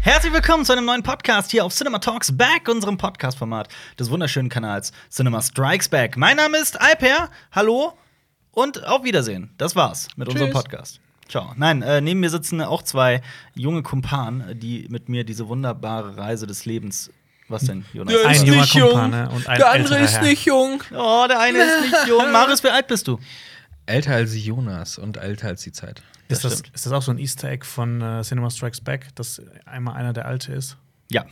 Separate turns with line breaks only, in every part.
Herzlich willkommen zu einem neuen Podcast hier auf Cinema Talks Back, unserem Podcast-Format des wunderschönen Kanals Cinema Strikes Back. Mein Name ist Alper, hallo und auf Wiedersehen. Das war's mit unserem
Tschüss.
Podcast. Ciao. Nein, äh, neben mir sitzen auch zwei junge Kumpanen, die mit mir diese wunderbare Reise des Lebens. Was denn, Jonas?
Der
Ein
ist
junger
nicht
Kumpane
jung.
und ein
der andere
älterer
ist
Herr.
nicht jung.
Oh, der eine ist nicht jung. Marius, wie alt bist du?
Älter als Jonas und älter als die Zeit.
Ist
Das
das, ist das auch so ein Easter Egg von äh, Cinema Strikes Back, dass einmal einer der Alte ist?
Ja.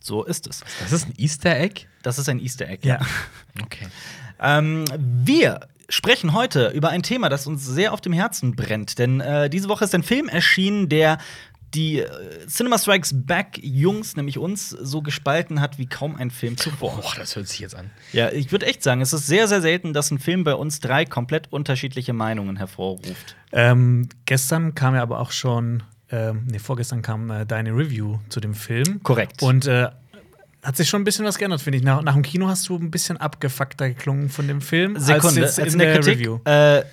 So ist es.
Das ist ein Easter Egg?
Das ist ein Easter Egg.
Okay.
Ähm, wir sprechen heute über ein Thema, das uns sehr auf dem Herzen brennt. Denn äh, diese Woche ist ein Film erschienen, der die äh, Cinema Strikes Back Jungs, nämlich uns, so gespalten hat wie kaum ein Film zuvor.
Boah, das hört sich jetzt an.
Ja, ich würde echt sagen, es ist sehr, sehr selten, dass ein Film bei uns drei komplett unterschiedliche Meinungen hervorruft.
Ähm, gestern kam ja aber auch schon, ähm, nee, vorgestern kam äh, deine Review zu dem Film.
Korrekt.
Und äh, hat sich schon ein bisschen was geändert, finde ich. Nach, nach dem Kino hast du ein bisschen abgefuckter geklungen von dem Film.
Sekunde,
als, jetzt
als
in der, Review.
Äh,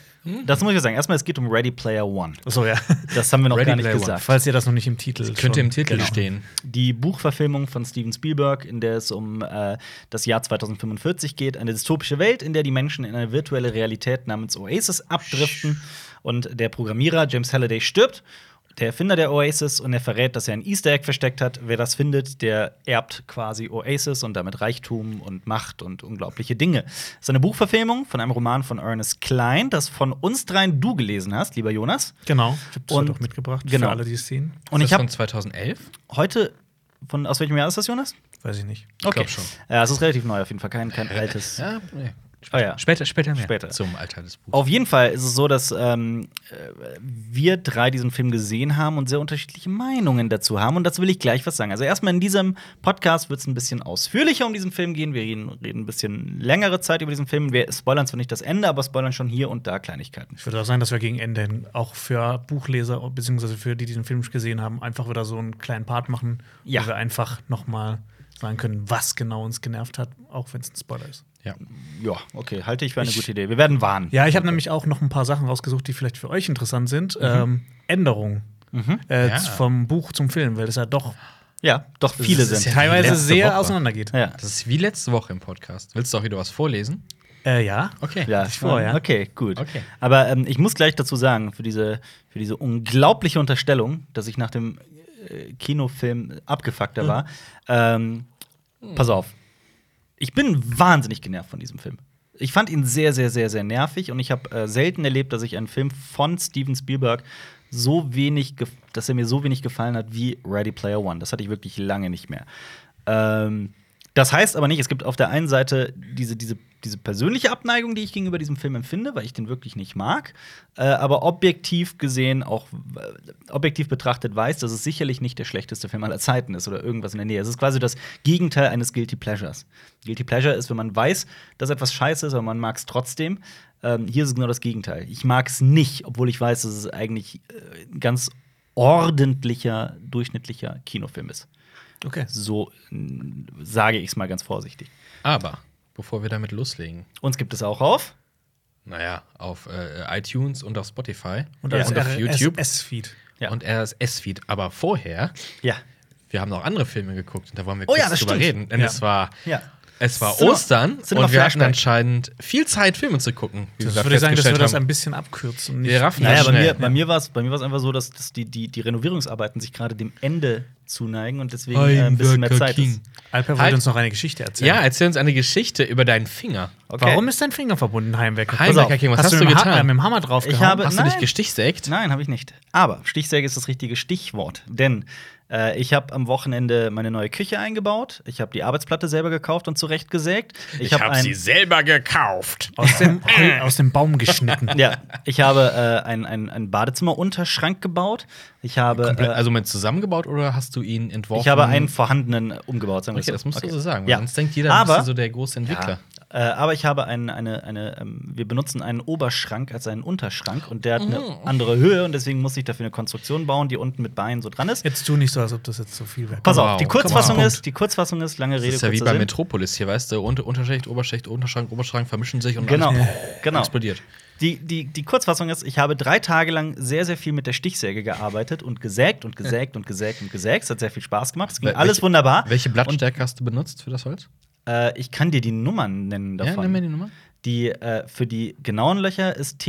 das muss ich sagen. Erstmal, es geht um Ready Player One.
Achso, ja.
Das haben wir noch
Ready
gar nicht
Player One.
gesagt.
Falls ihr das noch nicht im Titel
Könnte
schon-
im Titel
genau.
stehen.
die Buchverfilmung von Steven Spielberg, in der es um äh, das Jahr 2045 geht. Eine dystopische Welt, in der die Menschen in eine virtuelle Realität namens Oasis abdriften. Und der Programmierer James Halliday stirbt, der Erfinder der Oasis, und er verrät, dass er ein Easter Egg versteckt hat. Wer das findet, der erbt quasi Oasis und damit Reichtum und Macht und unglaubliche Dinge. Es ist eine Buchverfilmung von einem Roman von Ernest Klein, das von uns dreien du gelesen hast, lieber Jonas.
Genau. Ich habe
Und-
das doch mitgebracht
genau.
für alle, die es sehen.
Und
ist
ich
das
habe
von 2011?
heute von aus welchem Jahr ist das, Jonas?
Weiß ich nicht.
Okay.
glaub schon. Äh,
Ja, es ist relativ neu auf jeden Fall, kein, kein altes.
Ja, nee.
Ah, ja.
Später, später mehr.
Später.
Zum Alter des Buches.
Auf jeden Fall ist es so, dass ähm, äh, wir drei diesen Film gesehen haben und sehr unterschiedliche Meinungen dazu haben. Und dazu will ich gleich was sagen. Also erstmal in diesem Podcast wird es ein bisschen ausführlicher um diesen Film gehen. Wir reden, reden ein bisschen längere Zeit über diesen Film. Wir spoilern zwar nicht das Ende, aber spoilern schon hier und da Kleinigkeiten.
Ich würde auch sagen, dass wir gegen Ende hin auch für Buchleser beziehungsweise für die, die den Film nicht gesehen haben, einfach wieder so einen kleinen Part machen,
Ja.
wo wir einfach noch mal sagen können, was genau uns genervt hat, auch wenn es ein Spoiler ist.
Ja.
Ja, okay, halte ich für eine
Ich-
gute Idee. Wir werden warnen.
Ja, ich habe nämlich auch noch ein paar Sachen rausgesucht, die vielleicht für euch interessant sind. Ähm, Änderungen
Mhm.
äh,
Ja.
vom Buch zum Film, weil das ja doch
Ja, doch viele
ist
sind.
ja-
teilweise
letzte
sehr
Woche.
auseinandergeht.
Ja.
Das ist wie letzte Woche im Podcast. Willst du auch wieder was vorlesen?
Äh, ja.
Okay.
Ja,
Ich vor, ja.
Okay, gut.
Okay.
Aber ähm, ich muss gleich dazu sagen, für diese, für diese unglaubliche Unterstellung, dass ich nach dem äh, Kinofilm abgefuckter
Mhm.
war, ähm, pass auf. Ich bin wahnsinnig genervt von diesem Film. Ich fand ihn sehr, sehr, sehr, sehr nervig und ich habe äh, selten erlebt, dass ich einen Film von Steven Spielberg so wenig, gef- dass er mir so wenig gefallen hat wie Ready Player One. Das hatte ich wirklich lange nicht mehr. Ähm, das heißt aber nicht, es gibt auf der einen Seite diese, diese, diese persönliche Abneigung, die ich gegenüber diesem Film empfinde, weil ich den wirklich nicht mag. Äh, aber objektiv gesehen, auch äh, objektiv betrachtet, weiß, dass es sicherlich nicht der schlechteste Film aller Zeiten ist oder irgendwas in der Nähe. Es ist quasi das Gegenteil eines Guilty Pleasures. Guilty Pleasure ist, wenn man weiß, dass etwas scheiße ist, aber man mag es trotzdem. Ähm, hier ist es genau das Gegenteil. Ich mag es nicht, obwohl ich weiß, dass es eigentlich äh, ein ganz ordentlicher, durchschnittlicher Kinofilm ist.
Okay.
So n- sage ich es mal ganz vorsichtig.
Aber, bevor wir damit loslegen,
Uns gibt es auch auf.
naja, auf äh, iTunes und auf Spotify
Und
Ja.
als
und auf YouTube
RSS-Feed.
Ja.
und RSS-Feed. Aber vorher,
Ja.
wir haben noch andere Filme geguckt und da wollen wir
Oh
kurz
ja, das
drüber
stimmt.
reden. Denn
Ja.
es war
Ja.
Es war
Cinema-
Ostern
Cinema
und wir hatten
Flashback.
anscheinend viel Zeit, Filme zu gucken. Wie
Das
wir
würde ich sagen, dass wir
festgestellt
das
haben.
ein bisschen abkürzen. und
Wir raffen
Naja,
das
bei
schnell.
mir, bei mir war es bei mir war's einfach so, dass, dass die, die, die Renovierungsarbeiten sich gerade dem Ende zuneigen und deswegen äh, ein bisschen mehr Zeit ist.
Alper wollte
Halt.
uns noch eine Geschichte erzählen.
Ja, erzähl uns eine Geschichte über deinen Finger.
Okay.
Warum ist dein Finger verbunden, Heimwerker?
Heimwerker
Pass auf.
King, was hast du
mit dem
getan?
Ha- äh, mit dem Hammer drauf
Ich habe-
Hast du dich
Nein.
gestichsägt?
Nein, habe ich nicht. Aber Stichsäge ist das richtige Stichwort, denn äh, ich habe am Wochenende meine neue Küche eingebaut. Ich habe die Arbeitsplatte selber gekauft und zurechtgesägt. Ich, habe ein-
selber gekauft.
aus, dem, aus dem Baum geschnitten.
ja, ich habe äh, einen ein, ein Badezimmerunterschrank gebaut. Ich habe
Komplett,
äh,
also mit zusammengebaut oder hast du ihn entworfen?
Ich habe einen vorhandenen umgebaut, sagen wir
Okay,
so.
das musst du
Okay.
so sagen. weil
Ja.
Sonst denkt jeder, du
aber,
bist so der große Entwickler.
ja, Äh, aber ich habe ein, eine, eine, ähm, wir benutzen einen Oberschrank als einen Unterschrank und der hat eine
Mhm.
andere Höhe und deswegen muss ich dafür eine Konstruktion bauen, die unten mit Beinen so dran ist.
Jetzt tu nicht so, als ob das jetzt so viel wäre.
Pass
Wow,
auf, die Kurzfassung
come on.
ist, die Kurzfassung ist, lange Rede,
Das ist ja wie
kurzer
bei
Sinn.
Metropolis hier, weißt du? Unter, Unterschicht, Oberschicht, Unterschrank, Oberschrank vermischen sich und
Genau,
alles
genau.
explodiert.
Die, die, die Kurzfassung ist, ich habe drei Tage lang sehr, sehr viel mit der Stichsäge gearbeitet und gesägt und gesägt und gesägt und gesägt. Es hat sehr viel Spaß gemacht. Es ging
Wel-
alles
welche-
wunderbar.
Welche Blattstärke hast du benutzt für das Holz?
Äh, ich kann dir die Nummern nennen davon.
nimm mir
die
die Nummer.
äh, für die genauen Löcher ist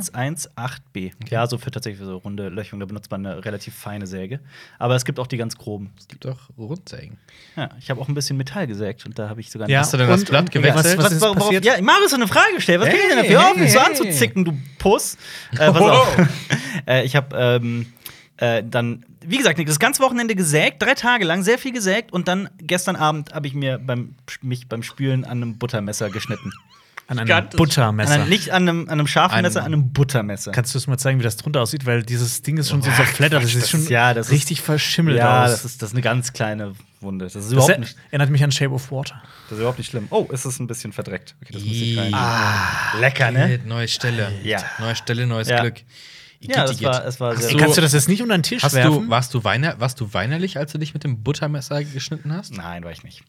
TT118B. Ja, so für tatsächlich für so runde Löchungen. Da benutzt man eine relativ feine Säge. Aber es gibt auch die ganz groben.
Es gibt auch Rundsägen.
Ja, ich habe auch ein bisschen Metall gesägt und da habe ich sogar
Ja,
Hast du denn das
und-
Blatt
und-
gewechselt?
was- was- ist
warum-
passiert?
Ja, Marius hat eine Frage gestellt. Was kann ich denn
Hey,
dafür? Hör auf, mich so
hey.
anzuzicken, du Puss. Äh, pass auf. äh, ich habe ähm, äh, dann, wie gesagt, das ganze Wochenende gesägt, drei Tage lang, sehr viel gesägt und dann gestern Abend habe ich mir beim, mich beim Spülen an einem Buttermesser geschnitten.
An einem
Gigantisch.
An
Buttermesser.
einem, nicht an einem, an einem scharfen
Ein-
Messer, an einem Buttermesser.
Kannst du es mal zeigen, wie das drunter aussieht? Weil dieses Ding ist schon so zerfleddert. Das ist
das
schon
ist- ja, das ist-
richtig verschimmelt
ja,
aus.
das ist, das ist eine ganz kleine Wunde. Das ist,
das
überhaupt nicht,
erinnert mich an Shape of Water.
das ist überhaupt nicht schlimm. Oh, es ist ein bisschen verdreckt. Okay, das muss ich
Ih. ah,
rein. lecker, ne?
Neue Stelle.
Ja.
Neue Stelle, neues
Ja.
Glück.
Ja, das
Igitt,
war,
igitt.
es war sehr
Du-
Kannst du das jetzt nicht unter den Tisch
hast
werfen?
du, warst, du weiner, warst du weinerlich, als du dich mit dem Buttermesser geschnitten hast?
Nein, war ich nicht.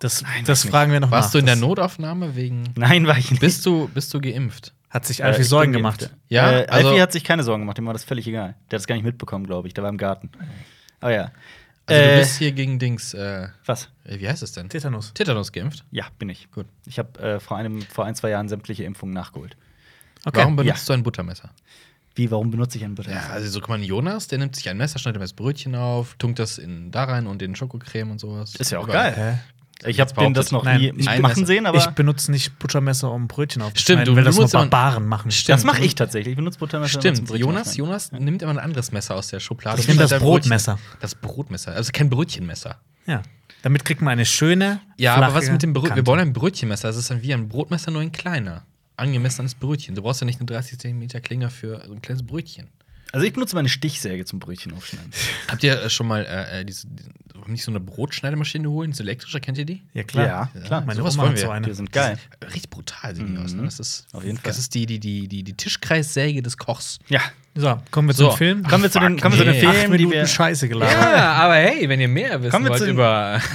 das das fragen wir noch
Warst
nach.
du in der
Das
Notaufnahme wegen.
Nein, war ich nicht.
Bist du, bist du geimpft?
Hat sich
Äh,
Alfie
ich
Sorgen
bin
gemacht.
geimpft.
Ja,
äh,
also-
Alfie hat sich keine Sorgen gemacht, ihm war das völlig egal. Der hat es gar nicht mitbekommen, glaube ich. Der war im Garten. Oh ja.
Also,
äh,
du bist hier gegen Dings. Äh,
was?
wie heißt es denn?
Tetanus.
Tetanus geimpft.
Ja, bin ich.
Gut.
Ich habe äh, vor, einem- vor ein, zwei Jahren sämtliche Impfungen nachgeholt.
Okay.
Warum benutzt du ein Buttermesser?
Wie, warum benutze ich ein Butter?
Ja, also so kann man Jonas, der nimmt sich ein Messer, schneidet ihm das Brötchen auf, tunkt das in da rein und in Schokocreme und sowas.
Ist ja auch
Überall.
geil.
Hä?
Ich habe den das noch
Nein,
nie
ich-
machen
Messer.
sehen, aber
ich benutze nicht Buttermesser, um Brötchen aufzuschneiden,
Stimmt, du-
weil
du
das nur
benutzt immer-
Barbaren machen.
Stimmt. Mhm.
das mache ich tatsächlich. Ich benutze Buttermesser. zum
Stimmt,
Brötchen
Jonas,
aufschneiden.
Jonas nimmt immer ein anderes Messer aus der Schublade.
Ich nehm das
schneidet ein Brötchen-
Brotmesser.
Das Brotmesser, also kein Brötchenmesser.
Ja. Damit kriegt man eine schöne.
Ja, aber was
flache
mit dem Brot?
Kante.
Wir wollen ein Brötchenmesser. Das ist dann wie ein Brotmesser, nur ein kleiner. Angemessen ans Brötchen. Du brauchst ja nicht eine 30 cm Klinge für so ein kleines Brötchen.
Also ich benutze meine Stichsäge zum Brötchen aufschneiden.
Habt ihr äh, schon mal äh, äh, diese, die- warum nicht so eine Brotschneidemaschine holen? Diese elektrische, kennt ihr die?
Ja, klar.
Ja, klar.
Meine
Sowas
Oma
wollen
hat so
wir.
Die
eine.
sind geil.
Äh, Richtig brutal sehen die aus. Ne? Das ist,
Auf jeden Fall.
Das ist die, die, die, die, die Tischkreissäge des Kochs.
Ja.
So, kommen wir
So.
zum Film.
Kommen wir zu den,
Fuck,
kommen wir zu den
nee.
Acht
Filmen, die
Minuten
wir
Scheiße gelabert.
aber hey, wenn ihr mehr wissen
Kommen wir zu den-
über.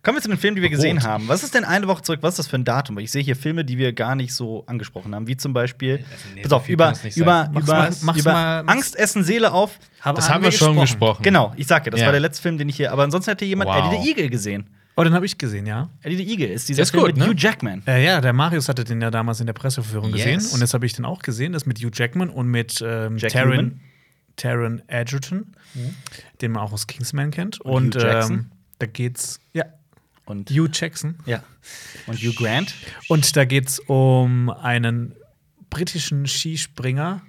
Kommen wir zu den Filmen, die wir gesehen
Rot.
haben. Was ist denn eine Woche zurück? Was ist das für ein Datum? Weil Ich sehe hier Filme, die wir gar nicht so angesprochen haben, wie zum Beispiel.
Äh, also nee,
pass
so
auf,
viel
über,
kann es nicht
über,
sein.
über,
Mach's mal- mach's
über
mal-
Angst, Essen, Seele auf.
Das haben wir schon gesprochen.
Genau, ich sag ja, das
Ja.
war der letzte Film, den ich hier. Aber ansonsten hätte jemand
Wow.
Eddie the Eagle gesehen.
Oh, den habe ich gesehen, ja.
Eddie the Eagle ist dieser
Der ist
Film
gut,
mit
ne?
Hugh Jackman.
Äh, ja, der Marius hatte den ja damals in der Presseverführung
Yes.
gesehen. Und jetzt habe ich den auch gesehen. Das mit Hugh Jackman und mit ähm,
Jack
Taryn,
Newman. Mhm.
Taryn Edgerton, den man auch aus Kingsman kennt.
Und
Und,
Hugh Jackson.
ähm, da geht's. Ja,
Und,
Hugh Jackson.
ja. Und Hugh Grant.
Und da geht's um einen britischen Skispringer,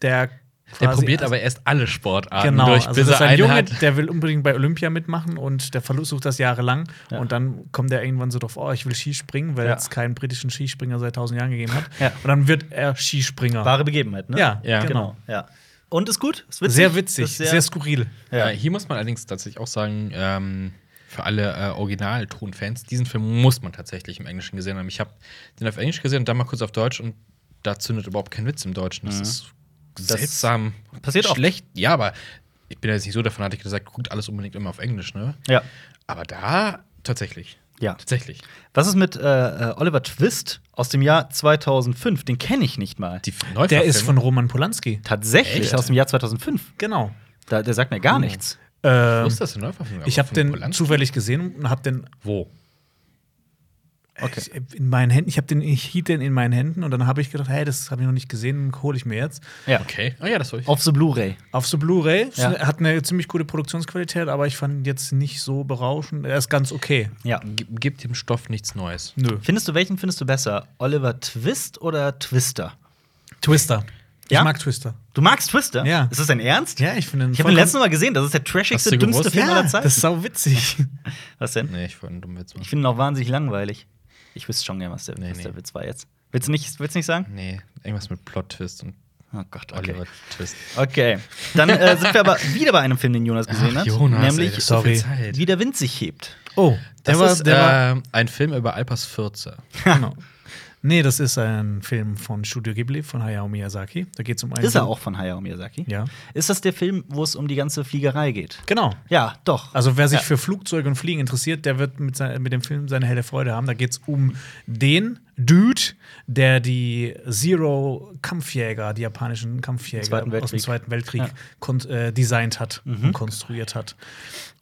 der.
Der
quasi-
probiert aber erst alle Sportarten
Genau,
durch,
also
bis
das ist
er
ein
einen
Junge,
hat.
der will unbedingt bei Olympia mitmachen und der versucht das jahrelang. Und dann kommt er irgendwann so drauf, oh, ich will Skispringen, weil
Ja.
es keinen britischen Skispringer seit tausend Jahren gegeben hat.
Ja.
Und dann wird er Skispringer.
Wahre Begebenheit, ne?
Ja,
Ja.
genau. Ja. Und ist gut? Ist
Sehr witzig,
Ist
sehr,
sehr,
skurril.
Ja.
Äh, hier muss man allerdings tatsächlich auch sagen, ähm, für alle äh, Original-Ton-Fans, diesen Film muss man tatsächlich im Englischen gesehen haben. Ich habe den auf Englisch gesehen und dann mal kurz auf Deutsch und da zündet überhaupt kein Witz im Deutschen.
Mhm.
Das ist seltsam.
passiert oft.
schlecht. Ja, aber ich bin ja jetzt nicht so der Fanatiker, der sagt, guckt alles unbedingt immer auf Englisch, ne?
ja.
Aber da tatsächlich.
Ja.
Tatsächlich.
Was ist mit äh, äh, Oliver Twist aus dem Jahr 2005? Den kenne ich nicht mal.
Die
Der
Neuverfilmung-
ist von Roman Polanski.
Tatsächlich
Echt?
aus dem Jahr 2005.
Genau.
Da, der sagt mir gar nichts.
Ähm,
Wo ist das eine Neuverfilmung?
ich habe
Von
den
Polanski?
zufällig gesehen und habe den
Wo?
Okay.
ich- äh, in meinen Händen, ich habe den, ich hielt den in meinen Händen und dann habe ich gedacht, hey, das habe ich noch nicht gesehen, hole ich mir jetzt.
Ja.
Okay. Ah ja, das soll ich.
Auf so Blu-ray.
Auf so Blu-ray
Ja.
hat eine ziemlich gute Produktionsqualität, aber ich fand ihn jetzt nicht so berauschend. Er ist ganz okay.
Ja.
G gibt dem Stoff nichts Neues.
Nö.
Findest du welchen findest du besser? Oliver Twist oder Twister?
Twister.
Ja?
Ich mag Twister.
Du magst Twister?
Ja.
Ist das dein Ernst?
Ja, ich finde ihn
Ich habe den
vollkommen-
letzten Mal gesehen, das ist der trashigste,
Hast du
dümmste
gewusst?
Film
ja,
aller Zeiten.
Das ist sau witzig.
was denn?
Nee, ich wollte einen dummen Witz machen.
Ich finde ihn auch wahnsinnig langweilig. Ich wüsste schon gerne, was der,
Nee,
was der
nee.
Witz war jetzt. Willst du nicht, willst du nicht sagen?
Nee, irgendwas mit Plot-Twist und
Oh Gott, okay.
Oliver Twist.
Okay. Dann äh, sind wir aber wieder bei einem Film, den Jonas gesehen
Ach,
hat.
Jonas, ey,
nämlich
das ist so viel
sorry.
Zeit.
Wie der Wind sich hebt.
Oh, der
Das
war,
ist
der war,
ähm, ein Film über Alpas Fürze.
genau. Nee, das ist ein Film von Studio Ghibli, von Hayao Miyazaki. Da geht es um einen.
Ist er auch von Hayao Miyazaki?
Ja.
Ist das der Film, wo es um die ganze Fliegerei geht?
Genau.
Ja, doch.
Also wer sich
Ja.
für Flugzeuge und Fliegen interessiert, der wird mit, sein, mit dem Film seine helle Freude haben. Da geht es um den Dude, der die Zero Kampfjäger, die japanischen Kampfjäger
Zweiten
aus dem
Weltkrieg.
Zweiten Weltkrieg
Ja. Mhm.
kon- äh, designt hat und konstruiert hat.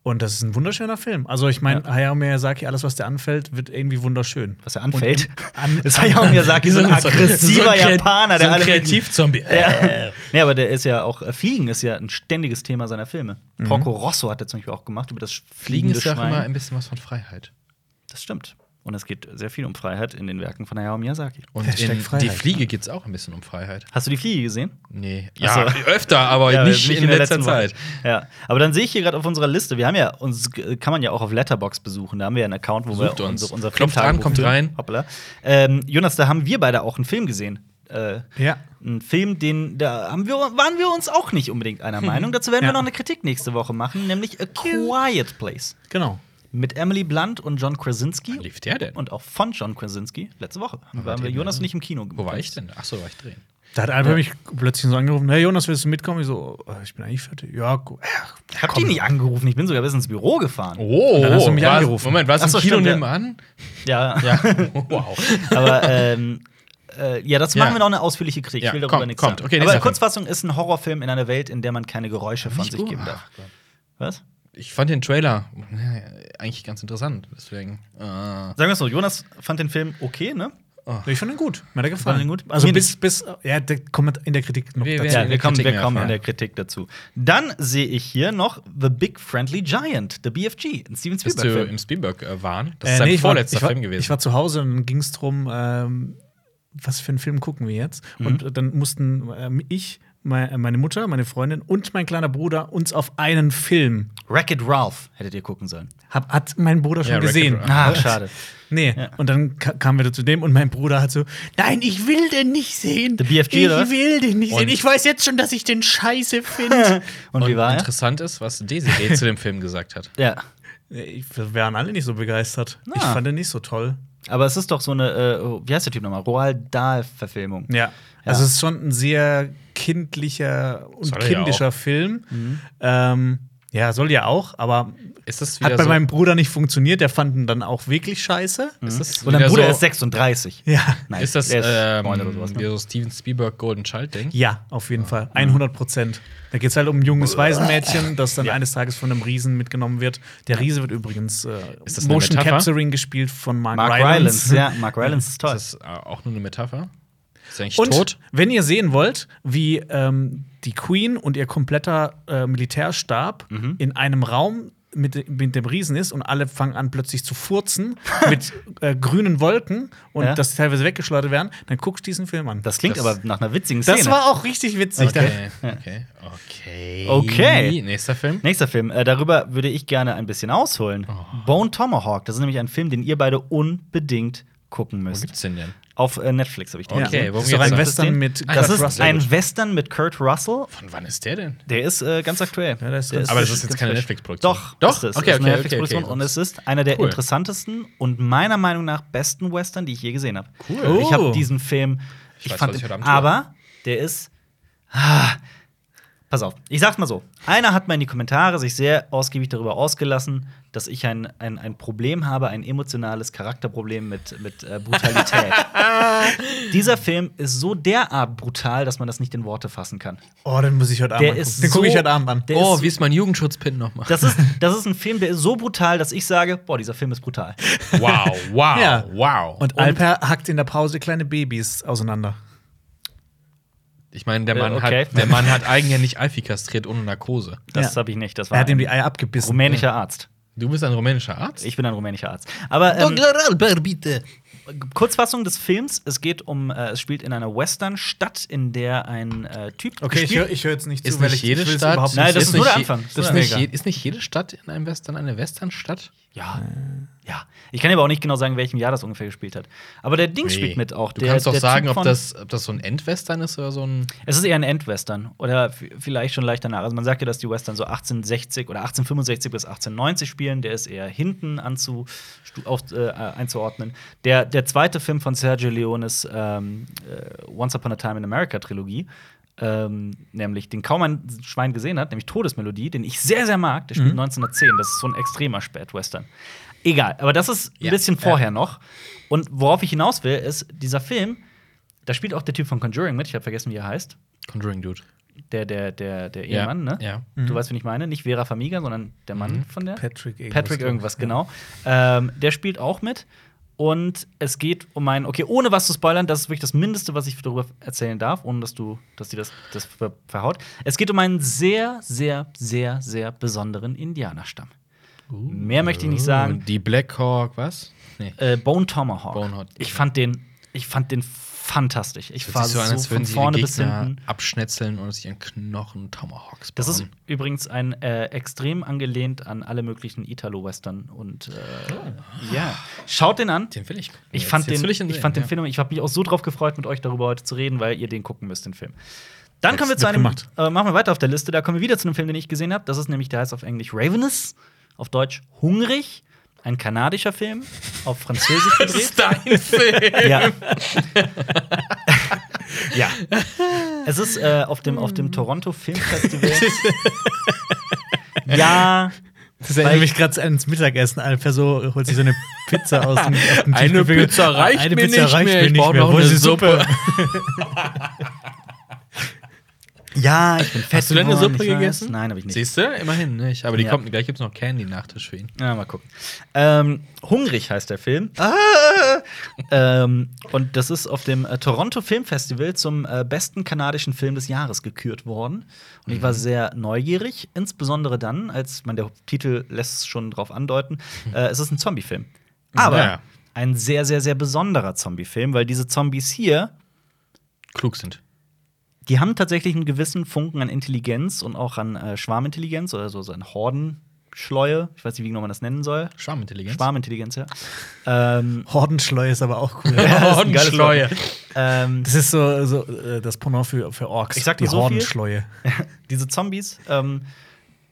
Und das ist ein wunderschöner Film. Also ich meine, Hayao Miyazaki, alles was der anfällt, wird irgendwie wunderschön.
Was er anfällt?
Und im- an-
Ist Hayao Miyazaki so ein aggressiver Japaner, der
so ein
alle.
Kreativzombie. äh.
Ja. Nee, aber der ist ja auch, äh, Fliegen ist ja ein ständiges Thema seiner Filme. Porco Rosso hat er zum Beispiel auch gemacht über das
Mhm. Fliegen
fliegende
ist ja auch
Schwein.
immer ein bisschen was von Freiheit.
das stimmt. Und es geht sehr viel um Freiheit in den Werken von Hayao Miyazaki.
Und
Hashtag
in
Freiheit.
die Fliege geht es auch ein bisschen um Freiheit.
Hast du die Fliege gesehen?
Nee.
Ach
Ja, öfter, aber
Ja,
nicht, in,
der
letzter
letzten Woche.
Zeit.
Ja, aber dann sehe ich hier gerade auf unserer Liste, wir haben ja uns äh, kann man ja auch auf Letterbox besuchen. Da haben wir ja einen Account, wo
Besucht
wir
uns.
unser, unser
Klopft
Filmtagebuch
an, kommt
führen.
rein.
Hoppla. Ähm, Jonas, da haben wir beide auch einen Film gesehen. Äh,
Ja.
Ein Film, den da haben wir, waren wir uns auch nicht unbedingt einer Meinung. Dazu werden wir
Hm. Ja.
noch eine Kritik nächste Woche machen, nämlich A Quiet Place
Genau.
mit Emily Blunt und John Krasinski
Wann lief der denn?
und auch von John Krasinski letzte Woche. Waren wir
den,
Jonas
ja.
und ich im Kino.
Wo war ich denn? Achso, war ich drehen.
Da hat einfach mich plötzlich so angerufen, hey Jonas, willst du mitkommen? Ich so, "Oh, ich bin eigentlich fertig. Ja, gut.
Ich hab die nicht angerufen. Ich bin sogar bis ins Büro gefahren.
Oh,
Dann hast du mich
war's-
angerufen.
Moment, warst du
Achso,
im Kino
stimmt, ja.
nebenan?
Ja.
Ja. wow.
Aber ähm, äh, ja, dazu
Ja.
machen wir noch eine ausführliche Kritik. Ich
Ja,
will darüber
kommt,
nichts
kommt.
sagen.
Okay,
Aber
nächster Film.
Kurzfassung ist ein Horrorfilm in einer Welt, in der man keine Geräusche von
Nicht
sich geben
Uhr.
darf. Was?
Ich fand den Trailer äh, eigentlich ganz interessant, deswegen. Äh,
Sagen wir es so, Jonas fand den Film okay, ne?
Ich fand ihn gut. Mir hat er gefallen.
Fand ihn gut?
Also
Mir
bis, bis, ja, der kommt in der Kritik noch
Wir
dazu. Äh,
werden-
Ja, wir
in der
kommen,
Kritik
wir kommen
mehr,
in
ja.
der Kritik dazu. Dann sehe ich hier noch The Big Friendly Giant, The BFG, ein Steven
bist du
Spielberg-Film.
im Spielberg äh, waren? Das
Äh,
ist sein
nee, ich war-
vorletzter
ich war,
Film gewesen.
Ich war zu Hause und ging es darum, ähm, was für einen Film gucken wir jetzt.
Mhm.
Und dann mussten ähm, ich, mei- meine Mutter, meine Freundin und mein kleiner Bruder uns auf einen Film.
Wreck-It Ralph hättet ihr gucken sollen.
Hab, hat mein Bruder schon
Ja, Wreck-It
gesehen.
Ralph.
Ah, schade.
Nee, und dann ka kamen wir da zu dem und mein Bruder hat so: Nein, ich will den nicht sehen.
Der BFG,
ich
oder?
will den nicht
Und-
sehen. Ich weiß jetzt schon, dass ich den scheiße finde.
Und, wie war er?
Interessant ist, was Desiree zu dem Film gesagt hat.
Ja.
Ich- Wir waren alle nicht so begeistert. Ich
Ah.
fand den nicht so toll.
Aber es ist doch so eine, äh, wie heißt der Typ nochmal? Roald Dahl-Verfilmung.
Ja. Also es ist schon ein sehr kindlicher und
Soll er ja Mhm.
kindischer Film. Ähm, ja, soll ja auch, aber
Ist das wieder
hat bei
so, Mhm.
meinem Bruder nicht funktioniert. Der fand ihn dann auch wirklich scheiße.
ist das
Und dein
wieder
Bruder
so,
ist 36.
Ja.
Nein,
Ist das
der
ähm,
neun oder sowas, ne?
wieder so Steven Spielberg Golden Child Ding?
Ja, auf jeden
Mhm.
Fall. 100 Prozent. Da geht es halt um ein junges Waisenmädchen, das dann eines Tages von einem Riesen mitgenommen wird. Der Riese wird übrigens äh,
Ist das eine
Motion
Metapher?
Capturing gespielt von Mark,
Mark
Rylance.
Rylance. Ja, Mark Rylance ist toll.
Ist das äh, auch nur eine Metapher? Ist er eigentlich
Und
tot?
wenn ihr sehen wollt, wie ähm, die Queen und ihr kompletter äh, Militärstab in einem Raum mit, mit dem Riesen ist und alle fangen an plötzlich zu furzen mit äh, grünen Wolken und
Ja.
dass sie teilweise weggeschleudert werden, dann guckt diesen Film an. Das,
Das klingt
Das-
aber nach einer witzigen Szene.
war auch richtig witzig.
Okay. Okay. Okay.
Okay.
Nächster Film.
Nächster Film, äh, darüber würde ich gerne ein bisschen ausholen. Bone Tomahawk, das ist nämlich ein Film, den ihr beide unbedingt gucken
Wo
müsst.
gibt's den denn?
Auf äh, Netflix habe ich den
Okay,
gesehen.
worum
das ist doch
geht's
ein
da?
Western mit
Das
Kurt
ist
Russell.
ein Western mit Kurt Russell.
Von wann ist der denn?
Der ist äh, ganz aktuell.
Ja, der ist ganz-
Aber das
frisch,
ist jetzt
ganz
keine
frisch.
Netflix-Produktion.
Doch,
Doch?
Ist es.
Okay,
ist eine
okay,
Netflix-Produktion
okay, okay.
und es ist einer der
Cool.
interessantesten und meiner Meinung nach besten Western, die ich je gesehen habe.
Cool.
Ich habe
Oh.
diesen Film. Ich,
weiß,
fand
was ich
den,
heute Abend tue.
aber der ist. Ah, pass auf, ich sag's mal so. Einer hat mal in die Kommentare sich sehr ausgiebig darüber ausgelassen, dass ich ein, ein, ein Problem habe, ein emotionales Charakterproblem mit, mit äh, Brutalität. Dieser Film ist so derart brutal, dass man das nicht in Worte fassen kann.
Oh, den muss ich heute Abend
Der
angucken.
ist
Den gucke ich
so-
heute Abend an.
der ist
Oh,
so-
wie ist mein Jugendschutzpin nochmal?
Das ist, das ist ein Film, der ist so brutal, dass ich sage, boah, dieser Film ist brutal.
Wow, wow,
Ja.
wow.
Und Alper hackt in der Pause kleine Babys auseinander.
ich meine, der
Äh,
Mann,
okay.
hat, der Mann hat eigenhändig Alfie kastriert ohne Narkose.
Das
Ja.
habe ich nicht. Das
Er
war
hat ihm die
ein
Eier abgebissen.
rumänischer Arzt.
Du bist ein rumänischer Arzt?
Ich bin ein rumänischer Arzt. Aber ähm,
Alper, bitte.
Kurzfassung des Films: Es geht um, äh, es spielt in einer Western-Stadt, in der ein äh, Typ
Okay, ich
spielt.
höre ich hör jetzt nicht
Ist
zu, weil
nicht
ich,
jede
ich will's
Stadt.
überhaupt nicht
Nein, das ist
wissen.
nur der
nicht je-
Anfang. Das
Ist
ist
nicht,
mega.
je- ist nicht jede Stadt in einem Western eine Westernstadt?
Ja. Ja. Ich kann dir aber auch nicht genau sagen, in welchem Jahr das ungefähr gespielt hat. Aber der Ding spielt mit auch.
Du
der,
kannst doch
der
sagen,
Typ
ob
von-
das, ob das so ein Endwestern ist oder so ein.
Es ist eher ein Endwestern oder f- vielleicht schon leicht danach. Also man sagt ja, dass die Western so 1860 oder 1865 bis 1890 spielen. Der ist eher hinten anzu, stu- auf, äh, einzuordnen. Der, der zweite Film von Sergio Leones ähm, äh, Once Upon a Time in America Trilogie, ähm, nämlich den kaum ein Schwein gesehen hat, nämlich Todesmelodie, den ich sehr, sehr mag. Der spielt
Mhm.
1910. Das ist so ein extremer Spätwestern. Egal, aber das ist ein
Ja,
bisschen
ja.
vorher noch. Und worauf ich hinaus will, ist, dieser Film, da spielt auch der Typ von Conjuring mit, ich habe vergessen, wie er heißt
Conjuring Dude.
der, der, der, der Ehemann,
ja.
ne?
Ja. Mhm.
Du weißt, wen ich meine. Nicht Vera Famiga, sondern der Mann von der.
Patrick irgendwas.
Patrick irgendwas, genau. Ähm, der spielt auch mit. Und es geht um einen, okay, ohne was zu spoilern, das ist wirklich das Mindeste, was ich darüber erzählen darf, ohne dass du, dass die das, das ver- verhaut. Es geht um einen sehr, sehr, sehr, sehr besonderen Indianerstamm.
Uh.
Mehr möchte ich nicht sagen.
Oh, Die Black Hawk, was? Nee.
Äh, Bone Tomahawk.
Bonehawk.
Ich fand den, ich fand den fantastisch. Ich war
Das
so,
sieht so an, als
von
würden sie die
vorne bis
Gegner
hinten.
abschnetzeln und sich an Knochen Tomahawks
Das ist
bauen.
übrigens ein äh, extrem angelehnt an alle möglichen Italo-Western und äh, ja. Schaut den an.
Den will ich. gucken.
Ich
Oh. Jetzt-
fand
jetzt
den,
will ihn
ich
sehen,
fand den
ja.
Film, ich habe mich auch so drauf gefreut, mit euch darüber heute zu reden, weil ihr den gucken müsst, den Film. Dann kommen wir zu
gut
einem,
gemacht.
äh, machen wir weiter auf der Liste, da kommen wir wieder zu einem Film, den ich gesehen habe. Das ist nämlich, der heißt auf Englisch Ravenous, auf Deutsch Hungrig, ein kanadischer Film, auf Französisch gedreht.
dein Film.
Ja. ja. Es ist äh, auf, dem, auf
Mm.
dem Toronto Film Festival. ja.
Das erinnert mich gerade ans Mittagessen. Alper so holt sich so eine Pizza aus dem, aus dem
Eine
Tiefkühlfach.
Pizza reicht
Ah, eine
mir
Pizza
nicht
reicht
mehr.
Mir
Ich
nicht
brauch
mehr.
noch
Wo ist
eine
die Suppe.
Ja, ich bin fest.
Hast du denn eine
geworden,
Suppe
ich weiß.
gegessen?
Nein, habe ich nicht.
Siehst du, immerhin nicht. Aber die
Ja.
kommt gleich gibt's noch Candy Nachtisch für ihn.
Ja, mal gucken. Ähm, Hungrig heißt der Film. Ah! ähm, und das ist auf dem äh, Toronto Film Festival zum äh, besten kanadischen Film des Jahres gekürt worden. Und ich war sehr neugierig, insbesondere dann, als man der Titel lässt es schon drauf andeuten, äh, es ist ein Zombie-Film. Aber
Ja.
ein sehr, sehr, sehr besonderer Zombie-Film, weil diese Zombies hier,
Klug sind.
die haben tatsächlich einen gewissen Funken an Intelligenz und auch an äh, Schwarmintelligenz oder so, so an Hordenschleue. Ich weiß nicht, wie genau man das nennen soll.
Schwarmintelligenz.
Schwarmintelligenz, ja. ähm,
Hordenschleue ist aber auch cool.
das ist ein geiles Wort.
Hordenschleue.
ähm,
Das ist so, so äh, das Pendant für, für Orks.
Ich sag
die
nur so viel.
Hordenschleue.
diese Zombies ähm,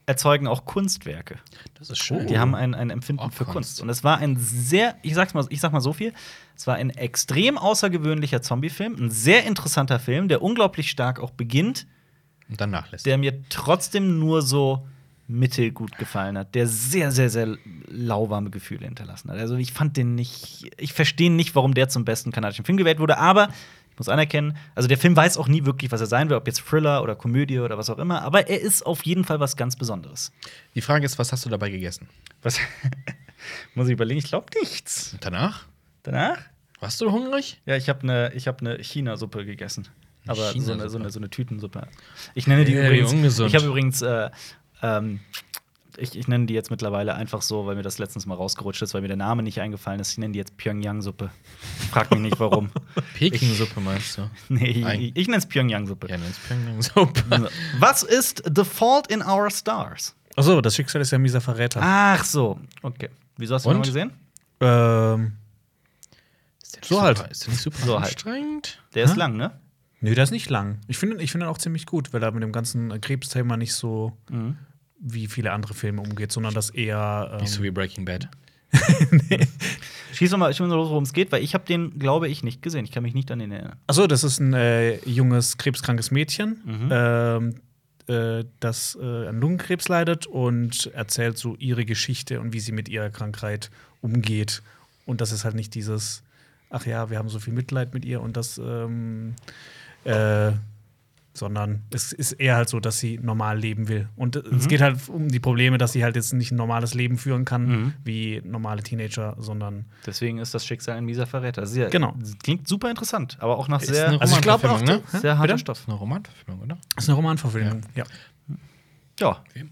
erzeugen auch Kunstwerke.
Das ist schön.
Die haben ein, ein Empfinden
Oh,
für
Kunst.
Kunst. Und es war ein sehr, ich sag's mal, ich sag mal so viel, es war ein extrem außergewöhnlicher Zombie-Film, ein sehr interessanter Film, der unglaublich stark auch beginnt,
Und dann nachlässt.
der mir trotzdem nur so mittelgut gefallen hat, der sehr, sehr, sehr lauwarme Gefühle hinterlassen hat. Also ich fand den nicht, ich verstehe nicht, warum der zum besten kanadischen Film gewählt wurde, aber ich muss anerkennen, also der Film weiß auch nie wirklich, was er sein will, ob jetzt Thriller oder Komödie oder was auch immer, aber er ist auf jeden Fall was ganz Besonderes.
Die Frage ist, was hast du dabei gegessen?
Was? muss ich überlegen, ich glaube nichts.
Und danach?
Danach?
Warst du hungrig?
Ja, ich habe eine hab ne China-Suppe gegessen. Aber so eine,
China-Suppe.
so, eine, so eine Tütensuppe. Ich nenne die
Ja, wie
übrigens.
ungesund.
Ich habe übrigens. Äh, ähm, ich, ich nenne die jetzt mittlerweile einfach so, weil mir das letztens mal rausgerutscht ist, weil mir der Name nicht eingefallen ist. Ich nenne die jetzt Pyongyang-Suppe. Frag mich nicht warum.
Peking-Suppe meinst du?
nee, ich,
Nein.
ich, ich nenne es Pyongyang-Suppe. Also,
Ja, nenn's Pyongyang-Suppe.
Was ist The Fault in Our Stars?
Achso, das Schicksal ist ja ein mieser
Ah.
Verräter.
Ach so, okay. Wieso hast du
Und?
den mal gesehen?
Ähm,
Ist der nicht
So
super-
halt.
Ist der nicht super
So halt.
anstrengend?
Der ist
Hä?
lang, ne?
nö, der ist nicht lang. Ich finde ich find den auch ziemlich gut, weil er mit dem ganzen äh, Krebsthema nicht so
Mhm.
wie viele andere Filme umgeht, sondern das eher.
Nicht so
Ähm,
wie Breaking Bad.
Schieß doch mal, ich will los, worum es geht, weil ich habe den, glaube ich, nicht gesehen. Ich kann mich nicht an den erinnern.
Achso, das ist ein äh, junges, krebskrankes Mädchen,
Mhm.
ähm, äh, das äh, an Lungenkrebs leidet und erzählt so ihre Geschichte und wie sie mit ihrer Krankheit umgeht. Und das ist halt nicht dieses, ach ja, wir haben so viel Mitleid mit ihr und das, ähm, äh, sondern es ist eher halt so, dass sie normal leben will. Und äh, es geht halt um die Probleme, dass sie halt jetzt nicht ein normales Leben führen kann,
Mhm.
wie normale Teenager, sondern
Deswegen ist das Schicksal ein mieser Verräter. Sehr,
Genau.
Klingt super interessant, aber auch nach
Ist
sehr,
eine
also ich glaube auch
Romanverfilmung,
sehr harter
Bitte?
Stoff.
Eine Romanverfilmung, oder?
das ist eine Romanverfilmung. Ja.
Ja.
Okay.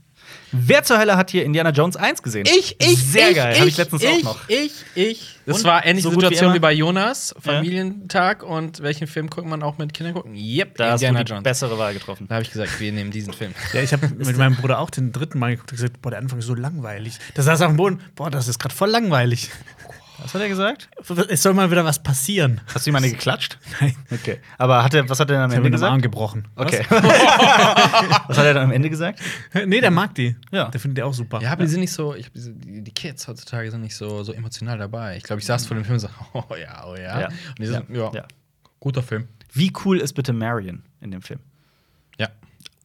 Wer zur Hölle hat hier Indiana Jones 1 gesehen?
Ich, ich,
Sehr
ich,
geil,
ich,
habe ich letztens
ich,
auch noch.
Ich, ich. Das
Und?
war ähnliche
So gut wie
Situation wie,
immer?
bei Jonas, Familientag und welchen Film guckt man auch mit Kindern gucken? Yep,
Da hast du die bessere Wahl getroffen.
Da habe ich gesagt, wir nehmen diesen Film.
Ja, ich habe mit meinem Bruder auch den dritten Mal geguckt und gesagt, boah, der Anfang ist so langweilig. Da saß er auf dem Boden, boah, das ist gerade voll langweilig.
Was hat er gesagt?
Es soll mal wieder was passieren.
Hast du ihm eine geklatscht?
Nein.
Okay. Aber hat er, was hat er dann am
Ich habe
Ende
mir den Arm
gesagt?
gebrochen.
Okay. was hat er dann am Ende gesagt?
Was? Nee, der mag die.
Ja.
Der findet die auch super.
Ja, aber die sind nicht so, ich, die, die Kids heutzutage sind nicht so, so emotional dabei. Ich glaube, ich saß vor dem Film und so, oh ja, oh ja.
Ja.
Und die sind, ja,
Ja.
guter Film.
Wie cool ist bitte Marion in dem Film?
Ja.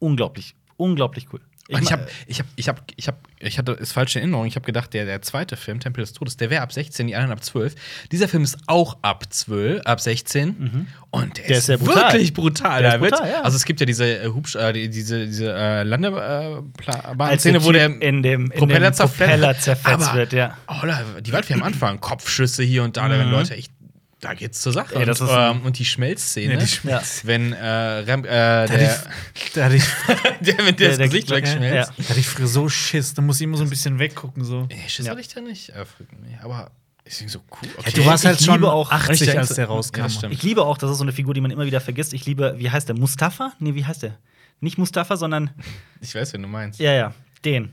Unglaublich, unglaublich cool.
Ich, ich
ma-
habe, ich habe, ich habe, ich habe, ich hatte es falsche Erinnerung. Ich habe gedacht, der, der zweite Film, Tempel des Todes, der wäre ab 16, die anderen ab 12. Dieser Film ist auch ab 12, ab 16. Und
Mhm. Der
der, ist,
ist sehr brutal.
wirklich brutal.
Der ist
da wird-
brutal, ja.
Also es gibt ja diese äh, Hubsch, äh, die- diese, diese äh,
als der
Landebahn-Szene, wo der
Typ in dem, in
Propeller
dem Propeller
zerfetzt,
zerfetzt
Aber-
wird, ja.
Oh, da, die Waldfee am Anfang, Kopfschüsse hier und da, da werden Leute echt, da geht's zur Sache.
Ey, das
und,
ist ein-
ähm, und die Schmelzszene,
Ja, die
Schmelz-
wenn äh, Rem, äh, der,
Da hatte ich,
der, wenn der, das
der-
Gesicht
der-
wegschmelzt.
da hatte ich früher so Schiss. Da muss ich immer so ein bisschen weggucken. So.
Nee, Schiss
Ja.
hatte ich da nicht, äh, früher, nee, aber ist irgendwie so cool.
Ja, du warst
ich
halt schon
liebe auch-
80,
Richtig,
als der
ja,
rauskam.
das stimmt.
Ich liebe auch, das ist so eine Figur, die man immer wieder vergisst. Ich liebe, wie heißt der? Mustafa? Nee, wie heißt der? Nicht Mustafa, sondern,
Ich weiß, wen du meinst.
ja, ja, den.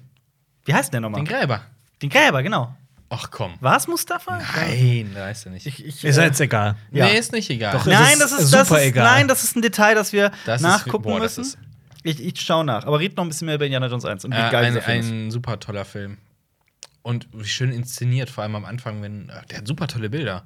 Wie heißt der nochmal?
Den Gräber.
Den Gräber, genau.
Ach komm.
War es Mustafa?
Nein, äh, da ist er nicht.
ist jetzt egal.
ja.
Nee, ist nicht egal.
Doch,
Nee,
Nein,
Das
das
ist
ist, das
super
ist
egal.
nein, das ist ein Detail, das wir
Das ist-
nachgucken
boah, das
müssen.
ist-
ich, ich schaue nach. Aber red noch ein bisschen mehr über Indiana Jones 1 und wie
äh,
geil
ein,
dieser Film ist.
ein super toller Film. Und wie schön inszeniert, vor allem am Anfang, wenn. äh, Der hat super tolle Bilder.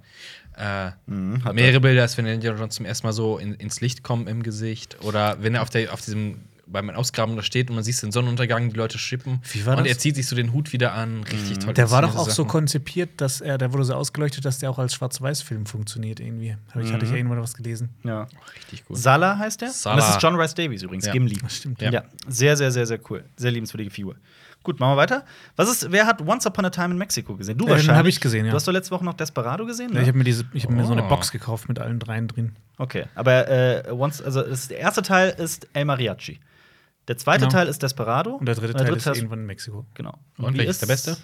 Äh,
Mhm,
hat
mehrere Bilder, als wenn Indiana Jones zum ersten Mal so in, ins Licht kommt im Gesicht. Oder wenn er auf, der, auf diesem, beim Ausgraben da steht und man sieht den Sonnenuntergang, die Leute schippen.
Wie war
und
das? Mhm.
er zieht sich so den Hut wieder an. Richtig toll.
Der war doch auch
inszenierte
so
Sachen.
konzipiert, dass er, der wurde so ausgeleuchtet, dass der auch als Schwarz-Weiß-Film funktioniert irgendwie. Hab ich,
Mhm.
Hatte ich ja irgendwann was gelesen.
Ja.
Richtig gut.
Sala heißt der.
Sala.
Und das ist John Rice Davies übrigens,
Ja.
Gimli.
Stimmt,
Ja.
ja.
sehr, sehr, sehr, sehr cool. Sehr liebenswürdige Figur. Gut, machen wir weiter. Was ist, wer hat Once Upon a Time in Mexico gesehen? Du
Äh, den
wahrscheinlich.
hab ich gesehen, ja.
Du hast doch letzte Woche noch Desperado gesehen, ne?
Ich habe mir, diese, ich hab mir so eine
Oh.
Box gekauft mit allen dreien drin.
Okay, aber äh, Once, also das, der erste Teil ist El Mariachi. Der zweite
Genau.
Teil ist Desperado.
Und der dritte Teil ist irgendwann in Mexiko.
Genau.
Und
wie
welches ist der beste?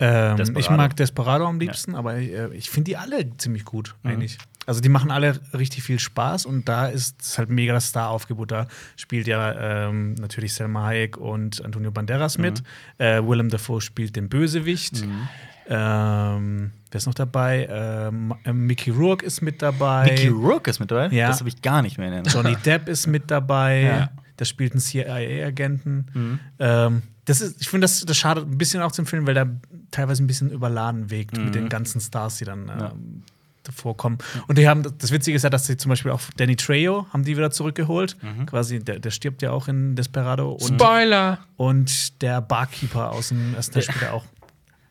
Ähm,
Desperado.
Ich mag Desperado am liebsten, aber äh, ich finde die alle ziemlich gut, eigentlich. Also die machen alle richtig viel Spaß und da ist es halt mega das Star-Aufgebot. Da spielt ja ähm, natürlich Selma Hayek und Antonio Banderas mit. Äh, Willem Dafoe spielt den Bösewicht. Ähm, wer ist noch dabei? Ähm, äh, Mickey Rourke ist mit dabei.
Mickey Rourke ist mit dabei?
Ja.
Das habe ich gar nicht mehr in Erinnerung.
Johnny Depp ist mit dabei.
Ja.
Der spielt einen CIA-Agenten. Ähm, das ist, ich finde, das, das schadet ein bisschen auch zum Film, weil der teilweise ein bisschen überladen wirkt mit den ganzen Stars, die dann ähm, davor kommen. Und die haben, das Witzige ist ja, dass sie zum Beispiel auch Danny Trejo haben die wieder zurückgeholt. Quasi, der, der stirbt ja auch in Desperado. Und,
Spoiler!
und der Barkeeper aus dem ersten Teil spielt ja auch.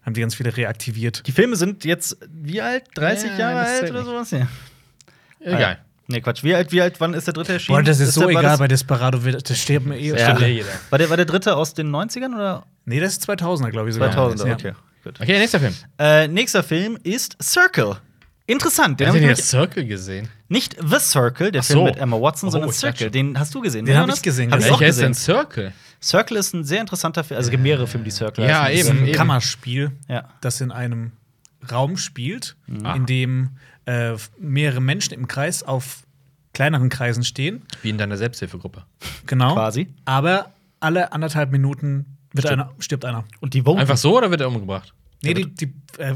Haben die ganz viele reaktiviert.
Die Filme sind jetzt wie alt? 30
Ja,
Jahre
das
alt
zählt
oder
nicht.
sowas? Ja.
Egal.
Nee, Quatsch. Wie alt, wie alt, wann ist der dritte erschienen?
Boah, das ist, so
der- war
egal,
das-
bei Desperado wird, das stirbt mir eh.
Ja.
Ja.
Stimmt ja jeder.
War der, war der dritte aus den 90ern oder
Nee, das ist 2000er, glaube ich sogar.
2000er?
Ja.
Okay, gut.
Okay, nächster Film.
Äh, nächster Film ist Circle. Interessant, den
Wer hat
habe ich
denn
nämlich-
jetzt Circle gesehen?
nicht The Circle, der
Ach
Film
so.
mit Emma Watson,
Oh,
sondern
ich dachte
Circle.
schon.
Den hast du gesehen. ne,
Den hab
Jonas?
ich gesehen,
Hab ich
genau.
auch
Welcher ist
gesehen.
denn Circle?
Circle ist ein sehr interessanter Film. Also es gibt mehrere Filme, die Circle
Ja,
heißen.
eben.
ein Kammerspiel,
Ja. Mhm.
das in einem Raum spielt,
Ah.
in dem äh, mehrere Menschen im Kreis auf kleineren Kreisen stehen.
Wie in deiner Selbsthilfegruppe.
Genau.
Quasi.
Aber alle anderthalb Minuten wird
Stirbt-
einer, stirbt einer.
Und die Wohnung.
Einfach so oder wird er umgebracht?
Nee, die, die äh,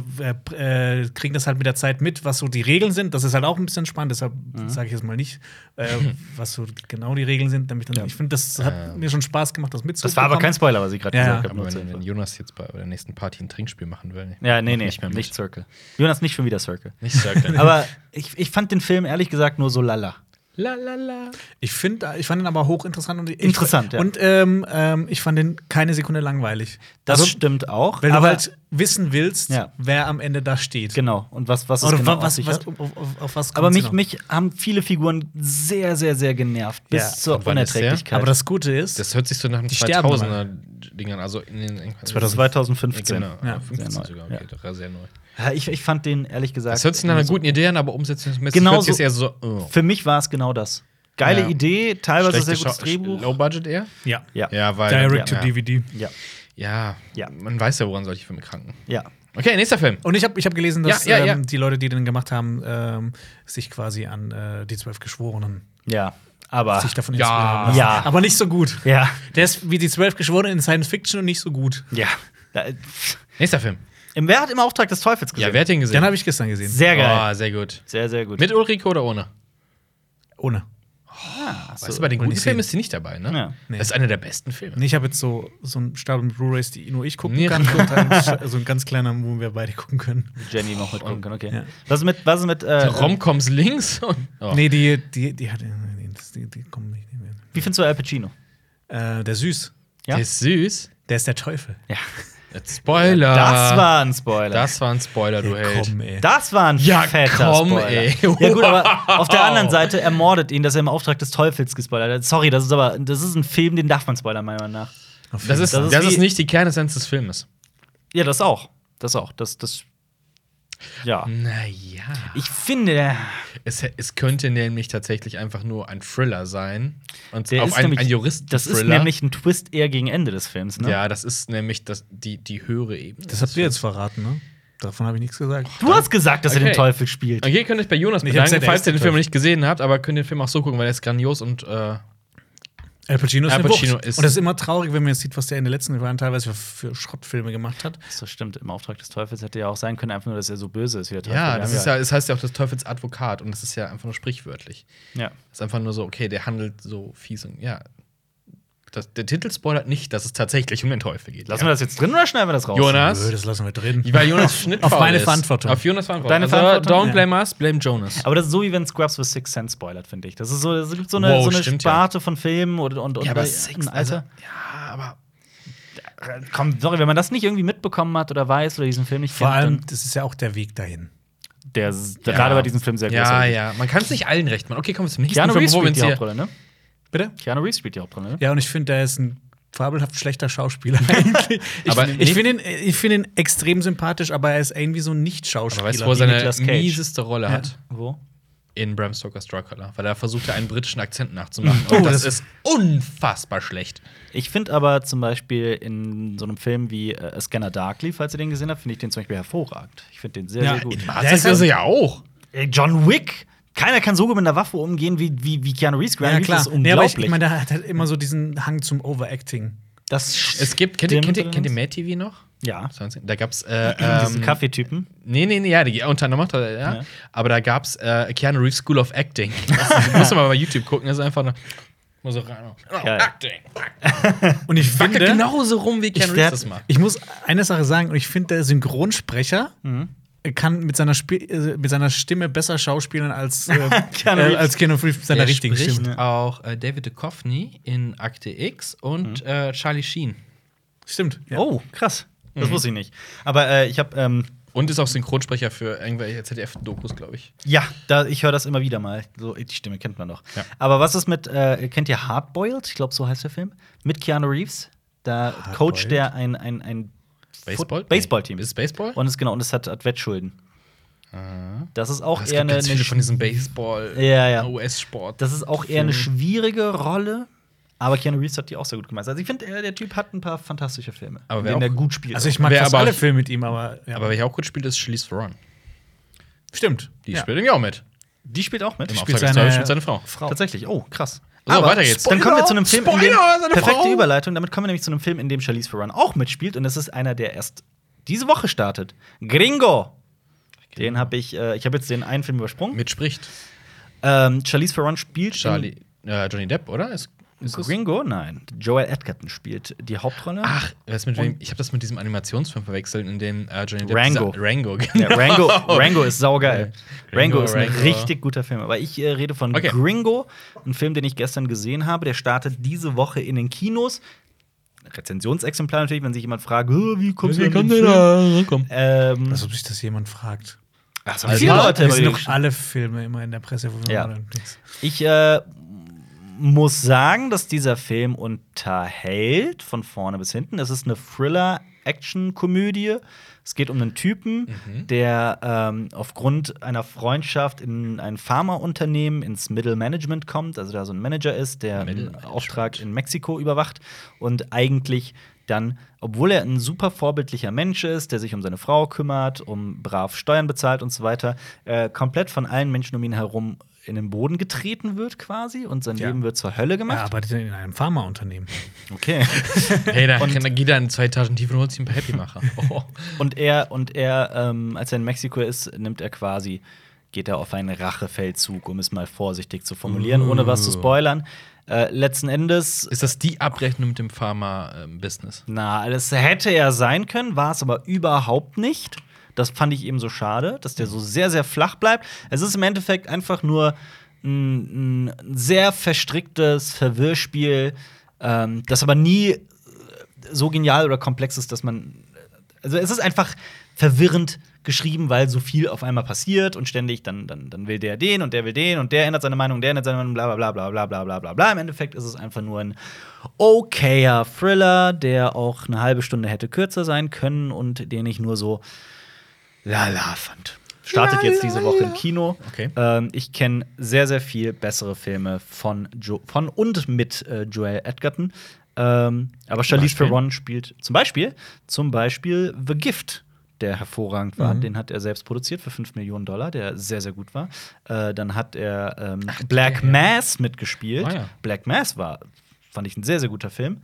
äh, äh, kriegen das halt mit der Zeit mit, was so die Regeln sind. Das ist halt auch ein bisschen spannend, deshalb
Mhm.
sage ich jetzt mal nicht, äh, was so genau die Regeln sind. Damit dann, Ich finde, das hat mir schon Spaß gemacht, das
das war
mitzubekommen.
aber kein Spoiler, was ich gerade
Ja,
gesagt
ja.
habe. nur
Aber
zur
wenn,
Info.
wenn Jonas jetzt bei der nächsten Party ein Trinkspiel machen will.
Ja, nee,
mach
nee,
Nicht, mehr mit.
nicht Circle. Jonas, nicht schon wieder Circle.
nicht Circle.
Aber ich, ich fand den Film ehrlich gesagt nur so lala.
la, la, la.
Ich finde, ich fand ihn aber hochinteressant und ich,
Interessant, ja.
Und ähm, ähm, ich fand ihn keine Sekunde langweilig.
Das
also,
stimmt auch.
Weil du
aber
halt wissen willst,
Ja.
wer am Ende da steht.
genau. Und was, was es
Oder
genau
wa- was,
auf sich
was,
hat.
auf, auf, auf was
Aber
kommt's genau?
mich,
Genau.
hinaus?
mich haben viele Figuren sehr, sehr, sehr genervt. Bis
Ja.
zur
Und wann ist der?
Unerträglichkeit.
Aber das Gute ist,
Das hört sich so nach einem
Die sterben
2000er-Ding an. Also in den.
2015.
Genau,
Ja.
ja, 15
Sehr neu,
sogar.
ja.
Okay, doch, sehr neu.
ja, ich, ich fand den ehrlich gesagt.
Das hört sich nach einer
so-
guten Idee an, aber umsetzungsmäßig
Genau
hört sich
so-
eher so. Oh.
Für mich war es genau das. Geile
Ja.
Idee, teilweise sehr
Schlechtes
gutes
Schau-
Drehbuch.
Low Budget eher?
Ja.
Ja.
Ja, weil.
Direct
ja,
to DVD.
ja,
Ja.
Ja.
Man weiß ja, woran solche Filme kranken.
ja.
Okay, nächster Film.
Und ich habe ich hab gelesen, dass
Ja, ja, ja.
Ähm, die Leute, die den gemacht haben, ähm, sich quasi an äh, die zwölf Geschworenen
Ja. Aber.
sich davon
Ja.
inspirieren lassen.
Ja.
Aber nicht so gut.
Ja.
Der ist wie die zwölf Geschworenen in Science Fiction und nicht so gut.
Ja. Da,
Nächster Film.
im, wer hat im Auftrag des Teufels gesehen?
Ja, wer hat den gesehen?
Den habe ich gestern gesehen.
sehr geil.
Oh, sehr gut.
Sehr, sehr gut.
Mit Ulrike oder ohne?
Ohne.
Achso.
Weißt du, bei den
ohne
guten
Szenen.
Filmen ist sie nicht dabei, ne?
Ja.
Nee.
Das ist einer der besten Filme.
Und ich habe jetzt so, so einen Stapel mit Blu-Rays, die nur ich gucken
Nee.
kann. Und dann so ein ganz kleiner, wo wir beide gucken können.
Jenny noch
Oh.
mitgucken kann, okay.
Ja.
Was ist mit, was ist mit äh,
Die Romcoms links und. Oh.
Nee, die, die, die hat. Nee, das- die, die kommen nicht mehr.
wie findest du Al Pacino?
Äh, der Süß.
Ja.
Der ist süß.
Der ist der Teufel.
Ja.
Jetzt Spoiler.
Das war ein Spoiler.
Das war ein Spoiler, du Held.
komm, ey.
Das war ein
Ja,
fetter
komm,
Spoiler.
ey.
Ja gut, aber
Wow.
auf der anderen Seite ermordet ihn, dass er im Auftrag des Teufels gespoilert hat. Sorry, das ist aber das ist ein Film, den darf man spoilern meiner Meinung nach.
Auf
Das ist,
Das
das
ist
ist,
wie-
nicht die Kernessenz des Filmes.
Ja, das auch. Das auch. Das das ja.
Hm. Naja.
Ich finde, der,
Es, es könnte nämlich tatsächlich einfach nur ein Thriller sein. Und
der
auf
ist
einen,
nämlich
ein Jurist.
das ist nämlich ein Twist eher gegen Ende des Films, ne?
Ja, das ist nämlich das, die, die höhere Ebene.
Das habt ihr jetzt verraten, ne? Davon habe ich nichts gesagt.
Du hast gesagt, dass er den
Okay.
Teufel spielt.
Okay, könnt euch bei Jonas
Ich hab's ja
bedanken,
der
falls ihr den
erste
Film
Teil.
nicht gesehen habt, aber könnt den Film auch so gucken, weil er ist grandios und äh,
Al Pacino ist,
Al
eine
Pacino
Wucht.
ist-
Und das ist immer traurig, wenn man jetzt sieht, was der in den letzten Jahren teilweise für, für Schrottfilme gemacht hat.
Das stimmt, im Auftrag des Teufels hätte ja auch sein können, einfach nur, dass er so böse ist wie der Teufel.
ja,
Wir
das
haben
ist halt- ja, das heißt ja auch des Teufels Advokat und das ist ja einfach nur sprichwörtlich.
ja.
Das ist einfach nur so, okay, der handelt so fies und ja. Das, der Titel spoilert nicht, dass es tatsächlich um den Teufel geht.
Lassen
ja.
wir das jetzt drin oder schneiden wir das raus?
Jonas?
Nö, das lassen wir drin.
Weil Jonas Schnitt
Auf meine Verantwortung.
Auf Jonas Verantwortung.
Deine
also,
Verantwortung?
Don't blame us, blame Jonas.
Aber das ist so, wie wenn Scrubs für Six Sense spoilert, finde ich. Das ist so, es gibt so eine,
Wow,
so eine
stimmt, ja.
Sparte von Filmen und, und, und ein Alter.
ja, aber
Komm, sorry, wenn man das nicht irgendwie mitbekommen hat oder weiß oder diesen Film nicht
Vor
kennt,
allem, das ist ja auch der Weg dahin.
dann, der, der gerade bei diesem Film sehr groß.
Ja, ja, man kann es nicht allen recht machen. Okay, kommen wir zum nächsten
Keanu
Film,
Reeves
wir
spielt
uns
die
hier.
Hauptrolle, ne?
Bitte?
Keanu Reeves spielt die Hauptrolle, ne?
Ja, und ich finde, der ist ein fabelhaft schlechter Schauspieler eigentlich. Ich,
Aber
ich finde ihn, ich find ihn extrem sympathisch, aber er ist irgendwie so ein
Aber
Nicht-Schauspieler.
weißt du, wo er
wie
seine
Nicolas Cage.
mieseste Rolle hat?
Wo?
In Bram Stoker's Dracula, weil er versuchte, einen britischen Akzent nachzumachen.
Oh,
Und das,
das-
ist unfassbar schlecht.
Ich finde aber zum Beispiel in so einem Film wie äh, A Scanner Darkly, falls ihr den gesehen habt, finde ich den zum Beispiel hervorragend. Ich finde den sehr,
Ja,
sehr gut.
in-
Das ist
ja-
ja auch.
Ey, John Wick! Keiner kann so gut mit einer Waffe umgehen wie, wie, wie Keanu Reeves. Keanu
ja,
Reeves
klar.
ist
Nee, aber ich,
unglaublich.
ich meine, der hat halt immer so diesen Hang zum Overacting.
das
Es gibt, kennt ihr,
stimmt
kennt ihr, kennt ihr Mad TV noch?
Ja.
20? Da gab's, äh,
Diesen
ähm,
Kaffeetypen.
nee, nee, nee, ja, die, unter anderem macht er, ja.
Ja.
Aber da gab's äh, Keanu Reeves School of Acting. Das muss man mal bei YouTube gucken, das ist einfach nur, muss auch rein. Oh,
Geil.
Acting.
Und ich
Wacke
finde,
genauso rum, wie genau Keanu
der-
Reeves das macht.
ich muss eine Sache sagen, und ich finde, der Synchronsprecher
Mhm.
kann mit seiner, Spi- äh, mit seiner Stimme besser schauspielen als, äh,
Keanu
äh,
Reeves.
als Keanu Reeves mit seiner
Der
richtigen
spricht
Stimme.
auch äh, David Duchovny in Akte X
Mhm.
und äh, Charlie Sheen.
Stimmt. Ja.
Oh, krass. Das
Mhm.
wusste ich nicht. Aber äh, ich habe, ähm,
Und ist auch Synchronsprecher für irgendwelche ZDF-Dokus, glaube ich.
ja, da, ich höre das immer wieder mal. So, die Stimme kennt man doch.
Ja.
Aber was ist mit, äh, kennt ihr Hardboiled? Ich glaube, so heißt der Film. Mit Keanu Reeves. Da coacht der ein, ein, ein Foot- Baseballteam.
Ist es Baseball?
Und es genau, und es hat, hat Wettschulden. Das ist auch
Ach, Oh, es
eher
gibt
eine.
ganz
eine
viele von
sch-
diesem Baseball
Ja, ja.
US-Sport.
Das ist auch eher eine schwierige Rolle. Aber Keanu Reeves hat die auch sehr gut gemacht. Also ich finde, äh, der Typ hat ein paar fantastische Filme,
Aber
in
wer
denen er
auch-
gut spielt.
Also ich mag
Wer
fast
aber
alle
auch-
Filme mit ihm, aber, ja.
Aber wer hier auch gut spielt, ist Charlize Theron.
stimmt.
Die
ja.
spielt nämlich auch mit.
die spielt auch mit.
Im Auftrag
spielt
des Teufels
seine-
spielt seine Frau.
Frau.
Tatsächlich. Oh, krass.
So, weiter geht's.
Dann kommen wir zu einem Film, in dem,
Spoiler, seine
perfekte
Frau.
Überleitung, damit kommen wir nämlich zu einem Film, in dem Charlize Theron auch mitspielt und das ist einer, der erst diese Woche startet. Gringo. Den habe ich, äh, ich habe jetzt den einen Film übersprungen.
Mitspricht.
Ähm, Charlize Theron spielt in
Charlie, äh, Johnny Depp, oder? Ist, ist es?
Gringo? Nein. Joel Edgerton spielt die Hauptrolle.
Ach, das mit wem? ich habe das mit diesem Animationsfilm verwechselt, in dem äh, Johnny Depp
Rango.
Dieser, Rango. genau.
Ja, Rango, Rango ist saugeil. Rango,
Oh. Rango,
ist ein
Rango.
richtig guter Film. Aber ich äh, rede von
Okay.
Gringo, ein Film, den ich gestern gesehen habe. Der startet diese Woche in den Kinos. Rezensionsexemplar natürlich, wenn sich jemand fragt, "Oh, wie kommst du denn da?
rankommen?
Ähm,
Als ob sich das jemand fragt.
ach, so
Also,
viele
wir
Leute.
Wir sind
überlegen.
noch alle Filme immer in der Presse, wo wir
Ja.
mal
Ich äh, muss sagen, dass dieser Film unterhält von vorne bis hinten. Es ist eine Thriller Action-Komödie. Es geht um einen Typen, der ähm, aufgrund einer Freundschaft in ein Pharmaunternehmen ins Middle Management kommt, also da so ein Manager ist, der
Middle
einen
Management.
Auftrag in Mexiko überwacht und eigentlich dann, obwohl er ein super vorbildlicher Mensch ist, der sich um seine Frau kümmert, um brav Steuern bezahlt und so weiter, äh, komplett von allen Menschen um ihn herum in den Boden getreten wird quasi und sein
Ja.
Leben wird zur Hölle
Er
gemacht.
arbeitet in einem Pharmaunternehmen.
Okay.
Hey, da
Und-
dann geht er in zwei Taschen tiefer und holt sich ein paar Happy-Macher. Oh.
Und er, und er ähm, als er in Mexiko ist, nimmt er quasi, geht er auf einen Rachefeldzug, um es mal vorsichtig zu formulieren, ohne was zu spoilern. Äh, letzten Endes,
Ist das die Abrechnung mit dem Pharma-Business?
na, das hätte er sein können, war es aber überhaupt nicht. Das fand ich eben so schade, dass der so sehr, sehr flach bleibt. Es ist im Endeffekt einfach nur ein, ein sehr verstricktes Verwirrspiel, ähm, das aber nie so genial oder komplex ist, dass man. Also es ist einfach verwirrend geschrieben, weil so viel auf einmal passiert und ständig dann, dann, dann will der den und der will den und der ändert seine Meinung, der ändert seine Meinung, bla bla bla bla bla bla bla bla. Im Endeffekt ist es einfach nur ein okayer Thriller, der auch eine halbe Stunde hätte kürzer sein können und den ich nur so lala fand. Startet jetzt diese Woche im Kino.
Okay.
Ähm, ich kenne sehr, sehr viel bessere Filme von, jo von und mit äh, Joel Edgerton. Ähm, aber Charlize
Beispiel?
Theron spielt zum Beispiel, zum Beispiel The Gift, der hervorragend war. Den hat er selbst produziert für 5 Millionen Dollar, der sehr, sehr gut war. Äh, dann hat er ähm, Black Mass mitgespielt.
Ah, ja.
Black Mass war, fand ich, ein sehr, sehr guter Film.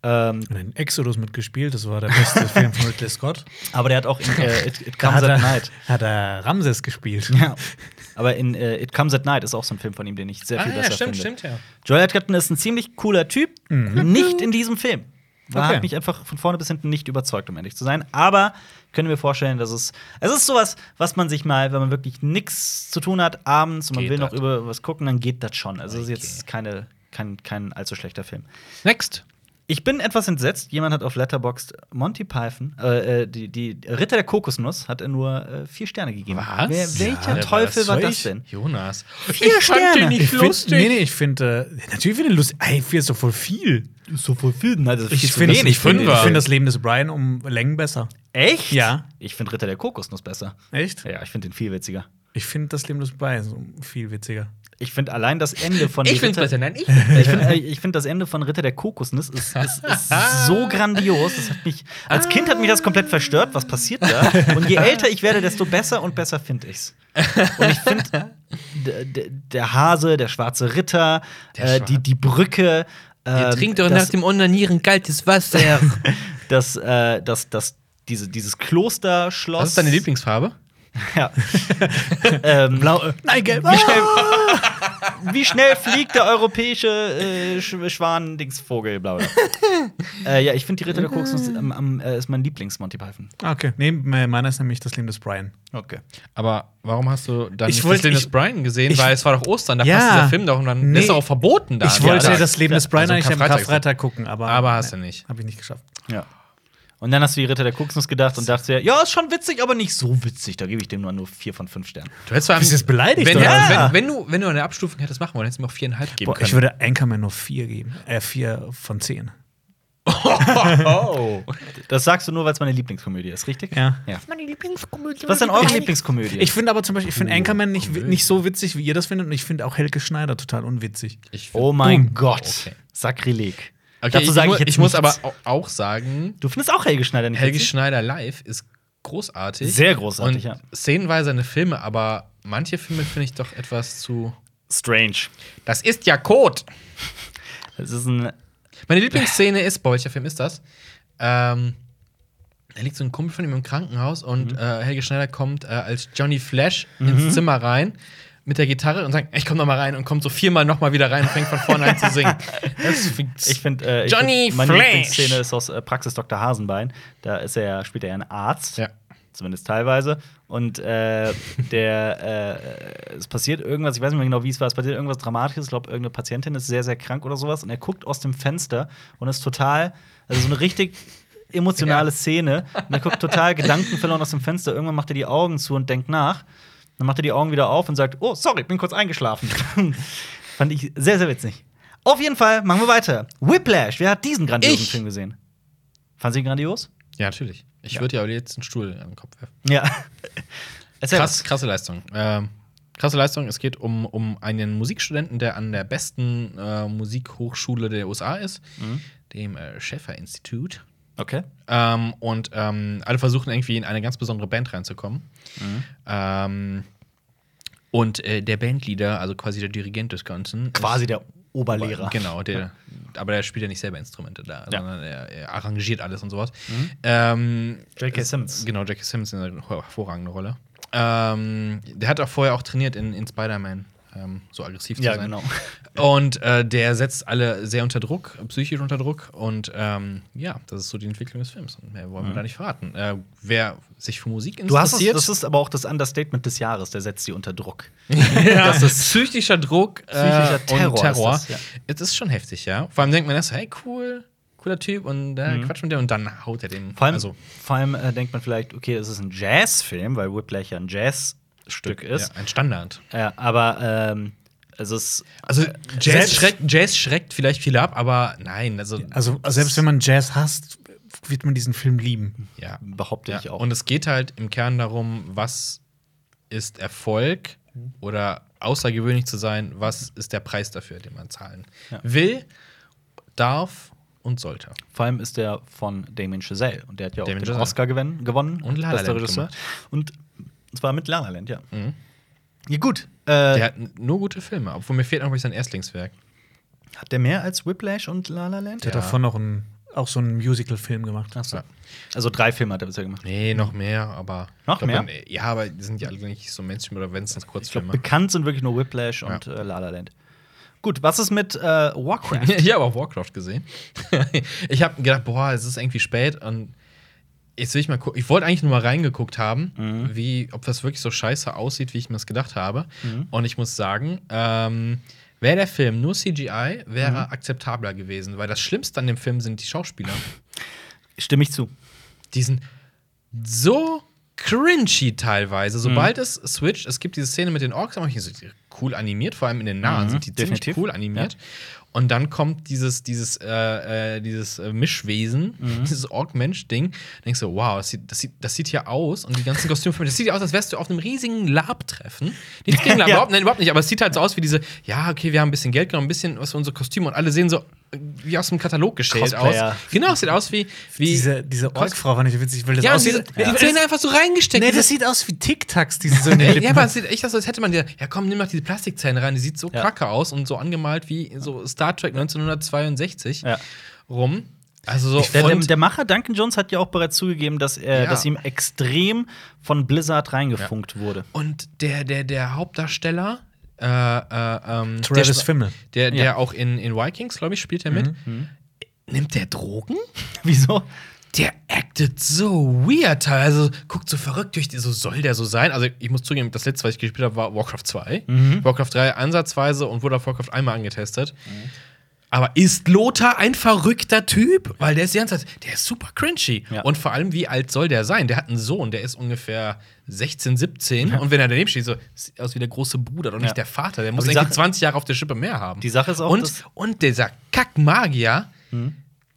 Ähm,
Er hat in Exodus mitgespielt, das war der beste Film von Ridley Scott.
aber der hat auch in äh, It, It
Da
Comes
hat
at
er,
Night.
hat er Ramses gespielt.
Ja. Aber in äh, It Comes at Night ist auch so ein Film von ihm, den ich sehr viel besser finde.
Ah ja.
Joel Edgerton ist ein ziemlich cooler Typ, nicht in diesem Film. War,
Okay.
Hat mich einfach von vorne bis hinten nicht überzeugt, um ehrlich zu sein. Aber können wir vorstellen, dass es es ist sowas, was man sich mal, wenn man wirklich nichts zu tun hat abends und man
Geht
will noch
dat.
über was gucken, dann geht das schon. Also es ist jetzt keine, kein, kein allzu schlechter Film.
Next.
Ich bin etwas entsetzt. Jemand hat auf Letterboxd Monty Python, äh, äh, die, die Ritter der Kokosnuss, hat er nur äh, vier Sterne gegeben. Wer, welcher
Ja,
Teufel war
soll
das
ich?
denn?
Jonas.
Vier Sterne.
Ich find, nee, nee, ich finde, äh, natürlich finde ich lustig. Ey, vier ist doch voll viel.
So voll viel. Nein, das
Ich finde
wenig,
ich find,
Fünfer.
ich find das Leben des Brian um Längen besser.
Echt?
Ja.
Ich finde Ritter der Kokosnuss besser.
Echt?
Ja, ich finde den viel witziger.
Ich finde das Leben des Brian so viel witziger.
Ich finde allein das Ende von
Ich find's
Ritter,
besser, nein, ich.
ich finde ich find das Ende von Ritter der Kokosnuss ist, ist, ist so grandios. Das hat mich, als Kind hat mich das komplett verstört. Was passiert da? Und je älter ich werde, desto besser und besser finde ich's. Und ich finde d- d- der Hase, der schwarze Ritter,
Der
äh, die, die Brücke. ähm, das,
dem Onanieren kaltes Wasser.
das, äh, das, das, diese, dieses Klosterschloss.
Was ist deine Lieblingsfarbe?
Ja. ähm,
äh,
Nein, gelb.
Wie schnell,
Ah!
wie schnell fliegt der europäische äh, Sch Schwan-Dingsvogel? Bla bla. äh, ja, ich finde die Ritter der
Mhm.
Kokosnuss am, am, äh, ist mein Lieblings-Monty Python.
Ah, okay. Nee, meiner ist nämlich das Leben des Brian.
Okay.
Aber warum hast du dann
Ich
nicht
wollt-
das Leben
ich-
des Brian gesehen?
ich-
Weil es war doch Ostern, da
Ja.
passt dieser Film doch und dann
Nee.
ist er auch verboten da.
ich
an dem
wollte
Tag.
das Leben des Brian
Also
eigentlich am
Karfreitag.
Karfreitag gucken, aber.
Aber hast du nicht.
Habe ich nicht geschafft.
Ja. Und dann hast du die Ritter der Kokosnuss gedacht und dachtest ja, ja, ist schon witzig, aber nicht so witzig. Da gebe ich dem nur nur vier von fünf Sternen.
Du hättest vor allem-
Bist du jetzt beleidigt,
Wenn,
oder
was?
wenn, wenn, du, wenn du eine Abstufung hättest machen wollen, hättest du mir auch viereinhalb geben
Boah,
können.
ich würde Anchorman nur vier geben. Äh, vier von zehn.
oh.
Das sagst du nur, weil es meine Lieblingskomödie ist, richtig?
Ja.
ja.
Meine Lieblingskomödie.
Was ist denn eure Lieblingskomödie?
Ich finde aber zum Beispiel, ich finde Anchorman nicht, nicht so witzig, wie ihr das findet, und ich finde auch Helge Schneider total unwitzig.
Ich
oh mein
Boom.
Gott.
Okay.
Sakrileg.
Okay,
Dazu
ich,
sage
mu-
ich jetzt
muss aber
nichts.
au- auch sagen,
Du findest auch Helge Schneider nicht
Helge
witzig?
Schneider live ist großartig.
Sehr großartig,
und
ja.
Szenenweise seine Filme, aber manche Filme finde ich doch etwas zu.
Strange.
Das ist ja Code.
Es ist ein
Meine Lieblingsszene ist, boah, welcher Film ist das? Ähm, da liegt so ein Kumpel von ihm im Krankenhaus und
Mhm.
äh, Helge Schneider kommt äh, als Johnny Flash ins Zimmer rein mit der Gitarre und sagt, ich komm noch mal rein und kommt so viermal noch mal wieder rein und fängt von vorne an zu singen. Das
Ich finde, äh, ich
Johnny
find, meine
Flash.
Lieblingsszene ist aus äh, Praxis Dr. Hasenbein. Da ist er, ja- spielt er ja einen Arzt,
Ja.
zumindest teilweise. Und äh, der, äh, es passiert irgendwas, ich weiß nicht mehr genau, wie es war, es passiert irgendwas Dramatisches. Ich glaube, irgendeine Patientin ist sehr, sehr krank oder sowas. Und er guckt aus dem Fenster und ist total, also so eine richtig emotionale
Ja.
Szene. Und er guckt total gedankenverloren aus dem Fenster. Irgendwann macht er die Augen zu und denkt nach. Dann macht er die Augen wieder auf und sagt, oh, sorry, bin kurz eingeschlafen. Fand ich sehr, sehr witzig. Auf jeden Fall machen wir weiter. Whiplash, wer hat diesen grandiosen
Ich.
Film gesehen? Fand sie ihn grandios?
Ja, natürlich. Ich
Ja.
würde ja jetzt einen Stuhl an den Kopf werfen.
Ja. Erzähl
Krass,
Krass.
krasse Leistung. Ähm, krasse Leistung. Es geht um, um einen Musikstudenten, der an der besten äh, Musikhochschule der USA ist,
Mhm.
dem äh, Schäffer-Institut.
Okay.
Ähm, und ähm, alle versuchen irgendwie in eine ganz besondere Band reinzukommen.
Mhm.
Ähm, und äh, der Bandleader, also quasi der Dirigent des Ganzen.
Quasi
ist-
der Oberlehrer.
Genau, der, aber der spielt ja nicht selber Instrumente da,
Ja. Mhm.
sondern er, er arrangiert alles und sowas. Ähm,
J.K.
es-
Simmons.
Genau, J.K. Simmons in einer ho- hervorragenden Rolle. Ähm, der hat auch vorher auch trainiert in, in Spider-Man, ähm, so aggressiv
Ja,
zu sein.
genau.
Und äh, der setzt alle sehr unter Druck, psychisch unter Druck. Und ähm, ja, das ist so die Entwicklung des Films. Und mehr wollen wir da nicht verraten. Äh, wer sich für Musik
Du hast es,
interessiert,
das ist aber auch das Understatement des Jahres, der setzt sie unter Druck.
das ist psychischer Druck,
Psychischer
äh,
Terror
und Terror.
ist das, ja.
Es ist schon heftig, ja. Vor allem denkt man erst, so, hey, cool, cooler Typ und äh, quatscht mit dem und dann haut er den.
Vor allem,
also,
vor allem äh, denkt man vielleicht, okay, das ist ein Jazzfilm, weil Whiplash ja ein Jazzstück ist.
ja, ein Standard.
Ja, aber ähm, es ist.
Also Jazz
selbst-
schreckt, Jazz schreckt vielleicht viele ab, aber nein, also
Also, selbst wenn man Jazz hasst, wird man diesen Film lieben.
ja.
behaupte ich auch.
Und es geht halt im Kern darum, was ist Erfolg
Mhm.
oder außergewöhnlich zu sein, was ist der Preis dafür, den man zahlen will, darf und sollte.
Vor allem ist der von Damien Chazelle und der hat ja auch
Damien
den
Chazelle.
Oscar gewen gewonnen.
Und La La
bester
Land
Regisseur.
gemacht. Mhm.
Und zwar mit La La Land, ja. Ja, gut. Äh,
Der hat n- nur gute Filme, obwohl mir fehlt noch wirklich sein Erstlingswerk.
Hat der mehr als Whiplash und La La Land?
Der hat davon noch einen, auch so einen Musical-Film gemacht.
Ach so.
Ja.
Also drei Filme hat er bisher gemacht.
Nee, noch mehr, aber.
Noch
ich glaub,
mehr?
Dann, ja, aber die sind ja alle nicht so Mainstream oder wenn es dann
Ich glaube,
Kurzfilme.
bekannt sind wirklich nur Whiplash und äh, La La Land. Gut, was ist mit äh, Warcraft?
ich habe auch Warcraft gesehen. ich habe gedacht, boah, es ist irgendwie spät und jetzt will ich mal gucken. Ich wollte eigentlich nur mal reingeguckt haben, wie, ob das wirklich so scheiße aussieht, wie ich mir das gedacht habe. Und ich muss sagen, ähm, wäre der Film nur CGI, wäre er akzeptabler gewesen, weil das Schlimmste an dem Film sind die Schauspieler.
Stimme ich zu.
die sind so cringy teilweise. Sobald
Mhm.
es switcht, es gibt diese Szene mit den Orks, aber die sind cool animiert, vor allem in den Nahen
Mhm,
sind die
definitiv.
ziemlich cool animiert. Und dann kommt dieses, dieses, äh, äh, dieses äh, Mischwesen,
Mhm.
dieses Ork-Mensch-Ding. Denkst du, wow, das sieht, das, sieht, das sieht hier aus. Und die ganzen Kostüme, das sieht aus, als wärst du auf einem riesigen Lab-Treffen. Nichts gegen Lab,
Ja.
überhaupt, nein, überhaupt nicht. Aber es sieht halt so aus wie diese, ja, okay, wir haben ein bisschen Geld genommen, ein bisschen was für unsere Kostüme. Und alle sehen so äh, wie aus dem Katalog gestellt aus.
Cosplayer.
Genau, es sieht aus wie, wie
Diese, diese Ork-Frau war nicht witzig, weil das
ja, und diese,
aussieht.
Also die werden einfach so reingesteckt.
Nee,
Diese-
das sieht aus wie Tic-Tacs, die sie so in den
Ey, ja,
Lippen
aber es sieht echt aus, als hätte man dir, ja komm, nimm doch diese Plastikzähne rein, die sieht so
Ja.
kacke aus und so angemalt wie so Star Trek 1962
Ja.
rum. Also so
Der, der,
und-
der Macher Duncan Jones hat ja auch bereits zugegeben, dass, er,
Ja.
dass ihm extrem von Blizzard reingefunkt wurde.
Und der, der, der Hauptdarsteller, äh, äh, ähm, der,
Travis
sp-
Fimmel.
der, der
Ja.
auch in, in Vikings, glaube ich, spielt er mit. Nimmt der Drogen?
Wieso?
Der acted so weird teilweise, also, guckt so verrückt durch, die- so soll der so sein. Also ich muss zugeben, das letzte, was ich gespielt habe, war Warcraft 2.
Mhm.
Warcraft 3 ansatzweise und wurde auf Warcraft einmal angetestet. Aber ist Lothar ein verrückter Typ? Weil der ist die ganze Zeit, der ist super cringy.
Ja.
Und vor allem, wie alt soll der sein? Der hat einen Sohn, der ist ungefähr 16, 17. Und wenn er daneben steht, so sieht aus wie der große Bruder, doch nicht
Ja.
der Vater. Der muss
die
irgendwie
Sache-
20 Jahre auf der Schippe mehr haben.
Die Sache ist auch,
und,
dass-
und dieser Kackmagier,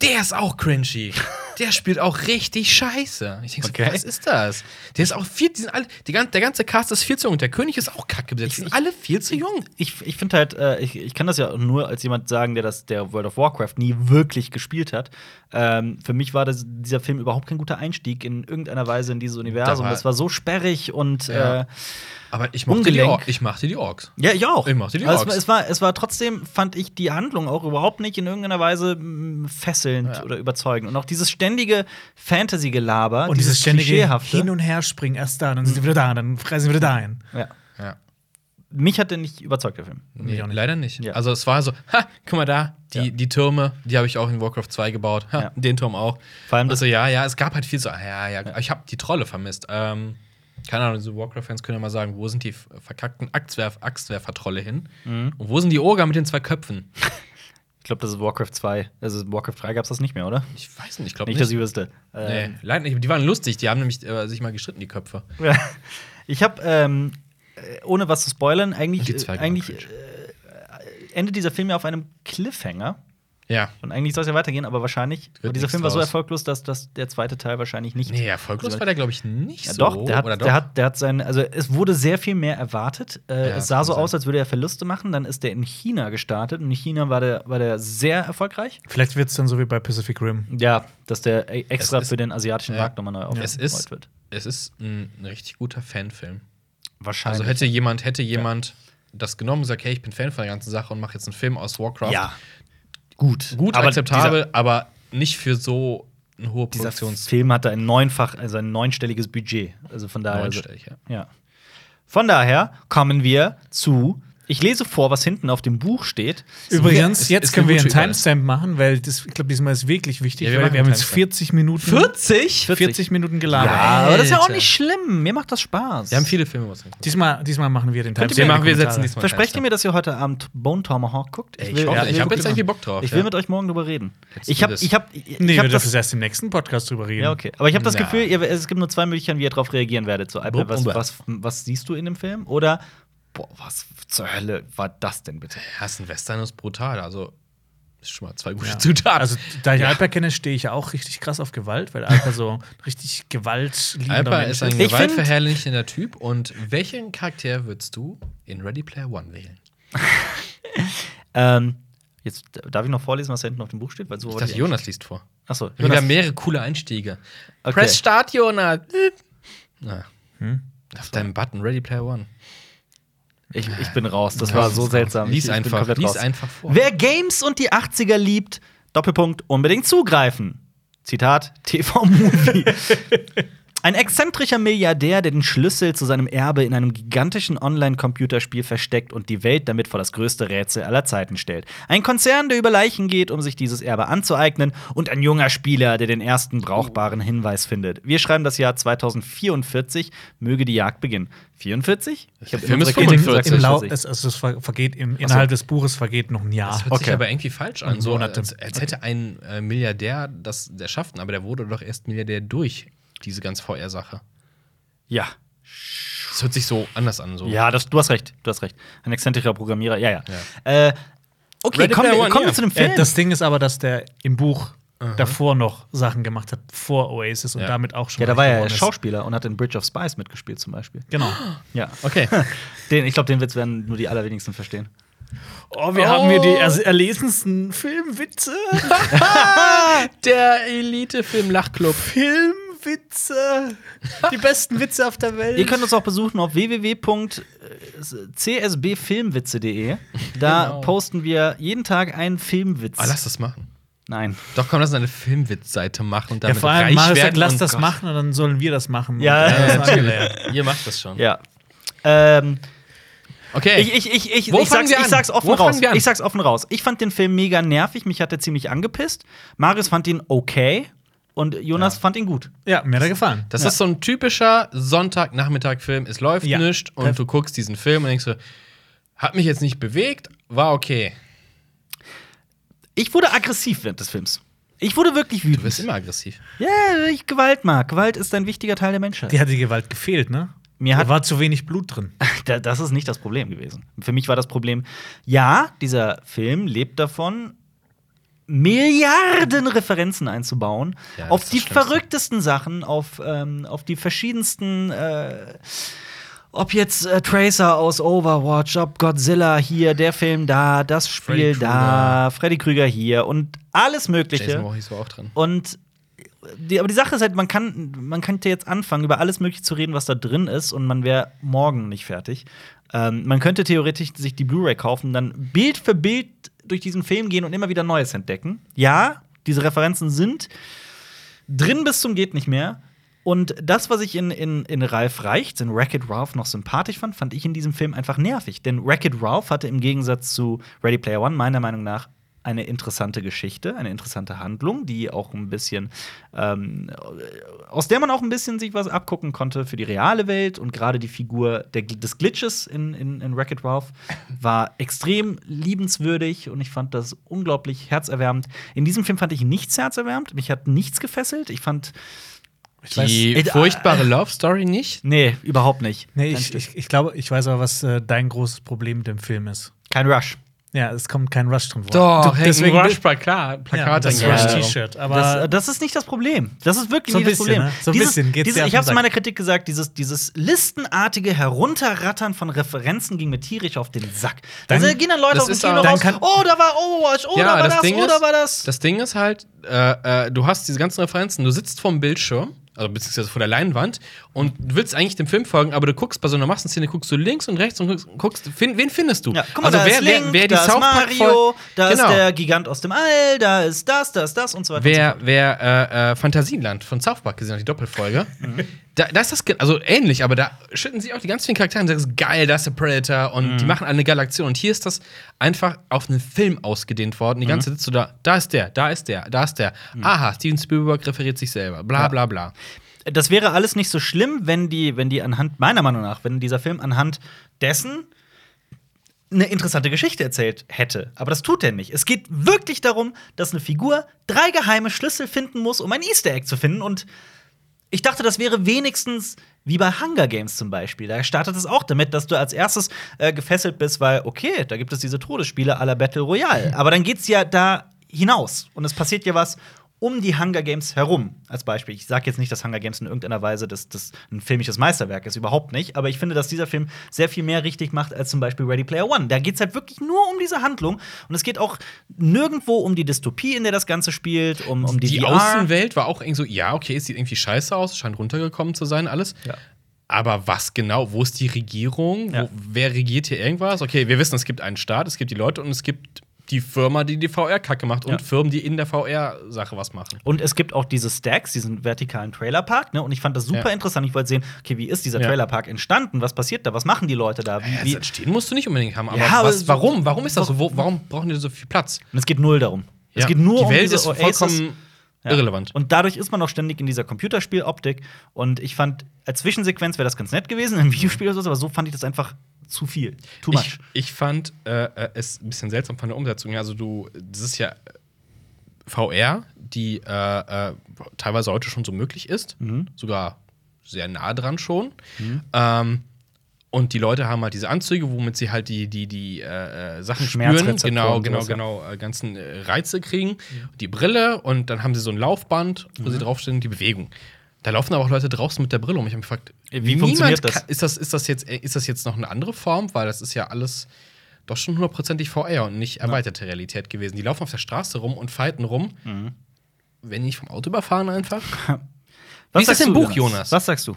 der ist auch cringy. Der spielt auch richtig scheiße. Ich denke so,
Okay.
was ist das? Der ist auch viel, die sind alle, die, gan- der ganze Cast ist viel zu jung. Der König ist auch kacke besetzt. Die sind alle viel zu jung.
Ich, ich finde halt, äh, ich, ich kann das ja nur als jemand sagen, der das, der World of Warcraft nie wirklich gespielt hat. Ähm, für mich war das, dieser Film überhaupt kein guter Einstieg in irgendeiner Weise in dieses Universum.
Da war-
das war so sperrig und
Ja.
äh,
Aber ich mochte, die,
Ungelenk.
Ork, ich mochte die Orks.
Ja, ich auch.
Ich mochte die
also, es,
Orks.
war- es war, es war trotzdem, fand ich die Handlung auch überhaupt nicht in irgendeiner Weise mh, fesselnd oder überzeugend. Und auch dieses ständige Fantasy-Gelaber,
Und dieses ständige
Klischeehafte.
Hin und Her springen, erst da, dann sind sie wieder da, dann reisen sie wieder dahin.
ja.
Ja.
Mich hat der nicht überzeugt, der Film.
Nee,
Mich auch nicht.
leider nicht.
Ja.
Also es war so, ha, guck mal da, die,
Ja.
die Türme, die habe ich auch in Warcraft 2 gebaut. Ha,
Ja.
Den Turm auch.
Vor allem das-
also ja, ja, es gab halt viel so, ja, ja, ich habe die Trolle vermisst. Ähm, keine Ahnung, so Warcraft-Fans können ja mal sagen, wo sind die verkackten Axtwerf Axtwerfer-Trolle hin? Und wo sind die Oger mit den zwei Köpfen?
Ich glaube, das ist Warcraft 2. Also Warcraft 3 gab es das nicht mehr, oder?
Ich weiß nicht, ich glaube
Nicht,
nicht.
dass ich wüsste. Ähm,
nee, leider nicht. Die waren lustig, die haben nämlich äh, sich mal gestritten, die Köpfe.
Ja. Ich habe, ähm, äh, ohne was zu spoilern,
Und die
eigentlich, äh,
Zweige
eigentlich
waren
äh, endet dieser Film ja auf einem Cliffhanger.
Ja.
Und eigentlich soll es ja weitergehen, aber wahrscheinlich.
Wird
dieser
nichts
Film war so
draus.
erfolglos, dass, dass der zweite Teil wahrscheinlich nicht.
Nee, erfolglos war der, glaube ich, nicht
Ja,
so.
doch, der hat,
oder
Der, hat, der hat sein, also es wurde sehr viel mehr erwartet. Äh,
Ja,
es sah
kann
so
sein.
aus, als würde er Verluste machen. Dann ist der in China gestartet und in China war der, war der sehr erfolgreich.
Vielleicht wird es dann so wie bei Pacific Rim.
Ja, dass der e- extra
ist-
für den asiatischen
ja.
Markt nochmal neu aufgebaut
es ist,
wird.
es ist ein, ein richtig guter Fanfilm.
Wahrscheinlich.
Also hätte jemand, hätte jemand das genommen und sagt, hey, ich bin Fan von der ganzen Sache und mache jetzt einen Film aus Warcraft.
ja,
gut, gut
Aber
akzeptabel, aber nicht für so eine hohe
dieser
Produktions.
Film hatte ein neunfach, also ein neunstelliges Budget. Also von daher.
Neunstellig, ja.
Ja. Von daher kommen wir zu. Ich lese vor, was hinten auf dem Buch steht.
Übrigens,
ist-
jetzt
ist
können
eine
wir einen
gute
Timestamp machen, weil das, ich glaube, diesmal ist wirklich wichtig,
Ja, wir
weil
machen
wir haben jetzt
Timestamp.
40 Minuten,
40?
40 Minuten
Ja,
geladen.
aber das ist ja auch
Alter.
nicht schlimm. Mir macht das Spaß.
Wir haben viele Filme was angeguckt.
Diesmal, diesmal machen wir den
Könnt ihr
Timestamp.
Wir
mir-
machen, wir
Kommentare.
setzen diesmal.
Versprecht ihr
einen
mir, dass ihr heute Abend Bone Tomahawk guckt?
Ey, ich hoffe, ich hab
gucken.
jetzt irgendwie Bock drauf,
Ich will
ja.
mit euch morgen drüber reden.
Let's
Ich
do
hab,
this.
ich hab, ich,
Nee,
ich
wir
hab
dürfen
das.
es erst im nächsten Podcast drüber reden.
Ja, okay. Aber ich habe das
Na.
Gefühl, ihr, es gibt nur zwei Möglichkeiten, wie ihr drauf reagieren werdet. So, Alper,
Blub
was,
und blub.
was, was siehst du in dem Film? Oder, boah, was zur Hölle war das denn bitte?
Timestamp. Ja, es ist ein Western ist brutal. Also ist schon mal zwei gute
Ja.
Zutaten.
Also, da ich
Ja.
Alper kenne, stehe ich ja auch richtig krass auf Gewalt, weil Alper so ein richtig gewaltliebender
Alper
Mensch
ist ein
Ich find-
gewaltverherrlichender Typ. Und welchen Charakter würdest du in Ready Player One wählen?
Ähm, jetzt darf ich noch vorlesen, was da hinten auf dem Buch steht, weil so
Ich
wollte
dachte,
ich
Jonas liest vor.
eigentlich- Achso,
Wir haben
Jonas,
mehrere coole Einstiege.
Okay.
Press Start, Jonas. Na. Ah. Auf deinem Button, Ready Player One.
ich, ich bin raus. Das
Ja,
war so
lies
seltsam. Ich-
Lies
ich bin
einfach,
komplett
lies
raus.
einfach vor.
Wer Games und die 80er liebt, Doppelpunkt, unbedingt zugreifen. Zitat TV-Movie. Ein exzentrischer Milliardär, der den Schlüssel zu seinem Erbe in einem gigantischen Online-Computerspiel versteckt und die Welt damit vor das größte Rätsel aller Zeiten stellt. Ein Konzern, der über Leichen geht, um sich dieses Erbe anzueignen. Und ein junger Spieler, der den ersten
Oh.
brauchbaren Hinweis findet. Wir schreiben das Jahr 2044. Möge die Jagd beginnen. 44? Ich hab
Der
in
Film ist
unserer Kritik
45.
gesagt,
Im Lau
44.
es, also es ver- vergeht im, innerhalb des Buches vergeht noch ein Jahr.
Das hört
okay.
sich aber irgendwie falsch an.
Und
So,
Monate.
als, als hätte ein äh, Milliardär das erschaffen, aber der wurde doch erst Milliardär durch diese ganze VR-Sache.
Ja.
Das hört sich so anders an. So.
Ja, das, du hast recht, du hast recht. Ein exzentrischer Programmierer, ja, ja. Äh, okay,
Ready
kommen
Player
wir,
One,
kommen wir
ja.
zu dem Film.
Äh, das Ding ist aber, dass der im Buch davor noch Sachen gemacht hat, vor Oasis und
Ja.
damit auch schon.
ja, da war
reich
er ja
geworden ist.
Schauspieler und hat in Bridge of Spies mitgespielt zum Beispiel.
Genau.
Ja,
Okay.
den, ich glaube, den Witz werden nur die allerwenigsten verstehen.
Oh, wir haben hier die er erlesensten Filmwitze.
der Elite-Film-Lachclub.
Filmwitze. Die besten Witze auf der Welt.
Ihr könnt uns auch besuchen auf www.csbfilmwitze.de. e. Da
Genau.
posten wir jeden Tag einen Filmwitz.
Ah, lass das machen.
Nein.
Doch, komm, lass eine Filmwitz-Seite machen und
ja,
damit
vor allem,
reich
Marius sagt,
werden.
lass
und-
das
Gott.
machen und dann sollen wir das machen.
Ja.
Und,
Ja,
äh, das haben wir
natürlich.
gelernt.
Ihr macht das schon.
Ja. Ähm,
Okay.
Ich, ich, ich, ich,
Wo
ich,
fangen
sag's,
wir an?
ich sag's offen
Wo fangen
raus.
wir an?
Ich sag's offen raus. Ich fand den Film mega nervig, mich hat er ziemlich angepisst. Marius fand ihn okay und Jonas fand ihn gut.
ja, mir hat er gefallen.
Das ist so ein typischer Sonntagnachmittag-Film. Es läuft
Ja.
nichts und
Perf-
du guckst diesen Film und denkst so, hat mich jetzt nicht bewegt, war okay.
Ich wurde aggressiv während des Films. Ich wurde wirklich
Du bist
wütend.
immer aggressiv.
Ja, weil ich Gewalt mag. Gewalt ist ein wichtiger Teil der Menschheit.
Die hat die Gewalt gefehlt, ne?
Mir hat-
da war zu wenig Blut drin.
Da- Das ist nicht das Problem gewesen. Für mich war das Problem, ja, dieser Film lebt davon, Milliarden Referenzen einzubauen
Ja, das
auf
ist
die
das Schlimmste.
verrücktesten Sachen, auf, ähm, auf die verschiedensten. Äh, ob jetzt äh, Tracer aus Overwatch, ob Godzilla hier, der Film da, das Spiel
Freddy
da, Freddy Krüger hier und alles Mögliche.
Jason Voorhees war auch dran.
Und die, aber die Sache ist halt, man kann, man könnte jetzt anfangen, über alles Mögliche zu reden, was da drin ist, und man wäre morgen nicht fertig. Ähm, man könnte theoretisch sich die Blu-ray kaufen, dann Bild für Bild durch diesen Film gehen und immer wieder Neues entdecken. Ja, diese Referenzen sind drin bis zum geht nicht mehr. Und das, was ich in, in, in Ralph Reichts, in Wreck-It Ralph noch sympathisch fand, fand ich in diesem Film einfach nervig. Denn Wreck-It Ralph hatte im Gegensatz zu Ready Player One meiner Meinung nach eine interessante Geschichte, eine interessante Handlung, die auch ein bisschen, ähm, aus der man auch ein bisschen sich was abgucken konnte für die reale Welt. Und gerade die Figur der, des Glitches in, in, in Wreck-It Ralph war extrem liebenswürdig und ich fand das unglaublich herzerwärmend. In diesem Film fand ich nichts herzerwärmend, mich hat nichts gefesselt. Ich fand
Die
weiß- äh,
furchtbare Love Story nicht.
Nee, überhaupt nicht.
Nee,
Kein
ich,
Stück.
ich, ich glaube, ich weiß aber, was äh, dein großes Problem mit dem Film ist.
Kein Rush.
Ja, es kommt kein Rush drin vor.
Doch,
Du-
deswegen
bin-
Rush-Plakat.
ja,
Plakat
das
hängen. Ja.
Rush-T-Shirt. Aber
äh,
das, äh, das ist nicht das Problem. Das ist wirklich
So ein
nicht das
bisschen,
Problem.
ne? So ein
dieses,
bisschen geht's
dieses,
dir auf
ich
den
habe es in
Sack.
meiner Kritik gesagt, dieses, dieses listenartige Herunterrattern von Referenzen ging mir tierisch auf den Sack.
Dann-
also gehen dann Leute
das
aus dem
ist
Kino
aber-
dann
raus,
kann-
oh, da war Overwatch, oh, da war das, oh, da war das.
Das Ding ist halt, äh, äh, du hast diese ganzen Referenzen, du sitzt vorm Bildschirm, also beziehungsweise vor der Leinwand und du willst eigentlich dem Film folgen, aber du guckst bei so einer Massenszene, guckst du links und rechts und guckst, guckst fin wen findest du? Also
Ja, guck mal,
also
da ist Link, da ist
South Park
Mario,
fol-
da
genau.
ist der Gigant aus dem All, da ist das, da ist das und so weiter.
Wer, wer äh, äh, Fantasieland von South Park gesehen hat, die Doppelfolge,
Mhm.
da, da ist das ge- also ähnlich, aber da schütten sie auch die ganz vielen Charaktere und sagen, es ist geil, das ist der Predator und
Mhm.
die machen alle eine geile Aktion. Und hier ist das einfach auf einen Film ausgedehnt worden. Die ganze
Mhm.
Zeit sitzt du da, da ist der, da ist der, da ist der. Aha, Steven Spielberg referiert sich selber, bla bla bla.
das wäre alles nicht so schlimm, wenn die, wenn die anhand, meiner Meinung nach, wenn dieser Film anhand dessen eine interessante Geschichte erzählt hätte. Aber das tut er nicht. Es geht wirklich darum, dass eine Figur drei geheime Schlüssel finden muss, um ein Easter Egg zu finden. Und ich dachte, das wäre wenigstens wie bei Hunger Games zum Beispiel. Da startet es auch damit, dass du als erstes äh, gefesselt bist, weil, okay, da gibt es diese Todesspiele aller Battle Royale. Aber dann geht's ja da hinaus und es passiert ja was um die Hunger Games herum, als Beispiel. Ich sage jetzt nicht, dass Hunger Games in irgendeiner Weise das, das ein filmisches Meisterwerk ist, überhaupt nicht. Aber ich finde, dass dieser Film sehr viel mehr richtig macht als zum Beispiel Ready Player One. Da geht's halt wirklich nur um diese Handlung und es geht auch nirgendwo um die Dystopie, in der das Ganze spielt, um, um die,
Die,
VR.
Außenwelt war auch irgendwie so, ja, okay, es sieht irgendwie scheiße aus, scheint runtergekommen zu sein, alles.
Ja.
Aber was genau? Wo ist die Regierung?
Ja.
Wo, wer regiert hier irgendwas? Okay, wir wissen, es gibt einen Staat, es gibt die Leute und es gibt die Firma, die die VR-Kacke macht und
Ja.
Firmen, die in der VR-Sache was machen.
Und es gibt auch diese Stacks, diesen vertikalen Trailerpark, ne? Und ich fand das super
Ja.
interessant. Ich wollte sehen, okay, wie ist dieser
Ja.
Trailerpark entstanden? Was passiert da? Was machen die Leute da? Wie, wie?
Ja, entstehen musst du nicht unbedingt haben, aber,
Ja, aber so-
was, warum? Warum ist das so? Wo, warum brauchen die so viel Platz?
Und es geht null darum. Es
Ja,
geht nur
die
um
Welt
diese
ist
Oasis.
vollkommen
Ja.
irrelevant.
Und dadurch ist man auch ständig in dieser Computerspieloptik. Und ich fand, als Zwischensequenz wäre das ganz nett gewesen, im Videospiel oder so, aber so fand ich das einfach zu viel. Too much.
Ich, ich fand äh, äh, es ein bisschen seltsam von der Umsetzung. her. Also du, das ist ja äh, VR, die äh, äh, teilweise heute schon so möglich ist,
Mhm.
sogar sehr nah dran schon. Ähm, und die Leute haben halt diese Anzüge, womit sie halt die, die, die äh, äh, Sachen spüren.
Schmerzrezeptoren
Genau,
und
genau,
sowas, ja.
genau. Äh, ganzen äh, Reize kriegen. Die Brille und dann haben sie so ein Laufband, wo sie draufstehen, die Bewegung. Da laufen aber auch Leute draußen mit der Brille um. Ich habe mich gefragt,
Wie funktioniert das?
kann- Ist das, ist, das jetzt, äh, ist das jetzt noch eine andere Form? Weil das ist ja alles doch schon hundertprozentig VR und nicht erweiterte Realität gewesen. Die laufen auf der Straße rum und fighten rum. Wenn nicht vom Auto überfahren einfach. Wie ist das
sagst
im
du,
Buch, Jonas?
Was sagst du?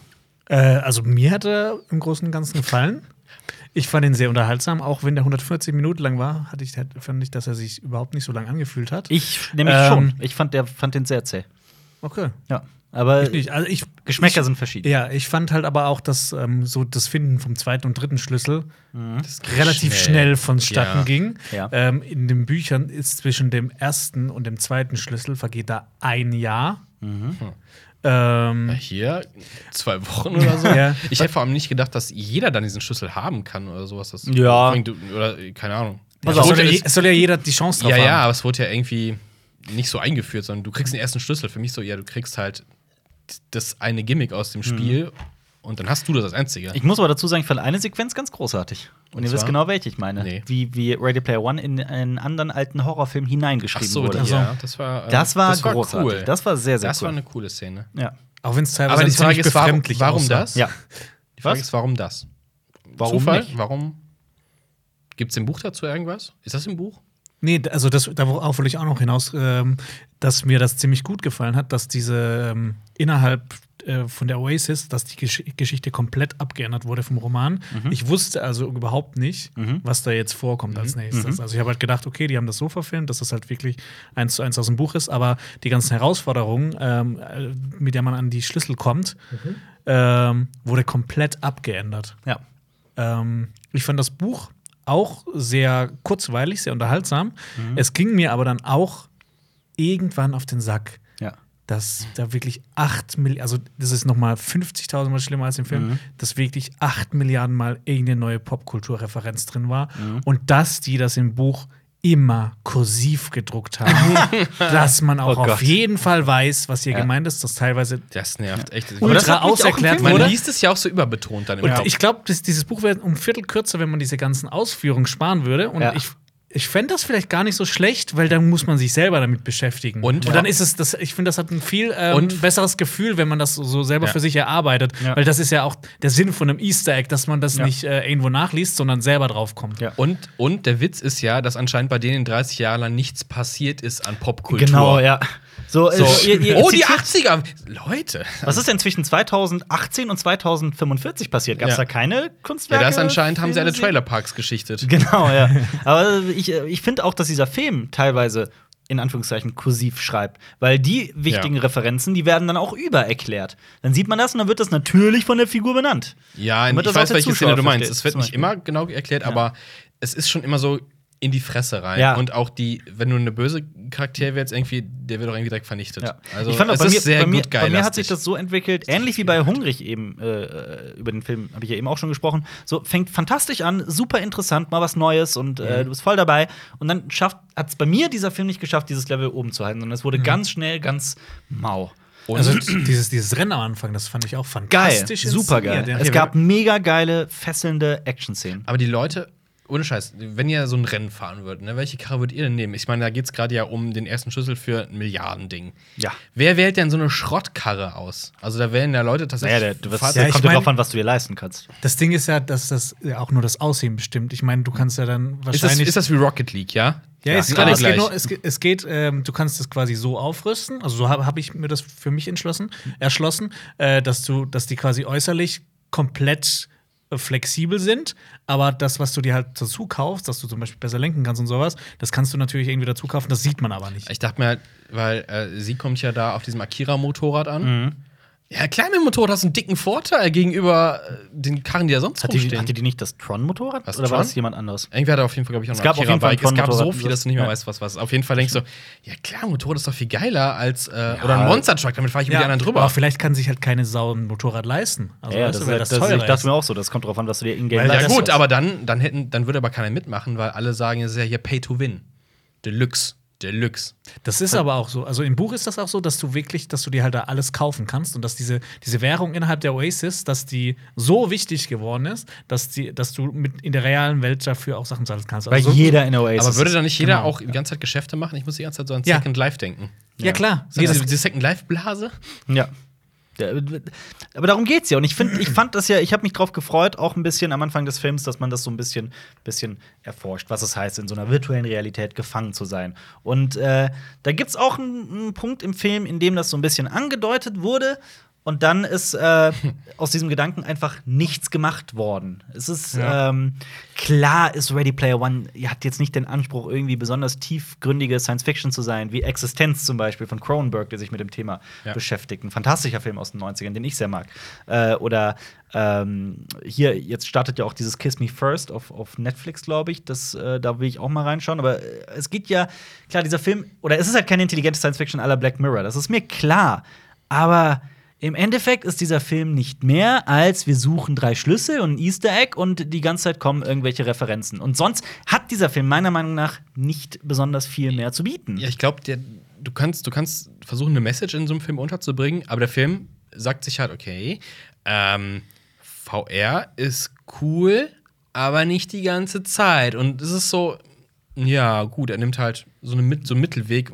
Äh, also mir hat er im Großen und Ganzen gefallen. Ich fand ihn sehr unterhaltsam, auch wenn der 140 Minuten lang war, hatte ich, halt, fand ich, dass er sich überhaupt nicht so lang angefühlt hat.
Ich nämlich
Ähm,
schon. Ich fand, der, fand den sehr zäh.
okay.
Ja. Aber
Ich, also ich,
Geschmäcker
ich,
sind verschieden.
Ja, ich fand halt aber auch, dass ähm, so das Finden vom zweiten und dritten Schlüssel
Das geht
relativ schnell,
Mhm.
vonstatten
Ja.
ging.
Ja.
Ähm, in den Büchern ist zwischen dem ersten und dem zweiten Schlüssel vergeht da ein Jahr.
Mhm.
Ähm,
Hier, zwei Wochen oder so.
Ja.
Ich hätte vor allem nicht gedacht, dass jeder dann diesen Schlüssel haben kann oder sowas. Das
Ja.
Oder äh, keine Ahnung.
Pass
Es
auf,
soll
wurde-
ja, je-
es-
es soll ja jeder die Chance drauf
ja,
haben.
ja, aber es wurde ja irgendwie nicht so eingeführt, sondern du kriegst den ersten Schlüssel. Für mich so, ja, du kriegst halt das eine Gimmick aus dem Spiel und dann hast du das als Einzige.
Mhm. Ich muss aber dazu sagen, ich fand eine Sequenz ganz großartig. Und,
Und
ihr wisst
zwar?
genau, welche ich meine.
Nee.
Wie, wie Ready Player One in einen anderen alten Horrorfilm hineingeschrieben wurde.
das, ja, das war, äh,
Also, Das war großartig.
Cool.
Das war sehr, sehr
Das
cool.
war eine coole Szene.
Ja.
Auch wenn es teilweise
Aber die Frage
ziemlich
ist, warum,
befremdlich
warum
aussah.
das?
ja.
Die Frage
Was?
ist, warum das?
Warum
Zufall?
nicht?
Warum? Gibt es im Buch dazu irgendwas? Ist das im Buch?
Nee, d- also das, darauf will ich auch noch hinaus, ähm, dass mir das ziemlich gut gefallen hat, dass diese ähm, innerhalb äh, von der Oasis, dass die Gesch Geschichte komplett abgeändert wurde vom Roman. Ich wusste also überhaupt nicht, was da jetzt vorkommt als nächstes. Also ich habe halt gedacht, okay, die haben das so verfilmt, dass das halt wirklich eins zu eins aus dem Buch ist, aber die ganzen Herausforderungen, ähm, äh, mit der man an die Schlüssel kommt, ähm, wurde komplett abgeändert.
ja.
Ähm, ich fand das Buch auch sehr kurzweilig, sehr unterhaltsam.
Mhm.
Es ging mir aber dann auch irgendwann auf den Sack,
Ja.
dass da wirklich 8 Milliarden, also das ist nochmal 50.000 Mal schlimmer als im Film,
Mhm.
dass wirklich 8 Milliarden Mal irgendeine neue Popkulturreferenz drin war
Mhm.
und dass die das im Buch immer kursiv gedruckt haben, dass man auch
Oh Gott.
auf jeden Fall weiß, was hier
Ja.
gemeint ist, dass teilweise
Das nervt echt.
ultra
das hat mich auch
auserklärt
gefilmt.
man
wurde.
liest es ja auch so überbetont dann im
Und
Kopf.
ich glaube, dieses Buch wäre um ein Viertel kürzer, wenn man diese ganzen Ausführungen sparen würde. Und
Ja.
ich ich fände das vielleicht gar nicht so schlecht, weil dann muss man sich selber damit beschäftigen.
Und-
dann ist es, das, ich finde, das hat ein viel ähm,
Und-
besseres Gefühl, wenn man das so selber
Ja.
für sich erarbeitet.
Ja.
Weil das ist ja auch der Sinn von einem Easter Egg, dass man das
Ja.
nicht äh, irgendwo nachliest, sondern selber draufkommt.
Ja.
Und, und der Witz ist ja, dass anscheinend bei denen in 30 Jahren lang nichts passiert ist an Popkultur.
Genau, ja. So,
So.
äh, ihr, ihr
oh, die
zitiert-
80er! Leute!
Was ist denn zwischen 2018 und 2045 passiert? Gab es da
Ja.
keine Kunstwerke?
Ja, das anscheinend haben sie alle
Filme,
Trailerparks geschichtet.
Genau, ja. Aber ich, äh, ich finde auch, dass dieser Film teilweise in Anführungszeichen kursiv schreibt, weil die wichtigen
Ja.
Referenzen, die werden dann auch übererklärt. Dann sieht man das und dann wird das natürlich von der Figur benannt.
Ja, ich
Damit das auch
weiß,
der
welche
Zuschauer
Szene du meinst.
versteht,
Es wird
zum
nicht
Beispiel.
immer genau erklärt, aber es ist schon immer so in die Fresse rein.
Ja.
Und auch die, wenn du eine böse Charakter wärst, irgendwie, der wird auch irgendwie direkt vernichtet.
Ja.
Also,
ich fand auch
es
bei mir,
ist sehr
bei mir,
gut geil.
bei mir hat sich das so entwickelt, ähnlich wie bei Hungrig eben, äh, über den Film habe ich ja eben auch schon gesprochen. So fängt fantastisch an, super interessant, mal was Neues und
Mhm.
äh, du bist voll dabei. Und dann schafft, hat es bei mir dieser Film nicht geschafft, dieses Level oben zu halten, sondern es
Mhm.
wurde ganz schnell ganz mau.
Und
Also dieses, dieses Rennen am Anfang, das fand ich auch
Geil,
fantastisch.
super geil.
inszeniert. Ja,
Es
hier,
gab mega geile, fesselnde Action-Szenen.
aber die Leute, ohne Scheiß, wenn ihr so ein Rennen fahren würdet, ne, welche Karre würdet ihr denn nehmen? Ich meine, da geht es gerade ja um den ersten Schlüssel für ein Milliardending.
Ja.
Wer wählt denn so eine Schrottkarre aus? Also, da wählen ja Leute tatsächlich.
Naja, der, du wirst,
Fahrzeuge-
Ja, ich
kommt ja
mein-
drauf an, was du dir leisten kannst.
Das Ding ist ja, dass das ja auch nur das Aussehen bestimmt. Ich meine, du kannst ja dann
ist, das,
wahrscheinlich.
ist das wie Rocket League, ja? genau,
ja, es,
sind alle
es geht,
gleich.
nur, es, ge- es geht ähm, du kannst es quasi so aufrüsten. Also so habe hab ich mir das für mich entschlossen, erschlossen, äh, dass du, dass die quasi äußerlich komplett äh, flexibel sind, aber das, was du dir halt dazu kaufst, dass du zum Beispiel besser lenken kannst und sowas, das kannst du natürlich irgendwie dazu kaufen, das sieht man aber nicht.
Ich dachte mir halt, weil äh, sie kommt ja da auf diesem Akira-Motorrad an. Ja, klar, mit dem Motorrad hast du einen dicken Vorteil gegenüber äh, den Karren, die da sonst
Hatte die,
rumstehen.
hatte die nicht das Tron-Motorrad?
Was,
Oder war
Tron?
das jemand anderes?
Irgendwer hat auf jeden Fall, glaube ich, auch
Es gab auf jeden Fall
Akira-Bike.
ein
Es gab so
Motorrad.
viel, dass du nicht mehr
Ja.
weißt, was was. Auf jeden Fall denkst du, ja klar, Motorrad ist doch viel geiler als äh, oder ein Monster-Truck, damit fahre ich über die anderen drüber.
Aber vielleicht kann sich halt keine Sau ein Motorrad leisten. Also,
ja, das,
weißt du,
ist halt-
weil
das, ist- ich
teurer
dachte
ist.
mir auch so, das kommt drauf an, was du dir in-game
Weil-
ja
leisten
gut,
kannst.
aber dann, dann hätten, dann würde aber keiner mitmachen, weil alle sagen, es ist ja hier Pay to Win. Deluxe. Deluxe.
Das ist aber auch so. Also im Buch ist das auch so, dass du wirklich, dass du dir halt da alles kaufen kannst und dass diese, diese Währung innerhalb der Oasis, dass die so wichtig geworden ist, dass, die, dass du mit in der realen Welt dafür auch Sachen zahlen kannst.
Weil
Also so-
jeder in der Oasis
Aber würde
ist.
dann nicht jeder
genau,
auch die ganze Zeit Geschäfte machen? Ich muss die ganze Zeit so an
Ja.
Second Life denken.
Ja, klar.
Ist
Nee,
das
das,
diese, diese Second Life Blase?
Ja. Ja, Aber darum geht's ja. Und ich finde, ich fand das ja, ich habe mich drauf gefreut, auch ein bisschen am Anfang des Films, dass man das so ein bisschen, bisschen erforscht, was es heißt, in so einer virtuellen Realität gefangen zu sein. Und äh, da gibt's auch einen einen Punkt im Film, in dem das so ein bisschen angedeutet wurde. Und dann ist äh, aus diesem Gedanken einfach nichts gemacht worden. Es ist
Ja.
ähm, klar, ist Ready Player One hat jetzt nicht den Anspruch, irgendwie besonders tiefgründige Science Fiction zu sein, wie Existenz zum Beispiel von Cronenberg, der sich mit dem Thema
Ja.
beschäftigt. Ein fantastischer Film aus den 90ern, den ich sehr mag. Äh, oder ähm, hier, jetzt startet ja auch dieses Kiss Me First auf, auf Netflix, glaube ich. Das, äh, da will ich auch mal reinschauen. Aber äh, es geht ja, klar, dieser Film, oder es ist halt keine intelligente Science Fiction aller Black Mirror, das ist mir klar. Aber im Endeffekt ist dieser Film nicht mehr als wir suchen drei Schlüssel und ein Easter Egg und die ganze Zeit kommen irgendwelche Referenzen. Und sonst hat dieser Film meiner Meinung nach nicht besonders viel mehr zu bieten.
Ja, ich glaube, du kannst, du kannst versuchen, eine Message in so einem Film unterzubringen, aber der Film sagt sich halt, okay, ähm, VR ist cool, aber nicht die ganze Zeit. Und es ist so, ja, gut, er nimmt halt so, eine, Mit- so einen Mittelweg.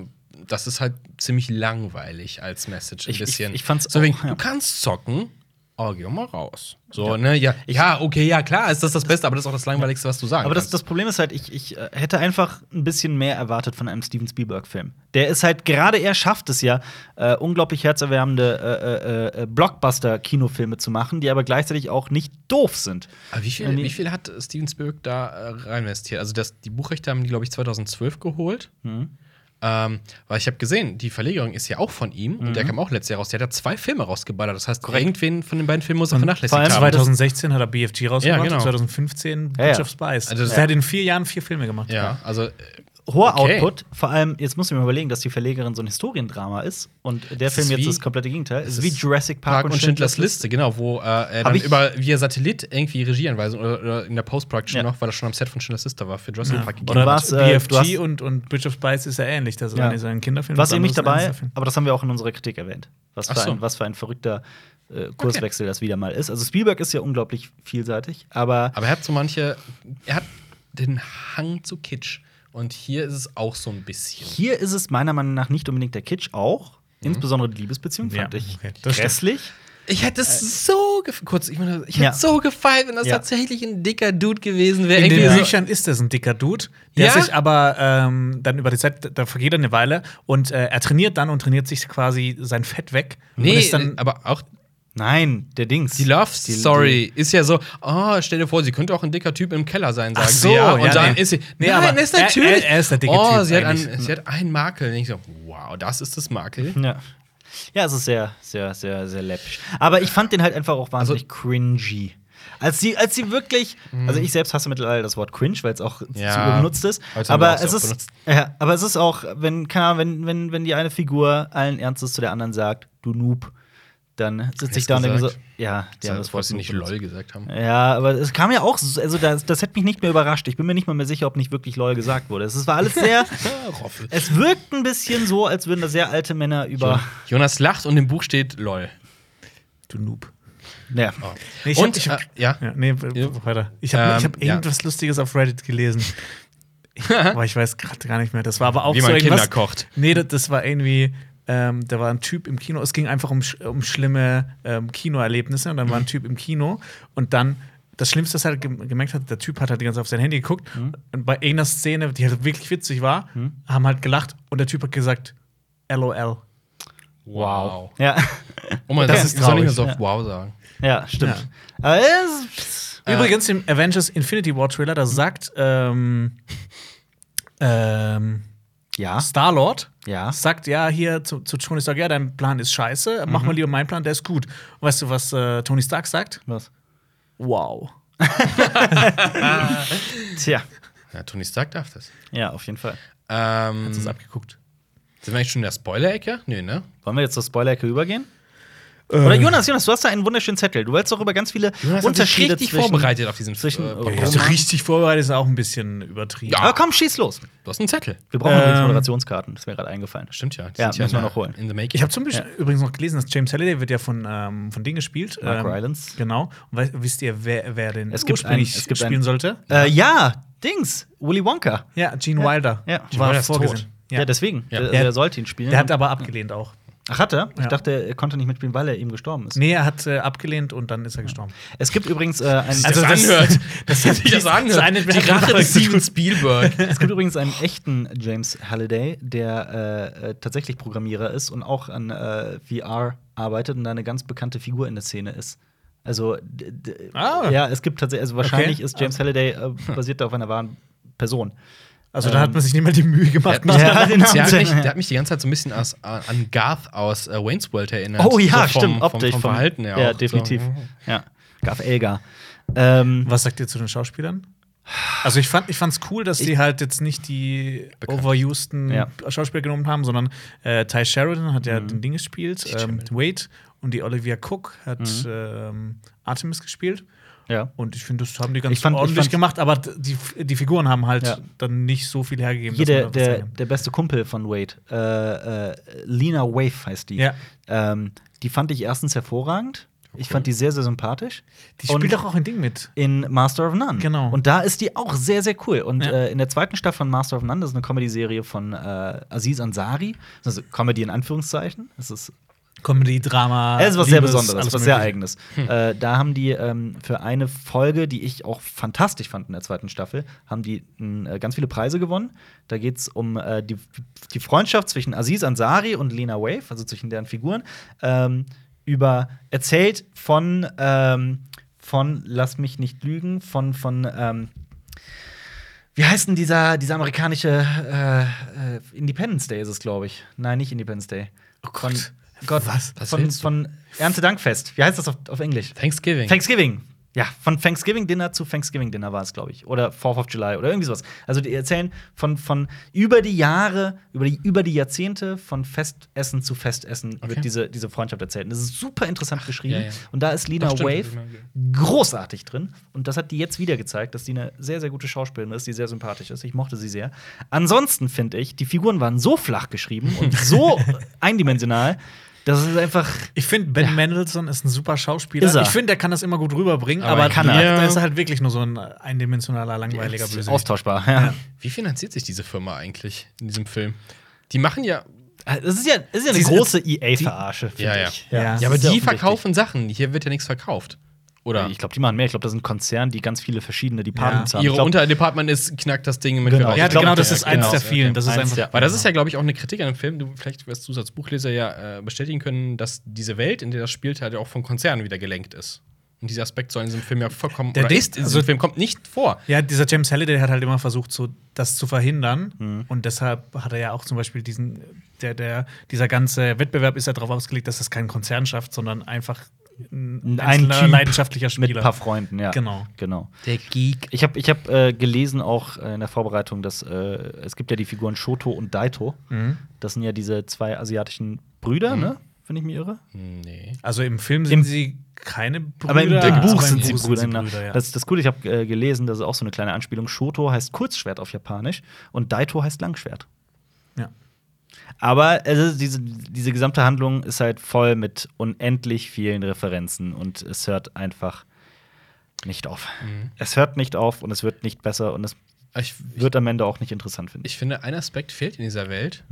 Das ist halt ziemlich langweilig als Message ein
Ich- ich-
bisschen.
ich fand's
so
auch,
wegen,
ja.
Du kannst zocken, aber geh doch mal raus. So, ne? Ja, ja, okay, ja, klar, ist das das Beste, aber das ist auch das Langweiligste, was du sagen
Aber das,
kannst.
das Problem ist halt, ich, ich äh, hätte einfach ein bisschen mehr erwartet von einem Steven Spielberg-Film. Der ist halt, gerade er schafft es ja, äh, unglaublich herzerwärmende äh, äh, äh, Blockbuster-Kinofilme zu machen, die aber gleichzeitig auch nicht doof sind.
Aber wie viel,
Irgendwie-
wie viel hat Steven Spielberg da äh, reinvestiert? Also das, die Buchrechte haben die, glaube ich, 2012 geholt.
Hm.
Ähm, weil ich habe gesehen, die Verlegerung ist ja auch von ihm und
Mhm.
der kam auch letztes Jahr raus. Der hat ja zwei Filme rausgeballert. Das heißt, irgendwen von den beiden Filmen muss er vernachlässigt
vor allem
haben.
2016 hat er BFG rausgebracht,
Ja, genau.
2015
Ja,
Bridge
ja.
of Spies.
Also das-
er hat in vier Jahren vier Filme gemacht.
Ja, also äh,
Hoher
Okay.
Output, vor allem, jetzt muss ich mir überlegen, dass die Verlegerin so ein Historiendrama ist und der
Es
Film
ist
jetzt
wie-
das komplette Gegenteil. Es ist
es
wie
ist
Jurassic Park,
Park und Schindlers Liste, genau, wo äh, er dann
ich-
über via Satellit irgendwie Regieanweisung oder, oder in der Post-Production
Ja.
noch, weil er schon am Set von Schindlers Liste war, für Jurassic Park gegeben.
Oder
Oder
was, äh, du hast-
BFG und, und Bridge of Spies ist ja ähnlich. Das
Ja.
eine ist ein Kinderfilm.
Was
das
eben nicht
andere ist ein
dabei,
Ernster Film.
aber das haben wir auch in unserer Kritik erwähnt. Was für,
Ach so.
ein, was für ein verrückter äh, Kurswechsel das wieder mal ist. Also Spielberg ist ja unglaublich vielseitig, aber
Aber er hat so manche, er hat den Hang zu Kitsch. Und hier ist es auch so ein bisschen.
Hier ist es meiner Meinung nach nicht unbedingt der Kitsch, auch
Mhm.
insbesondere die Liebesbeziehung fand
Ja,
ich
okay, das stimmt.
grässlich.
Ich hätte
Äh,
es so gef- kurz, ich meine, ich hätte
Ja.
so gefallen, wenn das
Ja.
tatsächlich ein dicker Dude gewesen wäre.
In
Irgendwie
den
so-
Büchern ist das ein dicker Dude, der
Ja?
sich aber ähm, dann über die Zeit, da vergeht dann eine Weile und äh, er trainiert dann und trainiert sich quasi sein Fett weg. und
Nee, äh,
ist dann,
aber auch
Nein, der Dings.
die Love Story ist ja so, oh, stell dir vor, sie könnte auch ein dicker Typ im Keller sein, sagen
Ach so,
sie ja. Und
ja,
dann
nee.
ist sie.
Nee,
nein,
aber
er ist
er-
natürlich.
er- er ist der dicke
oh,
Typ
Sie hat, einen,
eigentlich. Mhm.
sie hat einen Makel. Und ich so, wow, das ist das Makel.
Ja. Ja, es ist sehr, sehr, sehr, sehr läppisch. Aber ich fand den halt einfach auch wahnsinnig
Also
cringy. Als sie, als sie wirklich, also ich selbst hasse mittlerweile das Wort cringe, weil es auch
Mhm. Ja.
zu benutzt ist.
Heute haben wir
Aber
auch
es
so
ist,
benutzt.
ja, aber es ist auch, wenn, keine Ahnung, wenn, wenn, wenn die eine Figur allen Ernstes zu der anderen sagt, du Noob, dann sitze ich
Jetzt
da und denke so,
gesagt.
ja, die haben das
das, was
Wort
sie nicht
Noob benutzt.
LOL gesagt haben.
Ja, aber es kam ja auch, so- also das, das hätte mich nicht mehr überrascht. Ich bin mir nicht mal mehr sicher, ob nicht wirklich LOL gesagt wurde. Es war alles sehr,
Ah, Roffel.
es wirkt ein bisschen so, als würden da sehr alte Männer über.
Jonas lacht und im Buch steht LOL.
du Noob.
Ja.
Oh,
Nee, ich
und
hab- ich hab-
äh, ja.
Ja, nee,
Ja.
weiter. Ich habe
Ähm,
ich hab
ja.
irgendwas Lustiges auf Reddit gelesen. Ich, aber ich weiß gerade gar nicht mehr. Das war aber auch
Wie
so
man Kinder
irgendwas.
kocht.
Nee, das, das war irgendwie. Ähm, da war ein Typ im Kino. Es ging einfach um, sch- um schlimme ähm, Kinoerlebnisse. Und dann
Mhm.
war ein Typ im Kino. Und dann, das Schlimmste, was er halt gem- gemerkt hat, der Typ hat halt die ganze Zeit auf sein Handy geguckt.
Mhm.
Und bei irgendeiner Szene, die halt wirklich witzig war, haben halt gelacht. Und der Typ hat gesagt: LOL.
Wow.
Ja,
Oh man,
Das
das
ist
ist soll nicht mehr
traurig,
so
ja.
auf Wow sagen.
ja stimmt. Aber es-
Äh.
Übrigens im Avengers Infinity War Trailer, da sagt ähm, ähm,
ja,
Star Lord
Ah. ja.
sagt ja hier zu, zu Tony Stark, ja dein Plan ist scheiße,
Mhm.
mach mal lieber meinen Plan, der ist gut. Und weißt du was äh, Tony Stark sagt?
Was?
Wow.
Tja,
Ja, Tony Stark darf das.
ja, auf jeden Fall.
Ähm,
Das ist
Mhm.
sind
abgeguckt.
wir eigentlich schon in der Spoiler-Ecke? Nö, ne?
Wollen wir jetzt zur Spoiler-Ecke übergehen?
Ähm.
Oder Jonas, Jonas, du hast da einen wunderschönen Zettel. Du wolltest auch über ganz viele
Jonas hat sich
Unterschiede
richtig
zwischen-
vorbereitet auf diesen
zwischen-
äh,
oh.
Ja,
Podcast.
so richtig vorbereitet ist auch ein bisschen übertrieben.
Ja.
Aber komm, schieß los.
Du hast einen Zettel.
Wir brauchen übrigens
Ähm.
Moderationskarten. Das ist mir gerade eingefallen.
Stimmt ja. die
Ja,
sind
müssen wir
in der-
noch holen.
In the making.
Ich habe zum Beispiel übrigens noch gelesen, dass James Halliday wird ja von, ähm, von Ding gespielt.
Mark
ähm,
Rylance.
Genau. Und wei- wisst ihr, wer, wer den
Es gibt
ursprünglich
einen- es gibt einen-
spielen sollte?
Äh, ja, Dings, Willy Wonka.
Ja, Gene Wilder.
ja. Gene
War
Wilder ist
vorgesehen.
tot.
Ja, deswegen.
Ja.
Der,
Der-
der sollte ihn spielen.
Der hat aber abgelehnt auch.
Ach, hat er? Ich
Ja.
dachte, er konnte nicht mitspielen, weil er eben gestorben ist.
Nee, er hat äh, abgelehnt und dann ist er gestorben.
Es gibt übrigens äh, einen,
Also,
das
das-
anhört.
das-
Wenn sich das
das
anhört.
eine-
die Rache des Steven Spielberg.
es gibt übrigens einen echten James Halliday, der äh, äh, tatsächlich Programmierer ist und auch an äh, VR arbeitet und da eine ganz bekannte Figur in der Szene ist. Also d- d-
Ah.
ja, es gibt tatsächlich, also wahrscheinlich
Okay.
ist James Halliday äh, basiert auf einer wahren Person.
Also da hat man sich nicht mal die Mühe gemacht.
Ja,
nachzudenken.
den haben
Der hat,
sie-
mich, der hat mich die ganze Zeit so ein bisschen aus, an- an Garth aus äh, Wayne's World erinnert.
Oh ja,
so vom,
stimmt, optisch.
Vom, vom Verhalten her
Ja,
auch.
definitiv.
So.
Ja, Gav Elgar. Ähm,
Was sagt ihr zu den Schauspielern? Also ich fand ich fand's cool, dass die halt jetzt nicht die overuseden
Ja. Mhm.
Schauspieler genommen haben, sondern äh, Ty Sheridan hat ja den Ding gespielt,
Die
ähm,
Sheridan.
Wade und die Olivia Cook hat ähm, Artemis gespielt.
Mhm. ja.
Und ich finde, das haben die ganz
Ich fand- ich
ordentlich
fand-
gemacht, aber d- die, die Figuren haben halt
Ja.
dann nicht so viel hergegeben.
Hier
dass
der,
man da was
der,
zeigen kann.
der beste Kumpel von Wade, äh, äh, Lena Waif heißt die.
Ja.
Ähm, die fand ich erstens hervorragend. Ich fand die sehr, sehr sympathisch.
die
Und-
spielt doch auch ein Ding mit.
in Master of None.
Genau.
Und da ist die auch sehr, sehr cool. Und
Ja.
äh, in der zweiten Staffel von Master of None, das ist eine Comedy-Serie von äh, Aziz Ansari. Also Comedy in Anführungszeichen. Es ist,
Comedy, Drama.
es ist was sehr
Liebes,
Besonderes,
alles
was sehr
Mögliche. Hm.
Eigenes. Äh, da haben die ähm, für eine Folge, die ich auch fantastisch fand in der zweiten Staffel, haben die mh, äh, ganz viele Preise gewonnen. Da geht es um äh, die, die Freundschaft zwischen Aziz Ansari und Lena Wave, also zwischen deren Figuren, ähm, über erzählt von ähm, von Lass mich nicht lügen, von von ähm, wie heißt denn dieser, dieser amerikanische äh, äh, Independence Day ist es, glaube ich. Nein, nicht Independence Day. Oh Gott. Von, Gott, was?
Was
von,
willst du?
von Erntedankfest. Wie heißt das auf, auf Englisch?
Thanksgiving.
Thanksgiving. Ja, von Thanksgiving Dinner zu Thanksgiving Dinner war es, glaube ich. Oder 4th of July oder irgendwie sowas. Also die erzählen von, von über die Jahre, über die, über die Jahrzehnte von Festessen zu Festessen
Okay.
wird diese, diese Freundschaft erzählt. Und das ist super interessant geschrieben.
ja, ja.
Und da ist Lena
Ach, stimmt,
Wave
das ist
großartig drin. Und das hat die jetzt wieder gezeigt, dass die eine sehr, sehr gute Schauspielerin ist, die sehr sympathisch ist. Ich mochte sie sehr. Ansonsten finde ich, die Figuren waren so flach geschrieben und so eindimensional, Das ist einfach.
Ich finde, Ben Mendelssohn ist ein super Schauspieler.
Ist er.
Ich finde, der kann das immer gut rüberbringen,
Aber
aber,
kann
hier-
er.
da ist er halt wirklich nur so ein eindimensionaler, langweiliger
Ja,
Bösewicht.
Austauschbar, ja.
Wie finanziert sich diese Firma eigentlich in diesem Film? Die machen ja.
Ah, Das ist ja, das ist ja eine
Sie sind-
große EA-Verarsche, finde
Ja, ja.
ich.
Ja,
das
Ja, aber
ist
die
offensichtlich.
verkaufen Sachen. Hier wird ja nichts verkauft. Oder?
Ich glaube, die machen mehr. Ich glaube, das sind Konzern, die ganz viele verschiedene Departments haben.
Ihre
ich glaub,
Unterdepartment ist, knackt das Ding mit
Genau.
wir
Ja,
raus-
Ich glaub,
genau, das
der-
ist eins
genau.
der vielen. Das ist
Eins
einfach
der-
Weil das ist ja, glaube ich, auch eine Kritik an dem Film. Du vielleicht wirst du als Buchleser ja äh, bestätigen können, dass diese Welt, in der das spielt, halt auch von Konzernen wieder gelenkt ist. Und dieser Aspekt soll in diesem Film ja vollkommen
Der
oder
Ding-
ist in diesem
also-
Film kommt nicht vor.
Ja, dieser James Halliday hat halt immer versucht, so das zu verhindern.
Mhm.
Und deshalb hat er ja auch zum Beispiel diesen, der, der, dieser ganze Wettbewerb ist ja darauf ausgelegt, dass das kein Konzern schafft, sondern einfach ein,
Ein
einzelner
Typ
leidenschaftlicher Spieler.
mit ein paar Freunden, ja.
Genau.
genau.
Der Geek.
Ich habe ich hab, äh, gelesen, auch äh, in der Vorbereitung, dass äh, es gibt ja die Figuren Shoto und Daito. Das sind ja diese zwei asiatischen Brüder, ne? Wenn ich mich irre.
Nee.
also im Film sind
Im-
sie keine Brüder.
aber im, im Buch
aber im
sind sie
Buch
Brüder. genau.
ja.
Das ist das Coole, ich habe äh, gelesen, das ist auch so eine kleine Anspielung. Shoto heißt Kurzschwert auf Japanisch und Daito heißt Langschwert.
ja.
Aber also, diese, diese gesamte Handlung ist halt voll mit unendlich vielen Referenzen und es hört einfach nicht auf. Es hört nicht auf und es wird nicht besser und es
Ich, ich,
wird am Ende auch nicht interessant, finde ich.
ich finde, ein Aspekt fehlt in dieser Welt.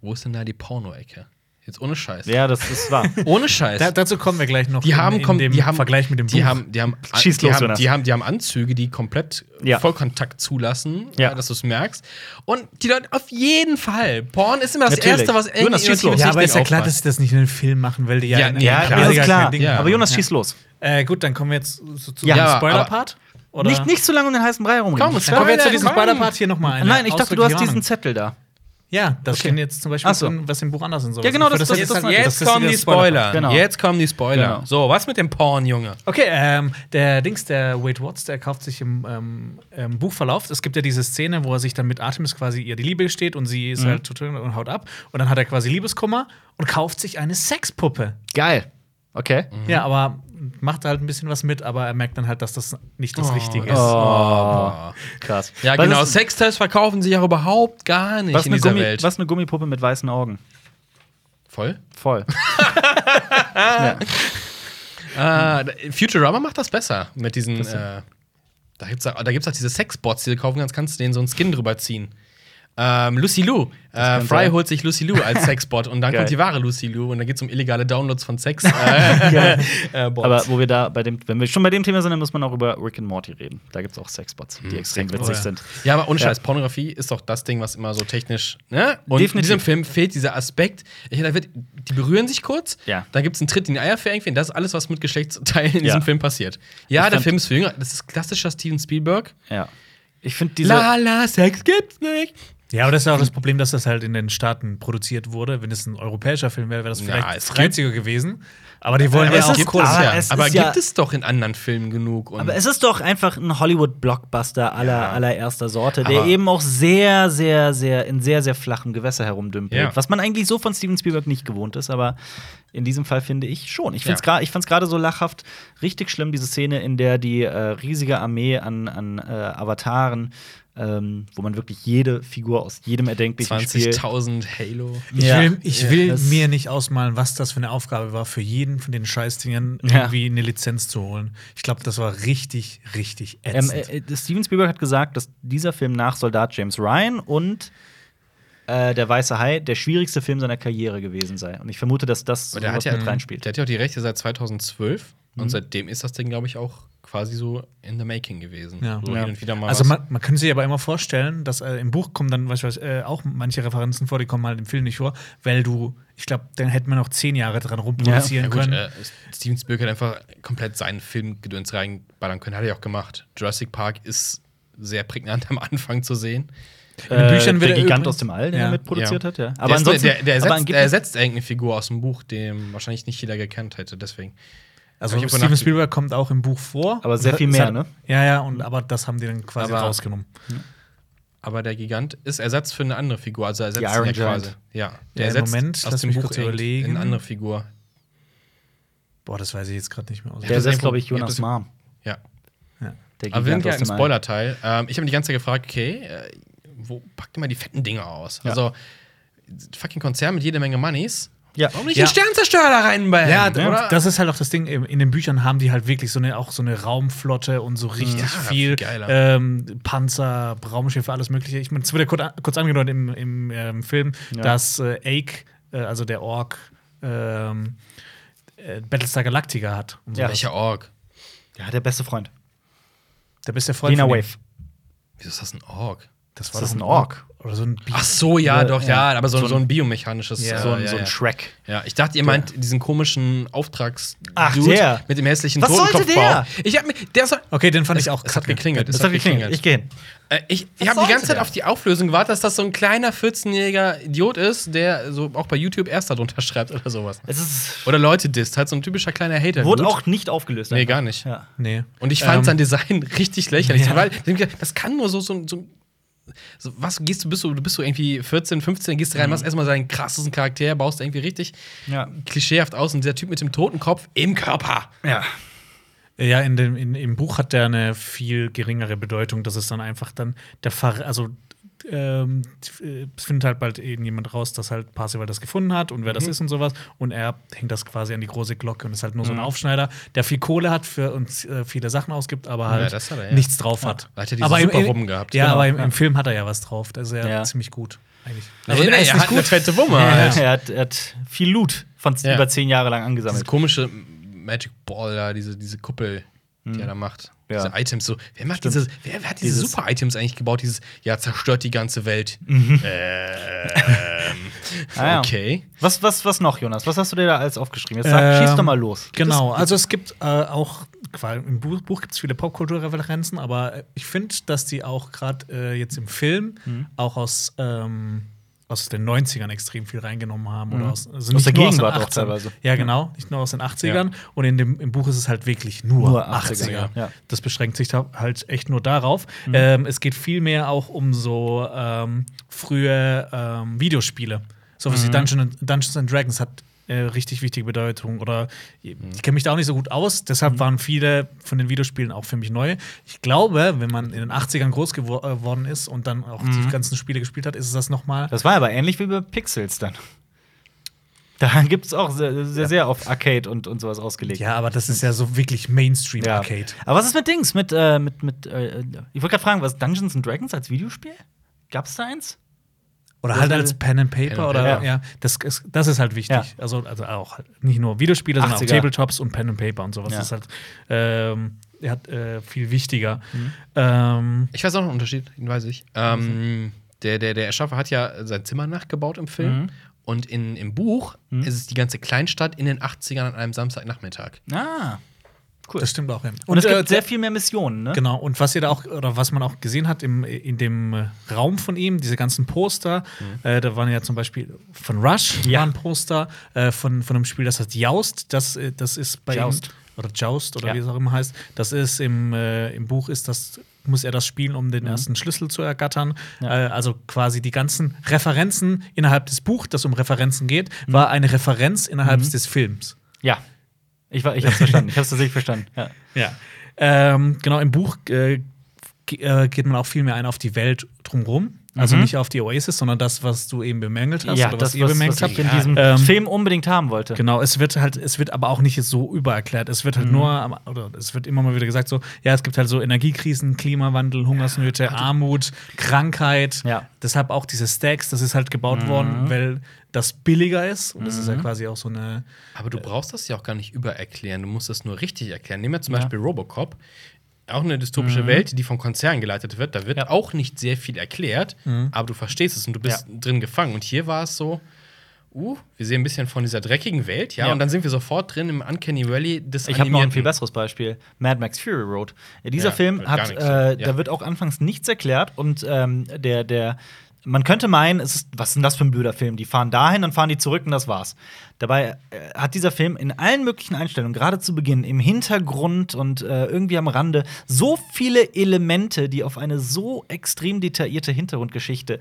Wo ist denn da die Porno-Ecke? Jetzt ohne Scheiß.
Hm. Ja, das ist wahr.
Ohne Scheiß.
Da, dazu kommen wir gleich noch
Die haben,
in, in
kom-
dem
die haben
Vergleich mit dem
die
Buch.
Haben, die haben,
Schieß
die,
los,
haben,
Jonas.
die, haben, die haben Anzüge, die komplett
Ja.
Vollkontakt zulassen,
Ja.
ja. dass du es merkst. Und die Leute, auf jeden Fall. Porn ist immer das
Natürlich.
Erste, was
Jonas, schieß los.
ja, aber ist ja klar, dass
dass
sie das nicht in einen Film machen, weil die ja,
Ja, nee,
ja,
klar.
das
mega
ist
kein
klar.
Ding
Ja.
Aber Jonas,
Ja.
schieß los.
Äh, gut, dann kommen wir jetzt so zu
Ja,
dem
aber-
Spoiler-Part. oder?
Nicht, nicht so lange um den heißen Brei rumreden.
Komm, es
Dann kommen wir jetzt zu
Spoiler,
diesem
komm!
Spoiler-Part hier nochmal.
Nein, ich dachte, du hast diesen Zettel da.
Ja, das stehen jetzt zum Beispiel
Ach so.
drin, was im Buch anders und so.
Ja, genau, das- das-
Jetzt,
das-
jetzt
ist
kommen
der
die Spoiler.
Spoiler-Part.
Genau.
Jetzt kommen die Spoiler.
Genau.
So, was mit dem Porn, Junge?
Okay, ähm, der Dings, der Wade Watts, der kauft sich im, ähm, im Buchverlauf. Es gibt ja diese Szene, wo er sich dann mit Artemis quasi ihr die Liebe gesteht und sie
Mhm.
ist halt total und haut ab. Und dann hat er quasi Liebeskummer und kauft sich eine Sexpuppe.
Geil. Okay.
Ja, aber macht halt ein bisschen was mit, aber er merkt dann halt, dass das nicht das Richtige ist.
Oh, krass.
Ja,
Was
genau.
ist-
Sextests verkaufen sich ja überhaupt gar nicht
was,
in
eine
dieser
Gummi,
Welt.
was eine Gummipuppe mit weißen Augen.
Voll?
Voll.
Äh, Futurama macht das besser mit diesen. Äh, da gibt's da, da gibt's auch diese Sexbots, die du kaufen kannst, kannst du denen so einen Skin drüber ziehen. Ähm, Lucy Lou. Äh,
kann
Fry
sein.
holt sich Lucy Lou als Sexbot und dann
Geil.
kommt die wahre Lucy Lou und da geht's um illegale Downloads von Sex. Äh, äh, Bots.
Aber wo wir da bei dem, wenn wir schon bei dem Thema sind, dann muss man auch über Rick and Morty reden. Da gibt es auch Sexbots, die extrem witzig
ja.
sind.
Ja, aber ohne
Ja.
Scheiß, Pornografie ist doch das Ding, was immer so technisch. Ne? Und
Definitiv.
in diesem Film fehlt dieser Aspekt. Ich, da wird, die berühren sich kurz,
Ja.
dann gibt es einen Tritt in die Eier für irgendwen. Das ist alles, was mit Geschlechtsteilen in
Ja.
diesem Film passiert. Ja, der
fand-
Film ist für Jünger. Das ist klassischer Steven Spielberg.
Ja. Ich finde diese.
La la, Sex gibt's nicht.
Ja, aber das ist ja auch das Problem, dass das halt in den Staaten produziert wurde. Wenn es ein europäischer Film wäre, wäre das
Ja, es
vielleicht
gibt-
reiziger gewesen. Aber die wollen
Aber
ja
es
auch
ist-
cool.
aber
ja.
es
aber
ist
gibt
ja-
es doch in anderen Filmen genug. Und
Aber es ist doch einfach ein Hollywood-Blockbuster aller,
Ja.
allererster Sorte, der
Aber-
eben auch sehr, sehr, sehr in sehr, sehr flachem Gewässer herumdümpelt.
Ja.
Was man eigentlich so von Steven Spielberg nicht gewohnt ist, aber in diesem Fall finde ich schon. Ich find's
Ja.
gra- ich fand's gerade so lachhaft, richtig schlimm, diese Szene, in der die äh, riesige Armee an, an äh, Avataren, ähm, wo man wirklich jede Figur aus jedem erdenklichen Spiel
20.000 Halo.
Ich
Ja.
will, ich
Ja,
will
das-
mir nicht ausmalen, was das für eine Aufgabe war, für jeden von den Scheißdingern
Ja.
irgendwie eine Lizenz zu holen. Ich glaube, das war richtig, richtig
Ähm,
ätzend.
äh, äh, Steven Spielberg hat gesagt, dass dieser Film nach Soldat James Ryan und äh, Der Weiße Hai der schwierigste Film seiner Karriere gewesen sei. Und ich vermute, dass das
Aber der hat
sowas
ja-
mit reinspielt. Mhm.
Der hat ja auch die Rechte seit 2012 und seitdem ist das Ding, glaube ich, auch quasi so in the making gewesen.
Ja.
So
Ja.
hin und wieder mal.
also
was.
man, man könnte sich aber immer vorstellen, dass äh, im Buch kommen dann beispielsweise äh, auch manche Referenzen vor, die kommen halt im Film nicht vor, weil du, ich glaube, dann hätten wir noch zehn Jahre dran rumproduzieren
Ja, gut,
können.
äh, Steven Spielberg hat einfach komplett seinen Filmgedöns reinballern können. Hat er ja auch gemacht. Jurassic Park ist sehr prägnant am Anfang zu sehen.
in den Büchern wird
Äh, der
er
Gigant
übrigens-
aus dem All, den er
Ja.
mitproduziert hat, ja.
der, ist- der, der,
aber
ersetzt,
angeblich-
der ersetzt irgendeine Figur aus dem Buch, dem wahrscheinlich nicht jeder gekannt hätte. Deswegen.
Also
Hab ich irgendwo
Steven
nachge-
Spielberg kommt auch im Buch vor.
Aber sehr viel
Es
mehr,
hat-
ne?
Ja, ja, und aber das haben die dann quasi
Aber-
rausgenommen.
Aber der Gigant ist Ersatz für eine andere Figur. Also ersetzt
Die
ihn
Iron
ja quasi.
Giant.
Ja,
Ja,
der ersetzt
Moment,
aus
lass
dem
mich
Buch
kurz
irgend-
überlegen.
eine andere Figur.
Boah, das weiß ich jetzt gerade nicht mehr aus.
der ersetzt,
irgendwo-
glaube ich,
ich hab
Jonas
das-
Marm.
Ja.
Ja.
Der
Aber wir sind ja im
All.
Spoiler-Teil. Ähm, ich habe die ganze Zeit gefragt, okay, äh, wo packt ihr mal die fetten Dinger aus? Also, fucking Konzern mit jede Menge Moneys.
Ja.
Warum nicht
Ja.
einen Sternzerstörer reinballern?
Ja,
Ja.
oder? das ist halt auch das Ding. In in den Büchern haben die halt wirklich so eine, auch so eine Raumflotte und so richtig
Ja,
viel
viel geiler.
ähm, Panzer, Raumschiffe, alles Mögliche. Ich meine, es wurde kurz, an- kurz angedeutet im, im ähm, Film,
Ja.
dass äh, Ake, äh, also der Ork, ähm, äh, Battlestar Galactica hat. Und so.
Ja.
Welcher Org?
Ja, der beste Freund.
Da bist der Freund.
Lena
von dem.
Wave.
Wieso ist das ein Org?
Das
Ist das
doch
ein Ork?
Oder so ein Bi
Ach so, ja, doch, ja, aber so,
So
so,
ein-
ein biomechanisches.
Ja,
äh,
so ein,
ja,
so ein
ja.
Shrek.
Ja, ich dachte, ihr meint diesen komischen Auftrags
Ach,
Dude
der.
mit dem hässlichen
Was sollte
Totenkopfbau.
der?
Ich hab mir der soll,
Okay, den fand
Es-
ich auch
es hat
kacke.
geklingelt.
Das hat geklingelt. Ich gehe hin.
Äh, ich
Was
ich habe die
sollte
ganze Zeit
der?
auf die Auflösung gewartet, dass das so ein kleiner 14-jähriger Idiot ist, der so auch bei YouTube erst darunter schreibt oder sowas.
Es ist,
Oder Leute disst, halt so ein typischer kleiner Hater.
wurde auch nicht aufgelöst.
Nee,
einfach.
gar nicht.
Ja.
Nee.
Und ich fand
ne? Ähm,
sein Design richtig lächerlich,
Ja.
weil ich hab gedacht, das kann nur so so, so so was gehst du bist du du bist so irgendwie 14, 15, gehst
Mhm.
rein, machst erstmal seinen krassesten Charakter, baust irgendwie richtig
Ja.
klischeehaft aus und dieser Typ mit dem toten Kopf im Körper.
ja.
Ja, in dem, in, im Buch hat der eine viel geringere Bedeutung. Das ist dann einfach dann der Ver also ähm, äh, es findet halt bald eben jemand raus, dass halt Parzival das gefunden hat und wer
Mhm.
das ist und sowas. Und er hängt das quasi an die große Glocke und ist halt nur
Mhm.
so ein Aufschneider, der viel Kohle hat für uns äh, viele Sachen ausgibt, aber halt
das hat er, ja.
nichts drauf hat.
Hat er diese
im,
Superwumme gehabt.
Ja,
Genau,
aber im,
ja.
im Film hat er ja was drauf. Das ist ja,
Ja.
ziemlich gut eigentlich.
nee,
Also der ist
er
nicht
hat eine fette Wumme.
Ja,
halt.
Er, hat, er hat viel Loot von
Ja.
über zehn Jahre lang
Diese
angesammelt.
komische Magic Ball da, diese, diese Kuppel, die er da macht.
Hm. Ja.
Diese Items so. Wer macht
Stimmt.
dieses, wer, wer hat diese
Dieses-
Super-Items eigentlich gebaut? Dieses, ja, zerstört die ganze Welt. Ähm,
Mhm. Ah, ja.
Okay.
Was, was, was noch, Jonas? Was hast du dir da alles aufgeschrieben? Jetzt sag,
Ähm,
schieß doch mal los.
Genau, also es gibt äh, auch, qua- im Buch, Buch gibt es viele Popkulturreferenzen, aber äh, ich finde, dass die auch gerade äh, jetzt im Film
Mhm.
auch aus, ähm, aus den 90ern extrem viel reingenommen haben. Oder aus, also
Mhm. Aus der
nur
Gegenwart
den
auch
18ern.
teilweise.
Ja, genau, nicht nur aus den 80ern. Und in dem, im Buch ist es halt wirklich nur,
Nur
80er.
80er, ja.
Das beschränkt sich da halt echt nur darauf. Ähm, es geht vielmehr auch um so ähm, frühe ähm, Videospiele. So was wie Dungeon, Dungeons and Dragons hat äh, richtig wichtige Bedeutung. Oder ich kenne mich da auch nicht so gut aus, deshalb waren viele von den Videospielen auch für mich neu. Ich glaube, wenn man in den 80ern groß gewor- äh, geworden ist und dann auch die ganzen Spiele gespielt hat, ist es das nochmal.
Das war aber ähnlich wie bei Pixels dann. Da gibt es auch sehr, sehr, sehr auf Arcade und, und sowas ausgelegt.
Ja, aber das ist ja so wirklich Mainstream-Arcade.
Aber was ist mit Dings? Mit, äh, mit, mit, äh, ich wollte gerade fragen, was Dungeons and Dragons als Videospiel? Gab es da eins?
Oder
Das
halt
würde-
als Pen and Paper
Pen and
oder
Paper.
ja, das, ist, das ist halt wichtig.
Ja.
Also, also auch halt nicht nur Videospiele, sondern
80er.
auch Tabletops und Pen and Paper und sowas
Ja.
Das ist halt ähm, er hat äh, viel wichtiger. Ähm,
Ich weiß auch noch einen Unterschied, den weiß ich. Ähm, der, der, der Erschaffer hat ja sein Zimmer nachgebaut im Film.
Mhm.
Und in, im Buch ist es die ganze Kleinstadt in den 80ern an einem Samstagnachmittag.
Ah. Cool.
Das stimmt auch ja.
Und, es gibt
äh,
sehr viel mehr Missionen, ne?
Genau, und was ihr da auch, oder was man auch gesehen hat im, in dem äh, Raum von ihm, diese ganzen Poster, äh, da waren ja zum Beispiel von Rush
Mhm. Ja.
war ein Poster, äh, von, von einem Spiel, das heißt Joust, das, äh, das ist bei
Joust.
ihm, oder Joust oder
Ja.
wie es auch immer heißt, das ist im, äh, im Buch ist das, muss er das spielen, um
Mhm.
den ersten Schlüssel zu ergattern. Äh, also quasi die ganzen Referenzen innerhalb des Buchs, das um Referenzen geht,
Mhm.
war eine Referenz innerhalb des Films.
Ja. Ich, war- ich hab's verstanden. Ich hab's tatsächlich verstanden. Ja.
Ja. Ähm, genau, im Buch äh, ge- äh, geht man auch viel mehr ein auf die Welt drumherum. Also nicht auf die Oasis, sondern das, was du eben bemängelt hast
Mhm. ja,
oder
das,
was ihr
was,
bemängelt
was
habt.
ich in diesem
Ähm,
Film unbedingt haben wollte.
Genau, es wird halt, es wird aber auch nicht so übererklärt. Es wird
Mhm.
halt nur, am- oder es wird immer mal wieder gesagt, so, ja, es gibt halt so Energiekrisen, Klimawandel, Hungersnöte, Armut, Krankheit.
Ja. Mhm.
Deshalb auch diese Stacks, das ist halt gebaut worden, weil das billiger ist. Und das ist ja quasi auch so eine.
Aber
Äh.
du brauchst das ja auch gar nicht übererklären, du musst das nur richtig erklären. Nehmen wir zum
Ja. Mhm.
Beispiel Robocop, auch eine dystopische Welt, die von Konzernen geleitet wird. Da wird auch nicht sehr viel erklärt,
Mhm.
aber du verstehst es und du bist drin gefangen. Und hier war es so, uh, wir sehen ein bisschen von dieser dreckigen Welt, ja,
Ja.
und dann sind wir sofort drin im Uncanny Valley des
Ich habe noch ein
Animierten.
viel besseres Beispiel: Mad Max Fury Road. Äh, Dieser
Ja,
Film
wird gar
hat,
nichts.
äh,
Ja.
da wird auch anfangs nichts erklärt und ähm, der, der, man könnte meinen, es ist, was ist denn das für ein blöder Film? Die fahren dahin, dann fahren die zurück und das war's. Dabei äh, hat dieser Film in allen möglichen Einstellungen, gerade zu Beginn, im Hintergrund und äh, irgendwie am Rande, so viele Elemente, die auf eine so extrem detaillierte Hintergrundgeschichte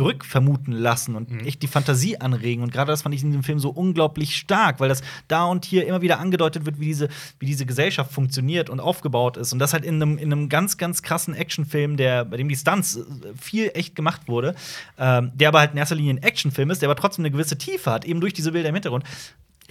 zurückvermuten lassen und
Mhm.
echt die Fantasie anregen. Und gerade das fand ich in diesem Film so unglaublich stark, weil das da und hier immer wieder angedeutet wird, wie diese, wie diese Gesellschaft funktioniert und aufgebaut ist. Und das halt in einem, in einem ganz, ganz krassen Actionfilm, der, bei dem die Stunts äh, viel echt gemacht wurde, Ähm, der aber halt in erster Linie ein Actionfilm ist, der aber trotzdem eine gewisse Tiefe hat, eben durch diese Bilder im Hintergrund.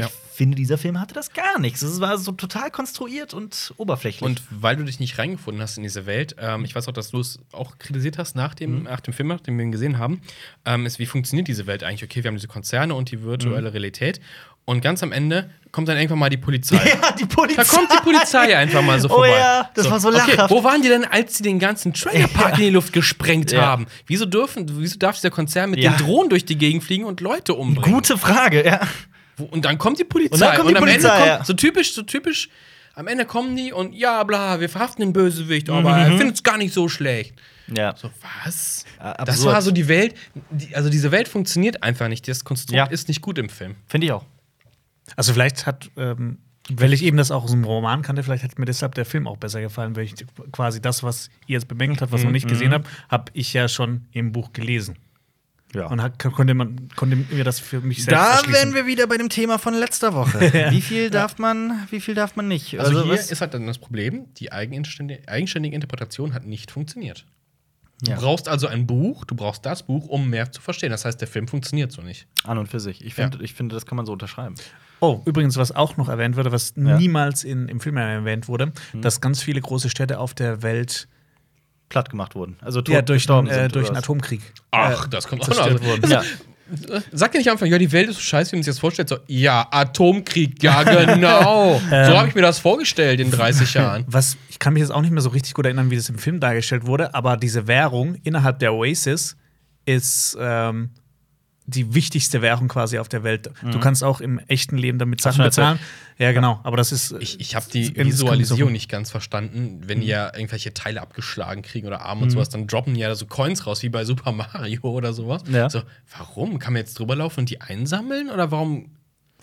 Ich finde, dieser Film hatte das gar nichts. Es war so total konstruiert und oberflächlich.
Und weil du dich nicht reingefunden hast in diese Welt, ähm, ich weiß auch, dass du es auch kritisiert hast nach
Mhm.
dem, nach dem Film, den wir ihn gesehen haben, ähm, ist, wie funktioniert diese Welt eigentlich? Okay, wir haben diese Konzerne und die
Mhm.
virtuelle Realität. Und ganz am Ende kommt dann irgendwann mal die Polizei.
ja, die Polizei.
Da kommt die Polizei einfach mal so
Oh
vorbei.
ja, das war so lachhaft.
wo waren die denn, als sie den ganzen Trailerpark in die Luft gesprengt
Ja.
haben? Wieso dürfen, wieso darf dieser Konzern mit
Ja.
den Drohnen durch die Gegend fliegen und Leute umbringen?
Gute Frage, ja.
Wo- Und dann kommt die Polizei.
Und dann kommt die
am
Polizei,
Ende
ja.
kommt, so typisch, so typisch. Am Ende kommen die und ja, bla, wir verhaften den Bösewicht, aber
Mhm.
er findet es gar nicht so schlecht.
Ja.
So, was?
A-
Das
Äh, absurd.
war so die Welt. Die, also, diese Welt funktioniert einfach nicht. Das Konstrukt
Ja.
ist nicht gut im Film.
Finde ich auch.
Also vielleicht hat, ähm, weil ich eben das auch aus dem Roman kannte, vielleicht hat mir deshalb der Film auch besser gefallen, weil ich quasi das, was ihr jetzt bemängelt habt, was man nicht
Mhm,
gesehen habt, habe ich ja schon im Buch gelesen.
Ja.
Und hat, konnte, man, konnte mir das für mich selbst
Da
erschließen.
wären wir wieder bei dem Thema von letzter Woche. Wie viel darf man, wie viel darf man nicht?
Also, hier
was-
ist halt dann das Problem, die eigenständige, eigenständige Interpretation hat nicht funktioniert.
Ja.
Du brauchst also ein Buch, du brauchst das Buch, um mehr zu verstehen. Das heißt, der Film funktioniert so nicht.
an und für sich. Ich finde, ich finde, das kann man so unterschreiben.
Oh, übrigens, was auch noch erwähnt wurde, was
Ja. Mhm.
niemals in, im Film erwähnt wurde, dass ganz viele große Städte auf der Welt
Platt gemacht wurden. Also tot
ja, durch,
gestorben
äh,
sind
durch
oder
einen
was.
Atomkrieg. äh,
Ach, das kommt auch
zerstört
noch.
Ja.
Sag dir nicht am Anfang, ja, die Welt ist so scheiße, wie man sich das vorstellt. So, ja, Atomkrieg, ja, genau. so habe ich mir das vorgestellt in 30 Jahren.
Was, ich kann mich jetzt auch nicht mehr so richtig gut erinnern, wie das im Film dargestellt wurde, aber diese Währung innerhalb der Oasis ist ähm, die wichtigste Währung quasi auf der Welt.
Mhm.
Du kannst auch im echten Leben damit Sachen
schon erzählt.
bezahlen. Ja, genau. Aber das ist.
Ich, ich habe die
das kommt
Visualisierung
so-
nicht ganz verstanden. Wenn die ja
Mhm.
irgendwelche Teile abgeschlagen kriegen oder Arme und sowas, dann droppen die ja so Coins raus, wie bei Super Mario oder sowas.
Ja.
So, warum? Kann man jetzt drüber laufen und die einsammeln? Oder warum?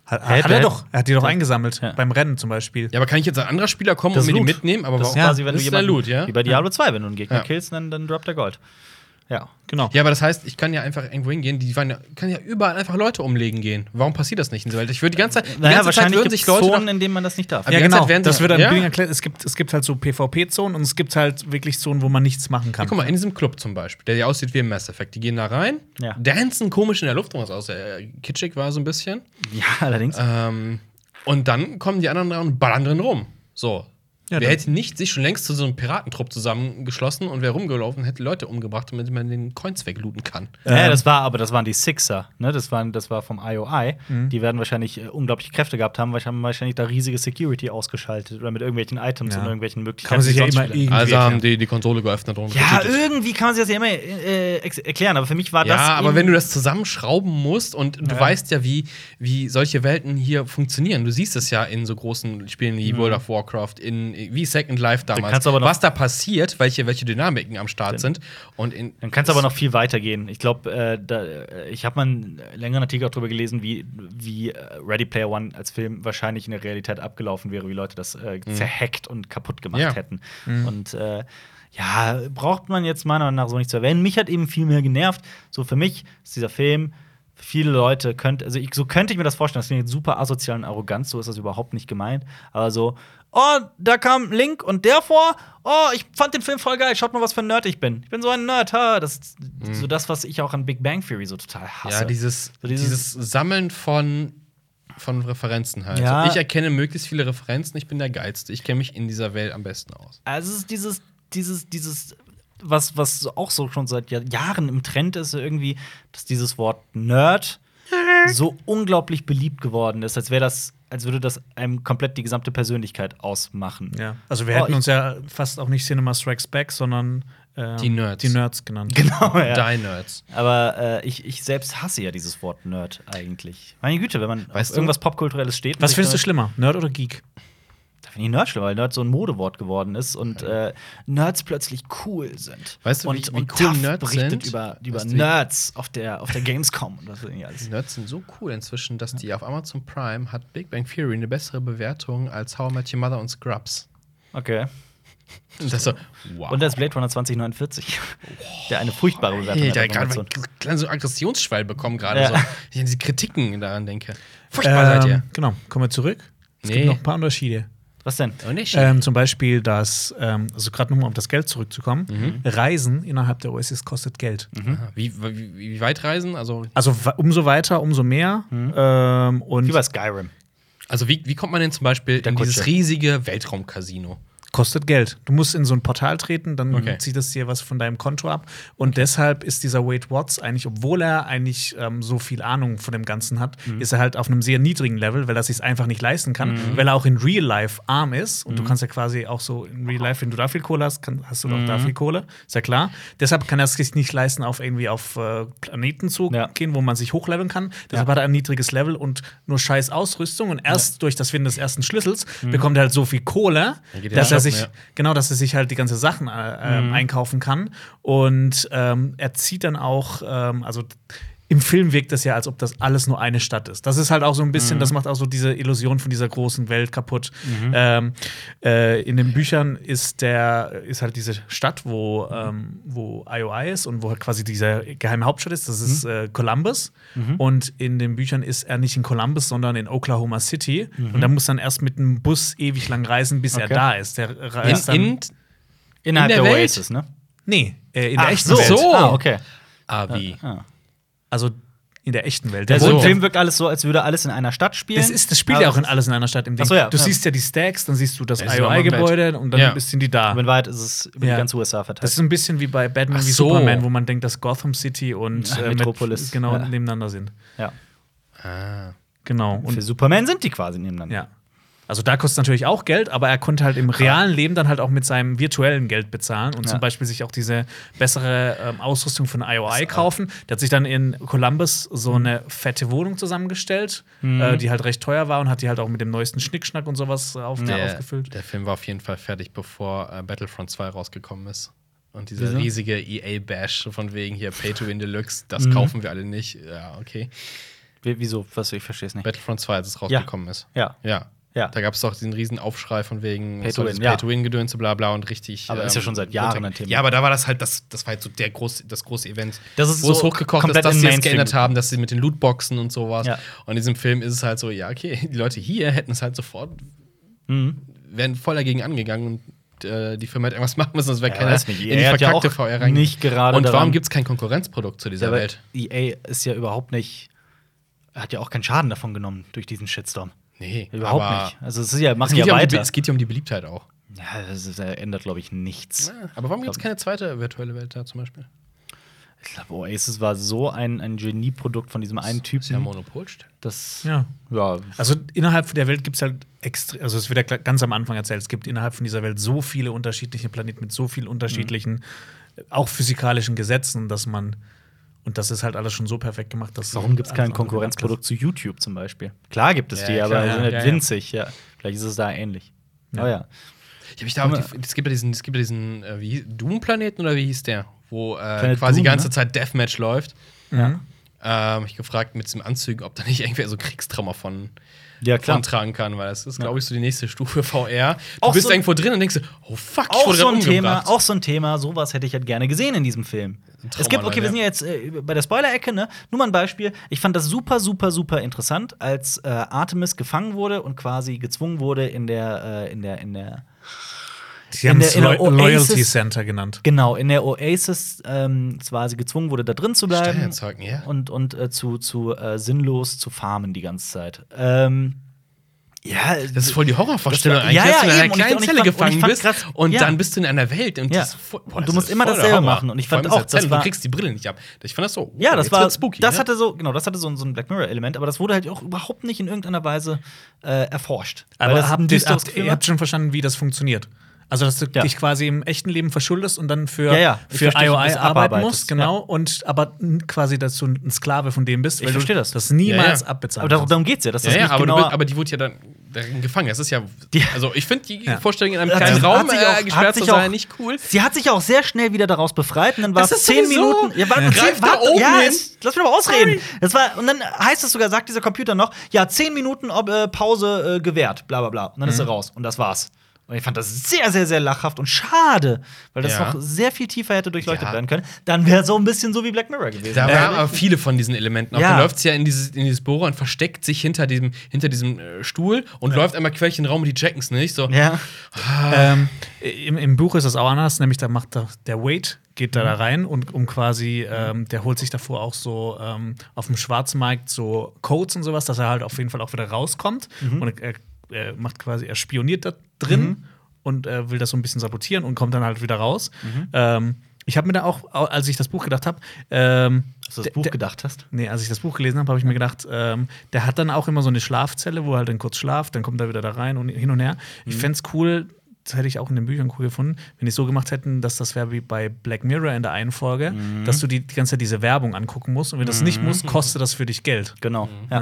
Hat,
Hä,
hat er
hä?
doch. Er hat die doch eingesammelt.
Ja.
Beim Rennen zum Beispiel.
Ja, aber kann ich jetzt ein anderer Spieler kommen
Das
und mir die
Loot.
mitnehmen? Aber
Das ist
warum?
quasi, wenn
das
du
ist der
jemanden,
Loot, ja?
wie bei Diablo 2, wenn du einen Gegner
Ja.
killst, dann, dann droppt er Gold. Ja.
Genau.
Ja, aber das heißt, ich kann ja einfach irgendwo hingehen, die waren ja, kann ja überall einfach Leute umlegen gehen. Warum passiert das nicht in dieser Welt? Ich würde die ganze Zeit, die
Naja,
ganze Zeit
wahrscheinlich
würden
gibt es
sich Leute
Zonen,
nach-
in denen man das nicht darf.
Aber- die ganze Zeit werden sie-
genau. das wird dann
Ja.
Ding erklärt. Es gibt, es gibt halt so PvP-Zonen und es gibt halt wirklich Zonen, wo man nichts machen kann.
Guck mal, in diesem Club zum Beispiel, der ja aussieht wie im Mass Effect, die gehen da rein,
Ja.
dancen komisch in der Luft rum, was aus äh, kitschig war so ein bisschen.
Ja, allerdings.
Ähm, und dann kommen die anderen rein und ballern drin rum. So. wer
Ja, dann-
hätte nicht sich schon längst zu so einem Piratentrupp zusammengeschlossen und wäre rumgelaufen, hätte Leute umgebracht, damit man den Coins weglooten kann.
Ähm.
Ja, das war, aber das waren die Sixer, ne? Das, waren, das war vom IOI.
Mhm.
Die werden wahrscheinlich äh, unglaubliche Kräfte gehabt haben, weil haben wahrscheinlich da riesige Security ausgeschaltet oder mit irgendwelchen Items
Ja.
und irgendwelchen Möglichkeiten.
Kann man sich
die
ja
sonst
immer
Spieler-
irgendwie
Also
erklären.
haben die die Konsole geöffnet und
Ja,
getötet.
irgendwie kann man sich das ja immer äh, ex- erklären, aber für mich war das.
Ja, aber
eben-
wenn du das zusammenschrauben musst und du
Ja.
weißt ja, wie, wie solche Welten hier funktionieren. Du siehst es ja in so großen Spielen wie World of Warcraft, in wie Second Life damals,
Mhm. kannst du aber noch-
was da passiert, welche, welche Dynamiken am Start sind. Und in,
Dann kannst du aber noch viel weiter gehen. Ich glaube, äh, da- äh, ich habe mal einen längeren Artikel auch darüber gelesen, wie, wie äh, Ready Player One als Film wahrscheinlich in der Realität abgelaufen wäre, wie Leute das äh,
Mhm.
zerhackt und kaputt gemacht
Ja.
hätten. Und äh, ja, braucht man jetzt meiner Meinung nach so nicht zu erwähnen. Mich hat eben viel mehr genervt. So für mich ist dieser Film. für Viele Leute könnt, also ich, so könnte ich mir das vorstellen, das klingt jetzt super asozial und arrogant, so ist das überhaupt nicht gemeint. Aber so, oh, da kam Link und der vor, oh, ich fand den Film voll geil, schaut mal, was für ein Nerd ich bin. Ich bin so ein Nerd, ha. Das ist so das, was ich auch an Big Bang Theory so total hasse.
Ja, dieses,
So dieses-
dieses, Sammeln von, von Referenzen halt.
Ja.
So, Ich erkenne möglichst viele Referenzen, ich bin der Geilste. Ich kenne mich in dieser Welt am besten aus.
Also es ist dieses, dieses, dieses, was, was auch so schon seit Jahr- Jahren im Trend ist, irgendwie, dass dieses Wort Nerd so unglaublich beliebt geworden ist, als wäre das, als würde das einem komplett die gesamte Persönlichkeit ausmachen.
Ja, also wir
Oh,
hätten
ich-
uns ja fast auch nicht Cinema Strikes Back, sondern ähm,
Die Nerds.
die Nerds genannt.
Genau, ja.
Die Nerds.
Aber äh, ich, ich selbst hasse ja dieses Wort Nerd eigentlich. Meine Güte, wenn man
Weißt
auf
du-
irgendwas Popkulturelles steht. und
Was
sich
findest du
damit-
schlimmer, Nerd oder Geek?
Da finde ich Nerd schlimm, weil Nerd so ein Modewort geworden ist und äh, Nerds plötzlich cool sind.
Weißt du, wie-
und,
wie
und
cool
TAF
Nerds
berichtet
sind?
über, über
Weißt du, wie-
Nerds auf der, auf der Gamescom und was weiß ich
Die
alles.
Nerds sind so cool inzwischen, dass die auf Amazon Prime hat Big Bang Theory eine bessere Bewertung als How I Met Your Mother und Scrubs.
Okay.
Und das so, wow.
Und als Blade Runner 2049, der eine furchtbare Bewertung
Hey, da
hat.
gerade
Amazon.
einen kleinen so Aggressionsschwall bekommen gerade
Ja.
so. Ich an die Kritiken daran denke. Furchtbar seid
Ähm,
ihr.
Genau, kommen wir zurück. Es
Nee.
gibt noch ein paar Unterschiede.
Was denn?
Und nicht?
Ähm, zum Beispiel, dass, ähm, also gerade nochmal um auf das Geld zurückzukommen,
Mhm.
Reisen innerhalb der Oasis kostet Geld.
Aha. Wie, wie, wie weit reisen? Also,
Also wa- umso weiter, umso mehr.
Mhm.
Ähm, und
Wie bei Skyrim.
also wie, wie kommt man denn zum Beispiel in
Kutsche.
dieses riesige Weltraumcasino?
kostet Geld. Du musst in so ein Portal treten, dann
Okay.
zieht es dir was von deinem Konto ab. Und deshalb ist dieser Wade Watts eigentlich, obwohl er eigentlich ähm, so viel Ahnung von dem Ganzen hat, ist er halt auf einem sehr niedrigen Level, weil er sich einfach nicht leisten kann, weil er auch in Real Life arm ist. Und du kannst ja quasi auch so in Real Life, wenn du da viel Kohle hast, kann, hast du doch da viel Kohle. Ist ja klar. Deshalb kann er es sich nicht leisten, auf irgendwie auf äh, Planeten zu
Ja.
gehen, wo man sich hochleveln kann. Deshalb hat er ein niedriges Level und nur scheiß Ausrüstung. Und erst durch das Finden des ersten Schlüssels bekommt er halt so viel Kohle,
Dann geht er
dass er
shoppen,
sich
ja.
genau, dass er sich halt die ganze Sachen äh, ähm, einkaufen kann und ähm, er zieht dann auch, ähm, also im Film wirkt das ja, als ob das alles nur eine Stadt ist. Das ist halt auch so ein bisschen, das macht auch so diese Illusion von dieser großen Welt kaputt. Ähm, äh, in den Büchern ist der, ist halt diese Stadt, wo, ähm, wo IOI ist und wo halt quasi dieser geheime Hauptstadt ist, das ist äh, Columbus. Und in den Büchern ist er nicht in Columbus, sondern in Oklahoma City. Und da muss dann erst mit einem Bus ewig lang reisen, bis er
Okay.
da ist. Der
In,
reist Äh, dann,
in,
Innerhalb
der
der,
Welt?
Oasis, ne?
nee, äh, in der echten
so.
Welt.
So.
Ah, okay.
ah, wie?
Ah.
Also in der echten Welt.
Der
Der wohnt-
so.
Also Film wirkt alles so, als würde alles in einer Stadt spielen.
Das, ist, das spielt ja auch in alles in einer Stadt im Ding.
Ach so, ja,
du
ja.
siehst ja die Stacks, dann siehst du das
Da ist er am
IOI-Gebäude und dann
Ja.
sind die da.
Aber in Wahrheit ist es über
Ja.
die ganze USA verteilt.
Das ist ein bisschen wie bei Batman
Ach
wie
so.
Superman, wo man denkt, dass Gotham City und
Ja,
Met-
Metropolis,
genau
ja.
nebeneinander sind.
ja.
Ah.
Genau.
Für
Und,
Superman sind die quasi nebeneinander.
ja. Also da kostet natürlich auch Geld, aber er konnte halt im realen Leben dann halt auch mit seinem virtuellen Geld bezahlen und zum
Ja.
Beispiel sich auch diese bessere ähm, Ausrüstung von IOI kaufen. Der hat sich dann in Columbus so eine fette Wohnung zusammengestellt, äh, die halt recht teuer war und hat die halt auch mit dem neuesten Schnickschnack und sowas auf,
Der,
aufgefüllt.
der Film war auf jeden Fall fertig, bevor äh, Battlefront 2 rausgekommen ist. Und dieser
Wieso?
riesige EA-Bash von wegen hier Pay to Win Deluxe, das kaufen wir alle nicht. Ja, okay.
Wie- Wieso? Was, ich verstehe es nicht.
Battlefront 2, als es rausgekommen ist.
Ja.
Ja.
Ja.
Da gab es doch diesen riesen Aufschrei von wegen
Pay
was
to
soll
win,
das
ja.
Pay-to-Win-Gedönse, bla bla und richtig. ähm,
Aber ist ja schon seit Jahren ein Thema.
Ja, aber da war das halt, das, das war halt so der groß, das große Event.
Das ist
wo es
so
hochgekocht ist,
komplett
dass
in
sie es
Mainstream.
geändert haben, dass sie mit den Lootboxen und sowas.
Ja.
Und in diesem Film ist es halt so, ja, okay, die Leute hier hätten es halt sofort,
Mhm.
wären voll dagegen angegangen und äh, die Firma hätte irgendwas machen müssen, sonst wäre
Ja,
keiner
weiß nicht,
in
EA
die
hat ja
verkackte
auch
VR rein.
nicht gerade
Und warum
daran-
gibt es kein Konkurrenzprodukt zu dieser
Aber
Welt?
EA ist ja überhaupt nicht. Hat ja auch keinen Schaden davon genommen durch diesen Shitstorm.
Nee,
Überhaupt
aber
nicht. Also, es ist ja,
Es
machen ja
geht, ja um die,
weiter.
Be- es geht ja um die Beliebtheit auch.
Ja, das ist, äh, ändert, glaube ich, nichts.
Aber warum gibt es keine zweite virtuelle Welt da zum Beispiel?
Ich glaube, Oasis war so ein, ein Genieprodukt von diesem einen
Ist ja
Typen.
Monopolstelle.
Das,
Ja.
ja.
Also innerhalb der Welt gibt es halt extrem, also es wird ja gl- ganz am Anfang erzählt, es gibt innerhalb von dieser Welt so viele unterschiedliche Planeten mit so vielen unterschiedlichen, äh, auch physikalischen Gesetzen, dass man, und das ist halt alles schon so perfekt gemacht, dass.
Warum gibt es kein
alles andere
Konkurrenzprodukt zu YouTube zum Beispiel? Klar gibt es
Ja,
die,
ja,
aber
klar,
sind halt
ja, ja.
winzig. Ja. Vielleicht ist es da ähnlich. Ja. Aber ja.
Ich hab ich da auch die, es gibt ja diesen, es gibt ja diesen äh, wie hieß- Doom-Planeten oder wie hieß der? Wo äh,
Planet
quasi die
Doom,
ganze
ne?
Zeit Deathmatch läuft.
Ja.
Ähm, ich gefragt mit diesen Anzügen, ob da nicht irgendwer so Kriegstrauma von,
Ja,
von
klar.
tragen kann, weil das ist, glaube ich, so die nächste Stufe VR. Du
Auch
bist
so-
irgendwo drin und denkst, dir, oh fuck, ich
Auch
wurde
so,
gerade
ein Thema,
umgebracht.
auch so ein Thema, sowas hätte ich halt gerne gesehen in diesem Film.
Trauma, ne?
Es gibt, okay,
ja.
wir sind ja jetzt äh, bei der Spoiler-Ecke, ne? Nur mal ein Beispiel. Ich fand das super, super, super interessant, als äh, Artemis gefangen wurde und quasi gezwungen wurde, in der, äh, in der, in der
Sie haben
In der-
es
in
Lo
der Oasis-
Loyalty Center genannt.
Genau, in der Oasis ähm, zwar sie gezwungen wurde, da drin zu bleiben
Steuerzeugen, ja.
und, und äh, zu, zu äh, sinnlos zu farmen die ganze Zeit. Ähm, ja,
Das ist voll die Horrorvorstellung
Das-
eigentlich,
ja,
dass du in
ja,
einer
eben. Und ich-
kleinen
und ich
Zelle
fand- und ich
gefangen
fand
bist
krass-
und
ja.
dann bist du in einer Welt und
Ja.
das ist voll, boah,
Und
das
du musst
ist
immer
voll der
dasselbe
Horror.
machen. Und ich
Vor allem
fand
ist
auch,
erzählt
das
und
war-
du kriegst die Brille nicht ab. Ich fand das so,
ja,
oh,
das
jetzt
war
wird's spooky,
das
ne?
hatte so genau, das hatte so, so ein Black Mirror Element, aber das wurde halt auch überhaupt nicht in irgendeiner Weise äh, erforscht. Weil das
Aber
ist ein
habt ihr,
düsteres
habt,
Gefühl
ihr habt schon verstanden, wie das funktioniert. Also, dass du
Ja.
dich quasi im echten Leben verschuldest und dann für,
Ja, ja. Ich
für
verstehe, dass
IOI
du
arbeiten
abarbeitest.
musst, genau. Und aber n- quasi, dass du ein Sklave von dem bist,
Ich
weil du
verstehe das.
das niemals
Ja, ja.
abbezahlt
aber darum, darum geht's ja, dass
Ja,
das
ja
nicht
aber, du
genauer-
bist, aber die wurde ja dann darin gefangen. Das ist ja.
Die-
also, ich finde die
Ja.
Vorstellung in einem
Hat
kleinen
sich-
Raum
hat sich
äh,
auch- hat
gesperrt zu
sich auch-
sein nicht cool.
Sie hat sich auch sehr schnell wieder daraus befreit und dann war
Das
es
ist
zehn
sowieso-
Minuten. Ja, warte,
Ja.
zehn-
Greift da
warte,
oben
ja,
hin.
jetzt- lass mich doch mal ausreden. Das war, und dann heißt es sogar,
Mhm.
sagt dieser Computer noch, ja, zehn Minuten ob, äh, Pause äh, gewährt, bla bla bla. Und dann ist er raus. Und das war's. Und ich fand das sehr, sehr, sehr lachhaft und schade, weil das
Ja.
noch sehr viel tiefer hätte durchleuchtet
Ja.
werden können. Dann wäre so ein bisschen so wie Black Mirror gewesen.
Da
Äh,
waren aber viele von diesen Elementen. Auch
Ja.
Da läuft sie ja in dieses, in dieses Bohrer und versteckt sich hinter diesem, hinter diesem äh, Stuhl und läuft einmal quer durch den Raum und die checken es nicht. So.
ja.
Ähm, im, Im Buch ist das auch anders, nämlich da macht da, der Wade geht
Mhm.
da, da rein und um quasi, ähm, der holt sich davor auch so ähm, auf dem Schwarzmarkt so Codes und sowas, dass er halt auf jeden Fall auch wieder rauskommt
Mhm.
und er, er macht quasi, er spioniert da drin und äh, will das so ein bisschen sabotieren und kommt dann halt wieder raus.
Mhm.
Ähm, ich habe mir da auch, au- als ich das Buch gedacht habe, ähm,
Als du
der-
das Buch
der-
gedacht hast.
Nee, als ich das Buch gelesen habe, habe ich mir gedacht, ähm, der hat dann auch immer so eine Schlafzelle, wo er halt dann kurz schlaft, dann kommt er wieder da rein und hin und her. Ich
Mhm.
fände es cool, das hätte ich auch in den Büchern cool gefunden, wenn die es so gemacht hätten, dass das wäre wie bei Black Mirror in der einen Folge,
Mhm.
dass du die, die ganze Zeit diese Werbung angucken musst und wenn du es nicht musst, kostet das für dich Geld.
Genau. Mhm.
Mhm.
Ja.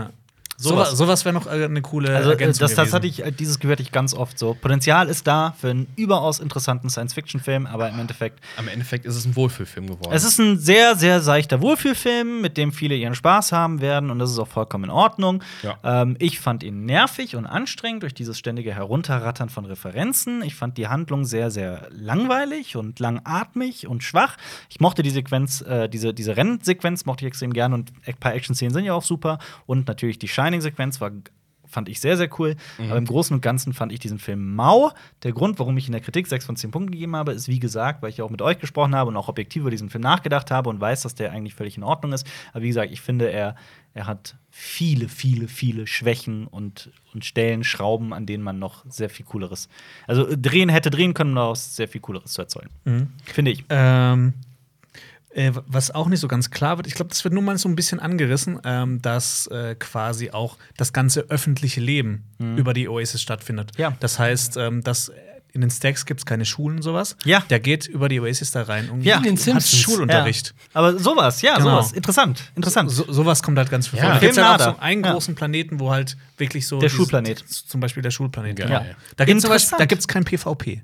Ja. Sowas, sowas wäre noch äh, eine coole
Also, äh,
Ergänzung
das, das
gewesen.
hatte ich, äh, dieses gehört ich ganz oft so. Potenzial ist da für einen überaus interessanten Science-Fiction-Film, aber im Endeffekt.
Am Endeffekt ist es ein Wohlfühlfilm geworden.
Es ist ein sehr, sehr seichter Wohlfühlfilm, mit dem viele ihren Spaß haben werden und das ist auch vollkommen in Ordnung.
Ja.
Ähm, ich fand ihn nervig und anstrengend durch dieses ständige Herunterrattern von Referenzen. Ich fand die Handlung sehr, sehr langweilig und langatmig und schwach. Ich mochte die Sequenz, äh, diese, diese Rennsequenz mochte ich extrem gern und ein paar Action-Szenen sind ja auch super. Und natürlich die Shining-Sequenz war fand ich sehr, sehr cool. Aber im Großen und Ganzen fand ich diesen Film mau. Der Grund, warum ich in der Kritik 6 von 10 Punkten gegeben habe, ist, wie gesagt, weil ich ja auch mit euch gesprochen habe und auch objektiv über diesen Film nachgedacht habe und weiß, dass der eigentlich völlig in Ordnung ist. Aber wie gesagt, ich finde, er, er hat viele, viele, viele Schwächen und, und Stellen, Schrauben, an denen man noch sehr viel Cooleres. Also äh, drehen hätte drehen können, um daraus sehr viel Cooleres zu erzeugen.
Mhm.
Finde ich.
Ähm, äh, was auch nicht so ganz klar wird, ich glaube, das wird nur mal so ein bisschen angerissen, ähm, dass äh, quasi auch das ganze öffentliche Leben über die Oasis stattfindet.
Mhm. Ja.
Das heißt, ähm, dass in den Stacks gibt es keine Schulen und sowas.
Ja.
Der geht über die Oasis da rein und
Ja. In den
hat
Simpsons.
Schulunterricht.
Ja. Aber sowas, ja,
Genau.
sowas. Interessant, interessant.
So, sowas kommt halt ganz viel
Ja.
vor. Da gibt's halt auch
Filmnader.
so einen
Ja.
großen Planeten, wo halt wirklich so.
Der
dieses-
Schulplanet.
Zum Beispiel der Schulplanet.
Geil.
genau.
Ja.
Da gibt es
Interessant.
da gibt's kein PvP.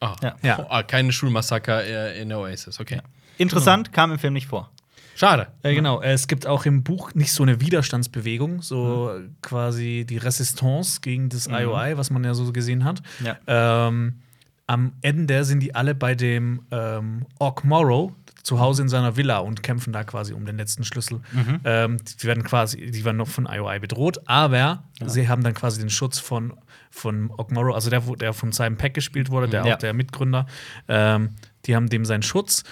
ah.
Ja.
Ja.
Ah, keine Schulmassaker äh, in der Oasis, okay.
Interessant kam im Film nicht vor.
Schade.
Äh, genau, äh, es gibt auch im Buch nicht so eine Widerstandsbewegung, so äh, quasi die Resistance gegen das IOI, was man ja so gesehen hat.
Ja.
Ähm, am Ende sind die alle bei dem ähm, Orc Morrow zu Hause in seiner Villa und kämpfen da quasi um den letzten Schlüssel. Ähm, die werden quasi, die werden noch von IOI bedroht, aber sie haben dann quasi den Schutz von, von Orc Morrow, also der, wo- der von Simon Peck gespielt wurde, der
Ja.
auch der Mitgründer. Ähm, die haben dem seinen Schutz.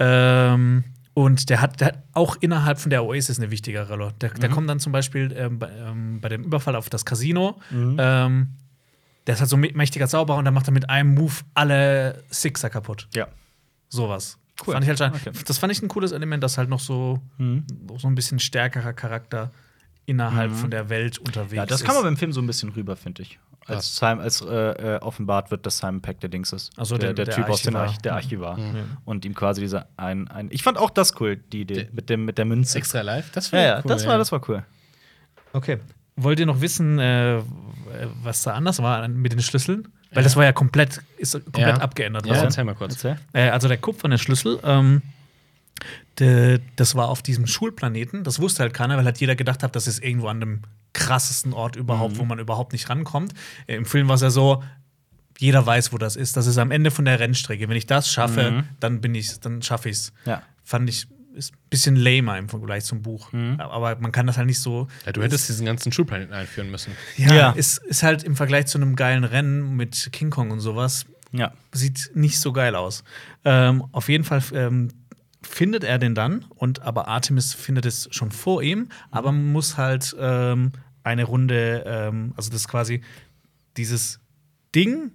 Ähm, und der hat, der hat auch innerhalb von der Oasis eine wichtige Rolle. Der, der kommt dann zum Beispiel ähm, bei, ähm, bei dem Überfall auf das Casino. Ähm, der ist halt so mä- mächtiger Zauberer und dann macht er mit einem Move alle Sixer kaputt.
Ja.
Sowas.
Cool.
Fand ich halt schade.
Okay. Mhm.
Das fand ich ein cooles Element, dass halt noch so, noch so ein bisschen stärkerer Charakter innerhalb von der Welt unterwegs
Ja, das
ist.
kam aber im Film so ein bisschen rüber, finde ich. Als, Simon, als äh, äh, offenbart wird, dass Simon Peck der Dings ist.
Ach so,
der,
der-
der,
der
Typ aus dem
Archivar.
Arch der Archivar. Und ihm quasi dieser ein, ein. Ich fand auch das cool, die Idee mit, dem, mit der Münze.
Extra live? Das
Ja,
ich
ja, das, war, das war cool.
okay. Wollt ihr noch wissen, äh, was da anders war an- mit den Schlüsseln? Weil das war ja komplett, ist
Ja.
komplett abgeändert Also
Ja,
worden.
erzähl mal kurz.
Erzähl.
Äh, also der kupferne Schlüssel, ähm, de, das war auf diesem Schulplaneten. Das wusste halt keiner, weil halt jeder gedacht hat, das ist irgendwo an dem krassesten Ort
Mhm.
überhaupt, wo man überhaupt nicht rankommt. Äh, Im Film war es ja so, jeder weiß, wo das ist. Das ist am Ende von der Rennstrecke. Wenn ich das schaffe,
Mhm.
dann bin ich, dann schaffe ich's.
Ja.
Fand ich ist ein bisschen lamer im Vergleich zum Buch. Aber man kann das halt nicht so.
Mhm. Ja, du hättest diesen ganzen Schulplaneten einführen müssen.
Ja,
Ja.
Ist, ist halt im Vergleich zu einem geilen Rennen mit King Kong und sowas
Ja.
sieht nicht so geil aus. Ähm, auf jeden Fall ähm, findet er den dann und aber Artemis findet es schon vor ihm, aber man muss halt ähm, eine Runde, ähm, also das ist quasi dieses Ding,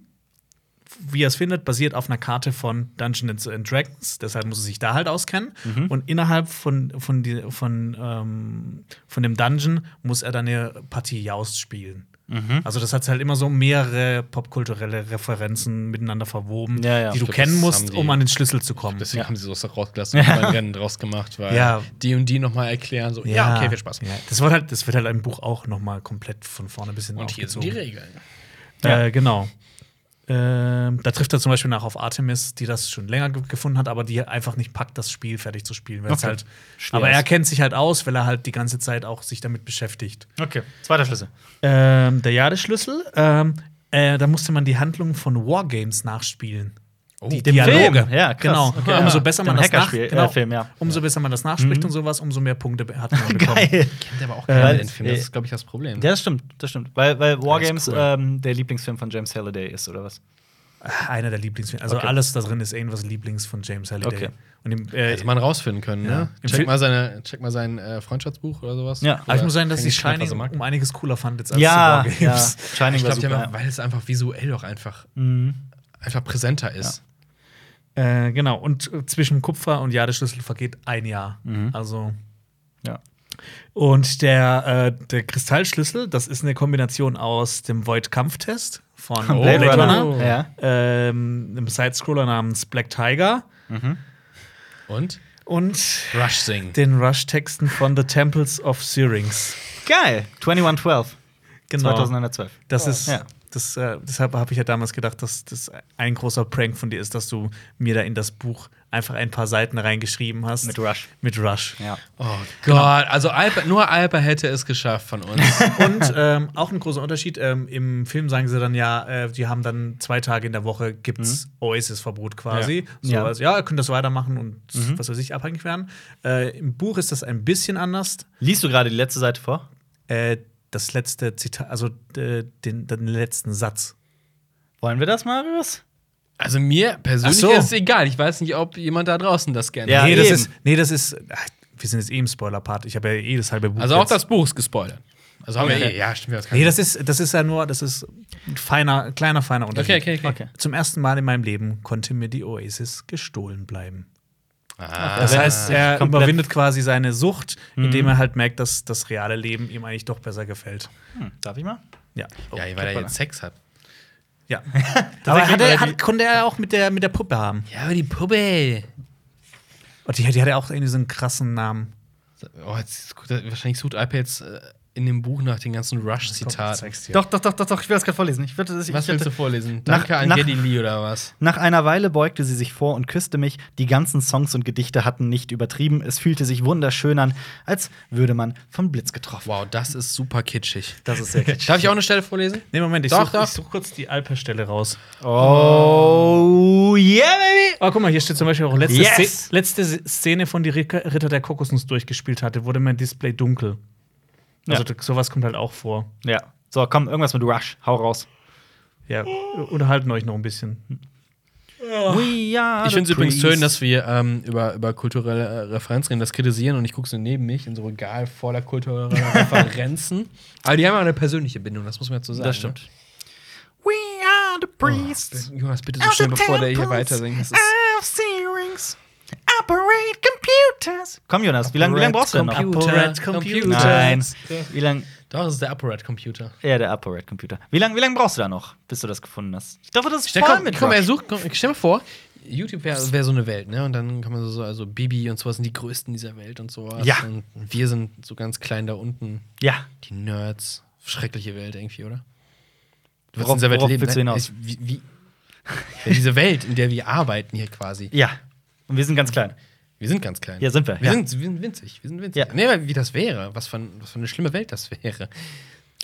wie er es findet, basiert auf einer Karte von Dungeons and Dragons. Deshalb muss er sich da halt auskennen.
Mhm.
Und innerhalb von, von, die, von, ähm, von dem Dungeon muss er dann eine Partie Jaust spielen.
Mhm.
Also, das hat halt immer so mehrere popkulturelle Referenzen miteinander verwoben,
Ja, ja.
die du
Ich glaub,
kennen
das
musst,
haben die-
um an den Schlüssel zu kommen.
Deswegen haben sie sowas auch rausgelassen und beim Rennen draus gemacht, weil
Ja.
die und die nochmal erklären, so, ja, okay, viel Spaß.
Ja, das, wird halt, das wird halt im Buch auch nochmal komplett von vorne bis hin
Und hier sind die Regeln.
Äh, genau. Ähm, da trifft er zum Beispiel nach auf Artemis, die das schon länger ge- gefunden hat, aber die einfach nicht packt, das Spiel fertig zu spielen. weil's
Okay.
Halt,
Schwer
aber er
ist.
kennt sich halt aus, weil er halt die ganze Zeit auch sich damit beschäftigt.
Okay, zweiter Schlüssel.
Ähm, der Jahresschlüssel ähm, Äh, da musste man die Handlung von Wargames nachspielen. Oh, die
Dem
Dialoge.
Film, ja, krass.
Genau.
Okay,
umso
ja.
besser
Dem
man das nach,
Hackerspiel, äh,
genau,
Film, ja.
Umso besser man das nachspricht und sowas, umso mehr Punkte hat man bekommen.
Geil.
Kennt aber auch
keiner
keiner
Äh,
den Film. Das ist, glaube ich, das Problem.
Ja, das stimmt, das stimmt. Weil, weil Wargames
cool.
ähm, der Lieblingsfilm von James Halliday ist, oder was?
Einer der Lieblingsfilme. Also
Okay.
alles da drin ist irgendwas Lieblings von James Halliday.
Okay. Also
Und im, äh,
Hätte man rausfinden können,
Ja.
ne?
Im
Check
Film-
mal, seine, check mal sein äh, Freundschaftsbuch oder sowas.
Ja.
Oder
aber Ah, ich muss sagen, dass
kann
ich
jemand, was
Shining
er mag?
um einiges cooler fand als
ja,
Wargames.
ja, Shining
Ich
war
glaube,
super.
weil es einfach visuell auch einfach,
Mhm.
einfach präsenter ist.
Äh, genau, und äh, zwischen Kupfer und Jadeschlüssel vergeht ein Jahr. Also.
Ja.
Und der, äh, der Kristallschlüssel, das ist eine Kombination aus dem Void-Kampftest von
Von
Blade, Runner,
Ja.
ähm, einem Sidescroller namens Black Tiger
Und
und
Rush Sing.
den Rush-Texten von The Temples of Syrinx.
Geil, 2112.
Genau.
2012.
Das ist.
Ja.
Das, äh, deshalb habe ich ja damals gedacht, dass das ein großer Prank von dir ist, dass du mir da in das Buch einfach ein paar Seiten reingeschrieben hast.
Mit Rush.
Mit Rush.
Ja.
Oh Gott, also Alper, nur Alper hätte es geschafft von uns.
Und ähm, auch ein großer Unterschied, ähm, im Film sagen sie dann ja, äh, die haben dann zwei Tage in der Woche gibt's Oasis-Verbot quasi. Ja.
Mhm. Ja.
So,
Mhm.
ja. Also, ja, ihr könnt das weitermachen und was weiß ich, abhängig werden. Äh, Im Buch ist das ein bisschen anders.
Liest du gerade die letzte Seite vor?
Äh, das letzte Zitat, also äh, den, den letzten Satz.
Wollen wir das, Marius?
Also mir persönlich
Ach so.
ist es egal. Ich weiß nicht, ob jemand da draußen das gerne
Ja,
hat.
nee, das
eben.
ist, nee, das ist, ach, wir sind jetzt eh im Spoiler-Part. Ich habe ja eh das halbe Buch.
Also auch
jetzt.
das Buch ist gespoilert. Also haben wir
Okay.
eh, ja, stimmt, wir haben es
Nee, das ist, das ist ja nur, das ist ein feiner, kleiner, feiner Unterschied.
Okay, okay, okay.
Okay.
Zum ersten Mal in meinem Leben konnte mir die Oasis gestohlen bleiben.
Ah,
Das heißt, er
komplett-
überwindet quasi seine Sucht, indem
Mhm.
er halt merkt, dass das reale Leben ihm eigentlich doch besser gefällt.
Hm, darf ich mal?
Ja. Oh,
ja, weil er jetzt Sex hat.
ja.
Aber
Aber
hat
hat
er-
er,
hat-
konnte er auch mit der, mit der Puppe haben.
Ja, aber die Puppe.
Und die, die hatte auch irgendwie so einen krassen Namen.
Oh, jetzt, guckt er- wahrscheinlich sucht Alper jetzt äh, in dem Buch nach den ganzen Rush-Zitaten.
Zeig's dir.
Doch, doch, doch, doch, doch, ich will das gerade vorlesen. Ich würde, ich
Was willst du
würde,
vorlesen?
Nach-
Danke an
nach-
Geddy Lee oder was?
nach einer Weile beugte sie sich vor und küsste mich. Die ganzen Songs und Gedichte hatten nicht übertrieben. Es fühlte sich wunderschön an, als würde man vom Blitz getroffen.
Wow, das ist super kitschig.
Das ist sehr kitschig.
Darf ich auch eine Stelle vorlesen?
Nee, Moment, ich
Doch,
such,
doch.
ich such kurz die Alper-Stelle raus.
Oh, yeah, baby!
Oh, guck mal, hier steht zum Beispiel auch letzte,
Yes!
Szene- letzte Szene von die Rick- Ritter der Kokosnuss durchgespielt hatte, wurde mein Display dunkel. Also
Ja.
sowas kommt halt auch vor.
Ja. So, komm, irgendwas mit Rush. Hau raus.
Ja, unterhalten euch noch ein bisschen.
Oh.
Ich finde es übrigens schön, dass wir ähm, über, über kulturelle äh, Referenzen reden, das kritisieren und ich gucke so neben mich in so ein Regal voller kultureller Referenzen. Aber die haben ja eine persönliche Bindung, das muss man dazu sagen.
Das stimmt. We are the priests.
Ne? Jonas, bitte so schnell, bevor der hier weiter singt. Das ist
Series. Operate computers. Komm, Jonas, wie lange wie lang brauchst du denn noch?
Computer.
Apparat
Computer.
Computer.
Nein. Wie lange?
Doch, das ist der Apparat Computer.
Ja, der Apparat Computer. Wie lange wie lang brauchst du da noch, bis du das gefunden hast? Ich glaube, das ist
Stell,
voll
komm,
mit.
komm, er
Rush.
sucht, komm, stell mal vor, YouTube wäre wär so eine Welt, ne? Und dann kann man so, also Bibi und sowas sind die größten dieser Welt und sowas.
Ja.
Und wir sind so ganz klein da unten.
ja.
Die Nerds. Schreckliche Welt irgendwie, oder? Du
Worauf- worauf willst du
ne?
hinaus?
Ich- Wie, wie, Ja, diese Welt, in der wir arbeiten hier quasi.
Ja. Und wir sind ganz klein.
Wir sind ganz klein.
Ja, sind wir,
Wir,
ja.
sind, wir sind winzig. Wir sind winzig.
Ja.
Nee, aber wie das wäre. Was für, ein- was für eine schlimme Welt das wäre.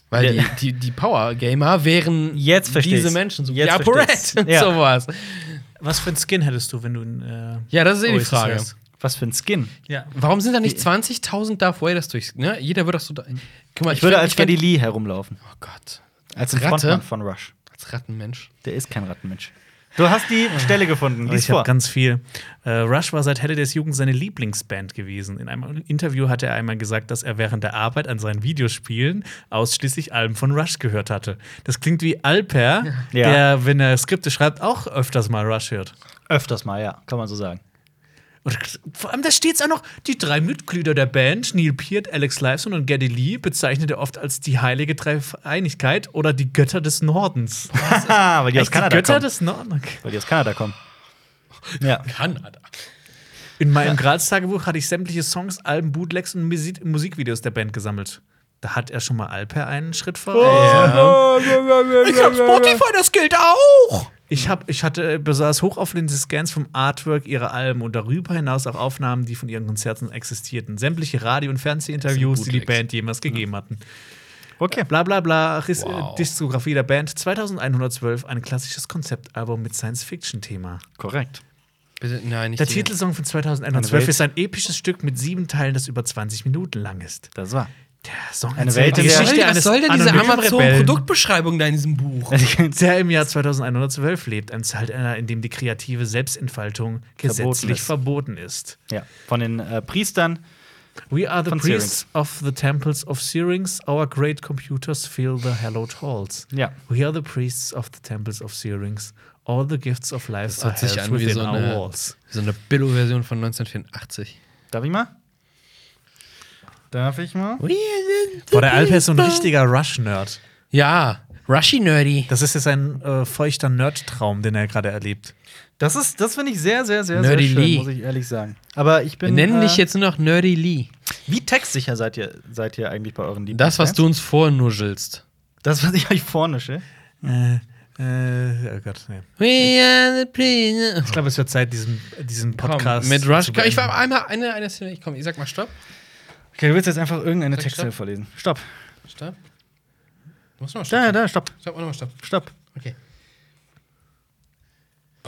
Weil
Ja.
die, die, die Power-Gamer wären
Jetzt versteh
diese
ich's.
Menschen so
Jetzt
wie
versteh ich's.
Apparat und
Ja.
sowas.
Was für ein Skin hättest du, wenn du ein. Äh,
Ja, das ist
Oh,
eh die
Oasis
Frage.
wärst?
Was für ein Skin.
Ja.
Warum sind da nicht 20.000 Darth Vaders durch? Ne? Jeder wird doch so. Da Guck mal,
Ich würde
fänd-
als
fänd-
Geddy Lee herumlaufen.
Oh Gott.
Als ein
Ratte?
Frontmann von Rush.
Als Rattenmensch.
Der ist kein Rattenmensch. Du hast die Stelle gefunden. Lies
Ich habe
vor.
ganz viel. Äh, Rush war seit Hallidays Jugend seine Lieblingsband gewesen. In einem Interview hatte er einmal gesagt, dass er während der Arbeit an seinen Videospielen ausschließlich Alben von Rush gehört hatte. Das klingt wie Alper,
Ja.
der, wenn er Skripte schreibt, auch öfters mal Rush hört.
Öfters mal, ja. Kann man so sagen.
Und vor allem, da steht es auch noch, die drei Mitglieder der Band, Neil Peart, Alex Lifeson und Geddy Lee, bezeichnet er oft als die heilige Dreieinigkeit oder die Götter des Nordens.
Haha, weil die aus
Echt, die
Kanada
Götter
kommen.
des Nordens? Okay.
Weil die aus Kanada kommen. Ja.
Kanada.
In meinem Graz-Tagebuch hatte ich sämtliche Songs, Alben, Bootlegs und Musi- Musikvideos der Band gesammelt. Da hat er schon mal Alper einen Schritt
Oh,
voraus.
Ich hab Spotify.
das gilt auch! Ich, hab, ich hatte, äh, besaß hochauflösende Scans vom Artwork ihrer Alben und darüber hinaus auch Aufnahmen, die von ihren Konzerten existierten. Sämtliche Radio- und Fernsehinterviews, die die
Bootlegs.
Band jemals gegeben hatten.
Okay.
Bla bla bla, Riss,
Wow.
äh, Diskografie der Band 2112, ein klassisches Konzeptalbum mit Science-Fiction-Thema.
Korrekt.
Bitte, nein, nicht
Der
die-
Titelsong von
Eine
2012
Welt.
ist ein episches Stück mit sieben Teilen, das über 20 Minuten lang ist.
Das war.
Der Song
Eine
erzählt
Welt,
die
in
Was
der-
soll
Geschichte
denn, was
eines
soll denn diese
anonymen Rebellen,
Amazon-Produktbeschreibung da in diesem Buch?
der im Jahr 2112 lebt, ein Zeitalter, in dem die kreative Selbstentfaltung gesetzlich
ist.
verboten ist.
Ja. Von den äh, Priestern.
We are the
Von
priests of the temples of Syrinx. Our great computers fill the hallowed halls.
Ja.
We are the priests of the temples of Syrinx. All the gifts of life
Das
are
hört sich
held
an wie
within
so
our
eine,
walls.
so eine Billo-Version von 1984.
Darf ich mal? Darf ich mal?
Boah, der Alper ist so ein richtiger Rush-Nerd.
Ja, Rushy Nerdy.
Das ist jetzt ein äh, feuchter Nerd-Traum, den er gerade erlebt.
Das ist, das finde ich sehr, sehr, sehr,
Nerdy
sehr schön,
Lee.
muss ich ehrlich sagen. Aber ich
Wir
bin.
nennen
äh,
dich jetzt nur noch Nerdy Lee.
Wie textsicher seid ihr, seid ihr eigentlich bei euren Lieblings?
Das, was du uns vornuschelst.
Das, was ich euch vornische.
Äh, äh, oh Gott, nee.
We are the priests.
Ich glaube, es wird Zeit, diesen, diesen
Komm,
Podcast.
mit Rush.
zu
Komm, Ich
beenden.
war einmal eine, eine Szene. Ich komm, ich sag mal Stopp.
Okay, du willst jetzt einfach irgendeine
Sag
Textstelle
Stopp.
vorlesen. Stopp.
Stopp. Du musst nochmal Stopp.
Da,
sagen.
da, stopp,
Stopp, auch nochmal Stopp.
stopp.
Okay.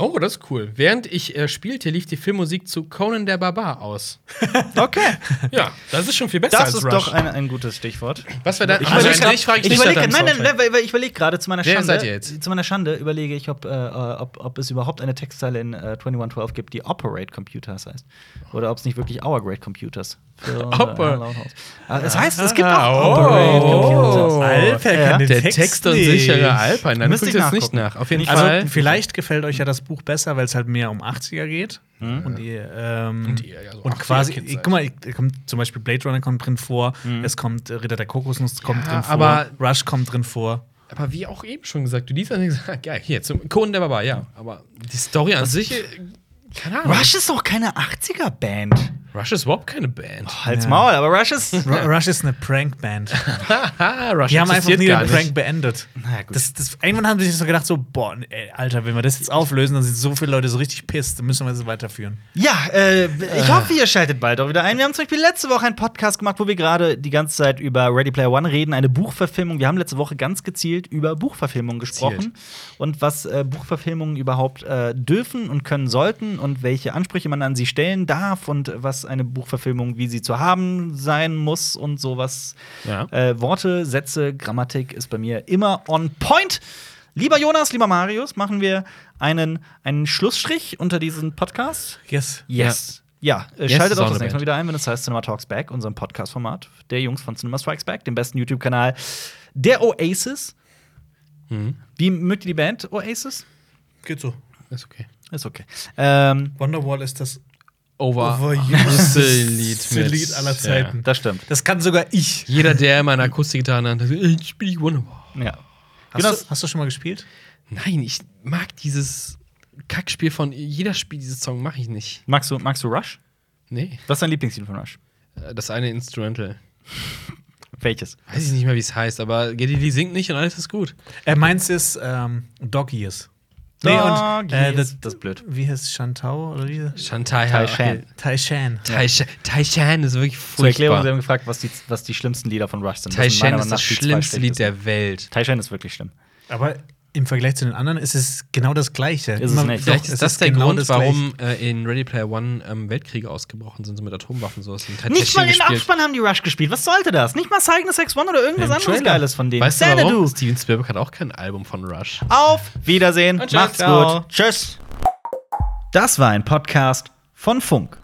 Oh, das ist cool. Während ich äh, spielte, lief die Filmmusik zu Conan der Barbar aus.
Okay.
Ja, das ist schon viel besser
Das
als
ist
Rush.
doch ein, ein gutes Stichwort.
was wir da.
Ich
also,
überlege
wenn dich frage ich nicht nach
gerade,
deinem
nein, nein,
Soundtrack.
nein, weil- weil ich überlege gerade zu meiner
Wer
Schande.
seid ihr jetzt?
Zu meiner Schande überlege ich, ob, äh, ob, ob es überhaupt eine Textzeile in äh, 2112 gibt, die Operate Computers heißt. Oder ob es nicht wirklich Our Great Computers. für unser
Oper-
Loud House. Ah, Es heißt, es gibt auch
oh.
Operate
Oh.
Computers.
Alper
Ja.
kann den
Der
Text,
Text und
nicht.
sichere Alpine. Dann
Müsste
guckt
ich
jetzt nicht
nachgucken.
nach. Auf jeden
Nicht
Also,
Fall.
vielleicht gefällt euch ja das Buch besser, weil es halt mehr um 80er geht. Und, ihr, ähm,
Und ihr ja so halt.
und quasi,
80er-Kids
guck mal, da kommt zum Beispiel Blade Runner kommt drin vor, es kommt äh, Ritter der Kokosnuss kommt
Ja,
drin vor,
aber-
Rush kommt drin vor.
Aber wie auch eben schon gesagt, du liest dann gesagt, ja, hier, zum Conan der Barbar, ja. Aber die Story an sich, äh, keine Ahnung.
Rush ist doch keine 80er-Band.
Rush ist überhaupt keine Band.
Halt's Maul, aber Rush ist.
Ru- Rush ist eine Prankband.
Haha, Rush
Die haben einfach
existiert
nie
gar
den Prank beendet.
Na ja, gut.
Das, das, irgendwann haben sie sich so gedacht, so, boah, ey, Alter, wenn wir das jetzt auflösen, dann sind so viele Leute so richtig pisst, dann müssen wir das weiterführen.
Ja, äh, ich hoffe, ihr schaltet bald auch wieder ein. Wir haben zum Beispiel letzte Woche einen Podcast gemacht, wo wir gerade die ganze Zeit über Ready Player One reden, eine Buchverfilmung. Wir haben letzte Woche ganz gezielt über Buchverfilmungen gesprochen und was äh, Buchverfilmungen überhaupt äh, dürfen und können sollten und welche Ansprüche man an sie stellen darf und was eine Buchverfilmung, wie sie zu haben sein muss und sowas.
Ja.
Äh, Worte, Sätze, Grammatik ist bei mir immer on point. Lieber Jonas, lieber Marius, machen wir einen, einen Schlussstrich unter diesen Podcast.
Yes.
Yes. Ja, äh,
Yes
schaltet
ist auch
auch das nächste
eine
Mal
Band.
wieder ein, wenn es heißt Cinema Talks Back, unserem Podcast-Format der Jungs von Cinema Strikes Back, dem besten YouTube-Kanal der Oasis.
Mhm.
Wie mögt ihr die Band Oasis?
Geht so.
Ist okay.
Ist okay. Ähm,
Wonderwall ist das
Overused Lied mit.
Lied aller Zeiten.
das stimmt.
Das kann sogar ich.
Ja. Jeder, der immer eine Akustikgitarre in der Hand hat, ich spiele ich Wonderwall.
Ja.
Hast,
Jonas,
du, hast du schon mal gespielt?
Nein, ich mag dieses Kackspiel von jeder spielt dieses Song, mache ich nicht.
magst, du, magst du Rush?
Nee.
Was ist dein Lieblingslied von Rush?
Äh, Das eine Instrumental.
Welches?
Weiß ich nicht mehr, wie es heißt, aber Geddy Lee singt nicht und alles ist gut.
Äh, meins ist ähm, Dog Years.
Dog
äh,
Years.
das,
Das ist blöd.
Wie heißt Shantau oder wie?
Shantai
Tai Shan.
Tai Shan.
Taishan. Taishan ist wirklich
Zur Erklärung,
furchtbar.
Sie haben gefragt, was die, was die schlimmsten Lieder von Rush sind.
Tai
sind meiner
Shan
Meinung
ist
nach
das
die zwei
schlimmste Lied
schlechtesten.
der Welt.
Tai Shan ist wirklich schlimm.
Aber im Vergleich zu den anderen ist es genau das Gleiche.
es
Immer-
nicht.
Doch,
Vielleicht ist
es
das der
genau
Grund,
das Gleiche.
warum äh, in Ready Player One ähm, Weltkriege ausgebrochen sind, so mit Atomwaffen und sowas. Und Tai
Nicht
Shan
mal in
gespielt.
Abspann haben die Rush gespielt. Was sollte das? Nicht mal Cygnus Sex One oder irgendwas
Ja, im
anderes
Trailer.
Geiles von denen.
Weißt du
Xanadu.
warum? Steven Spielberg hat auch kein Album von Rush.
Auf Wiedersehen.
Und tschüss.
Macht's
Ciao.
gut. Tschüss. Das war ein Podcast von Funk.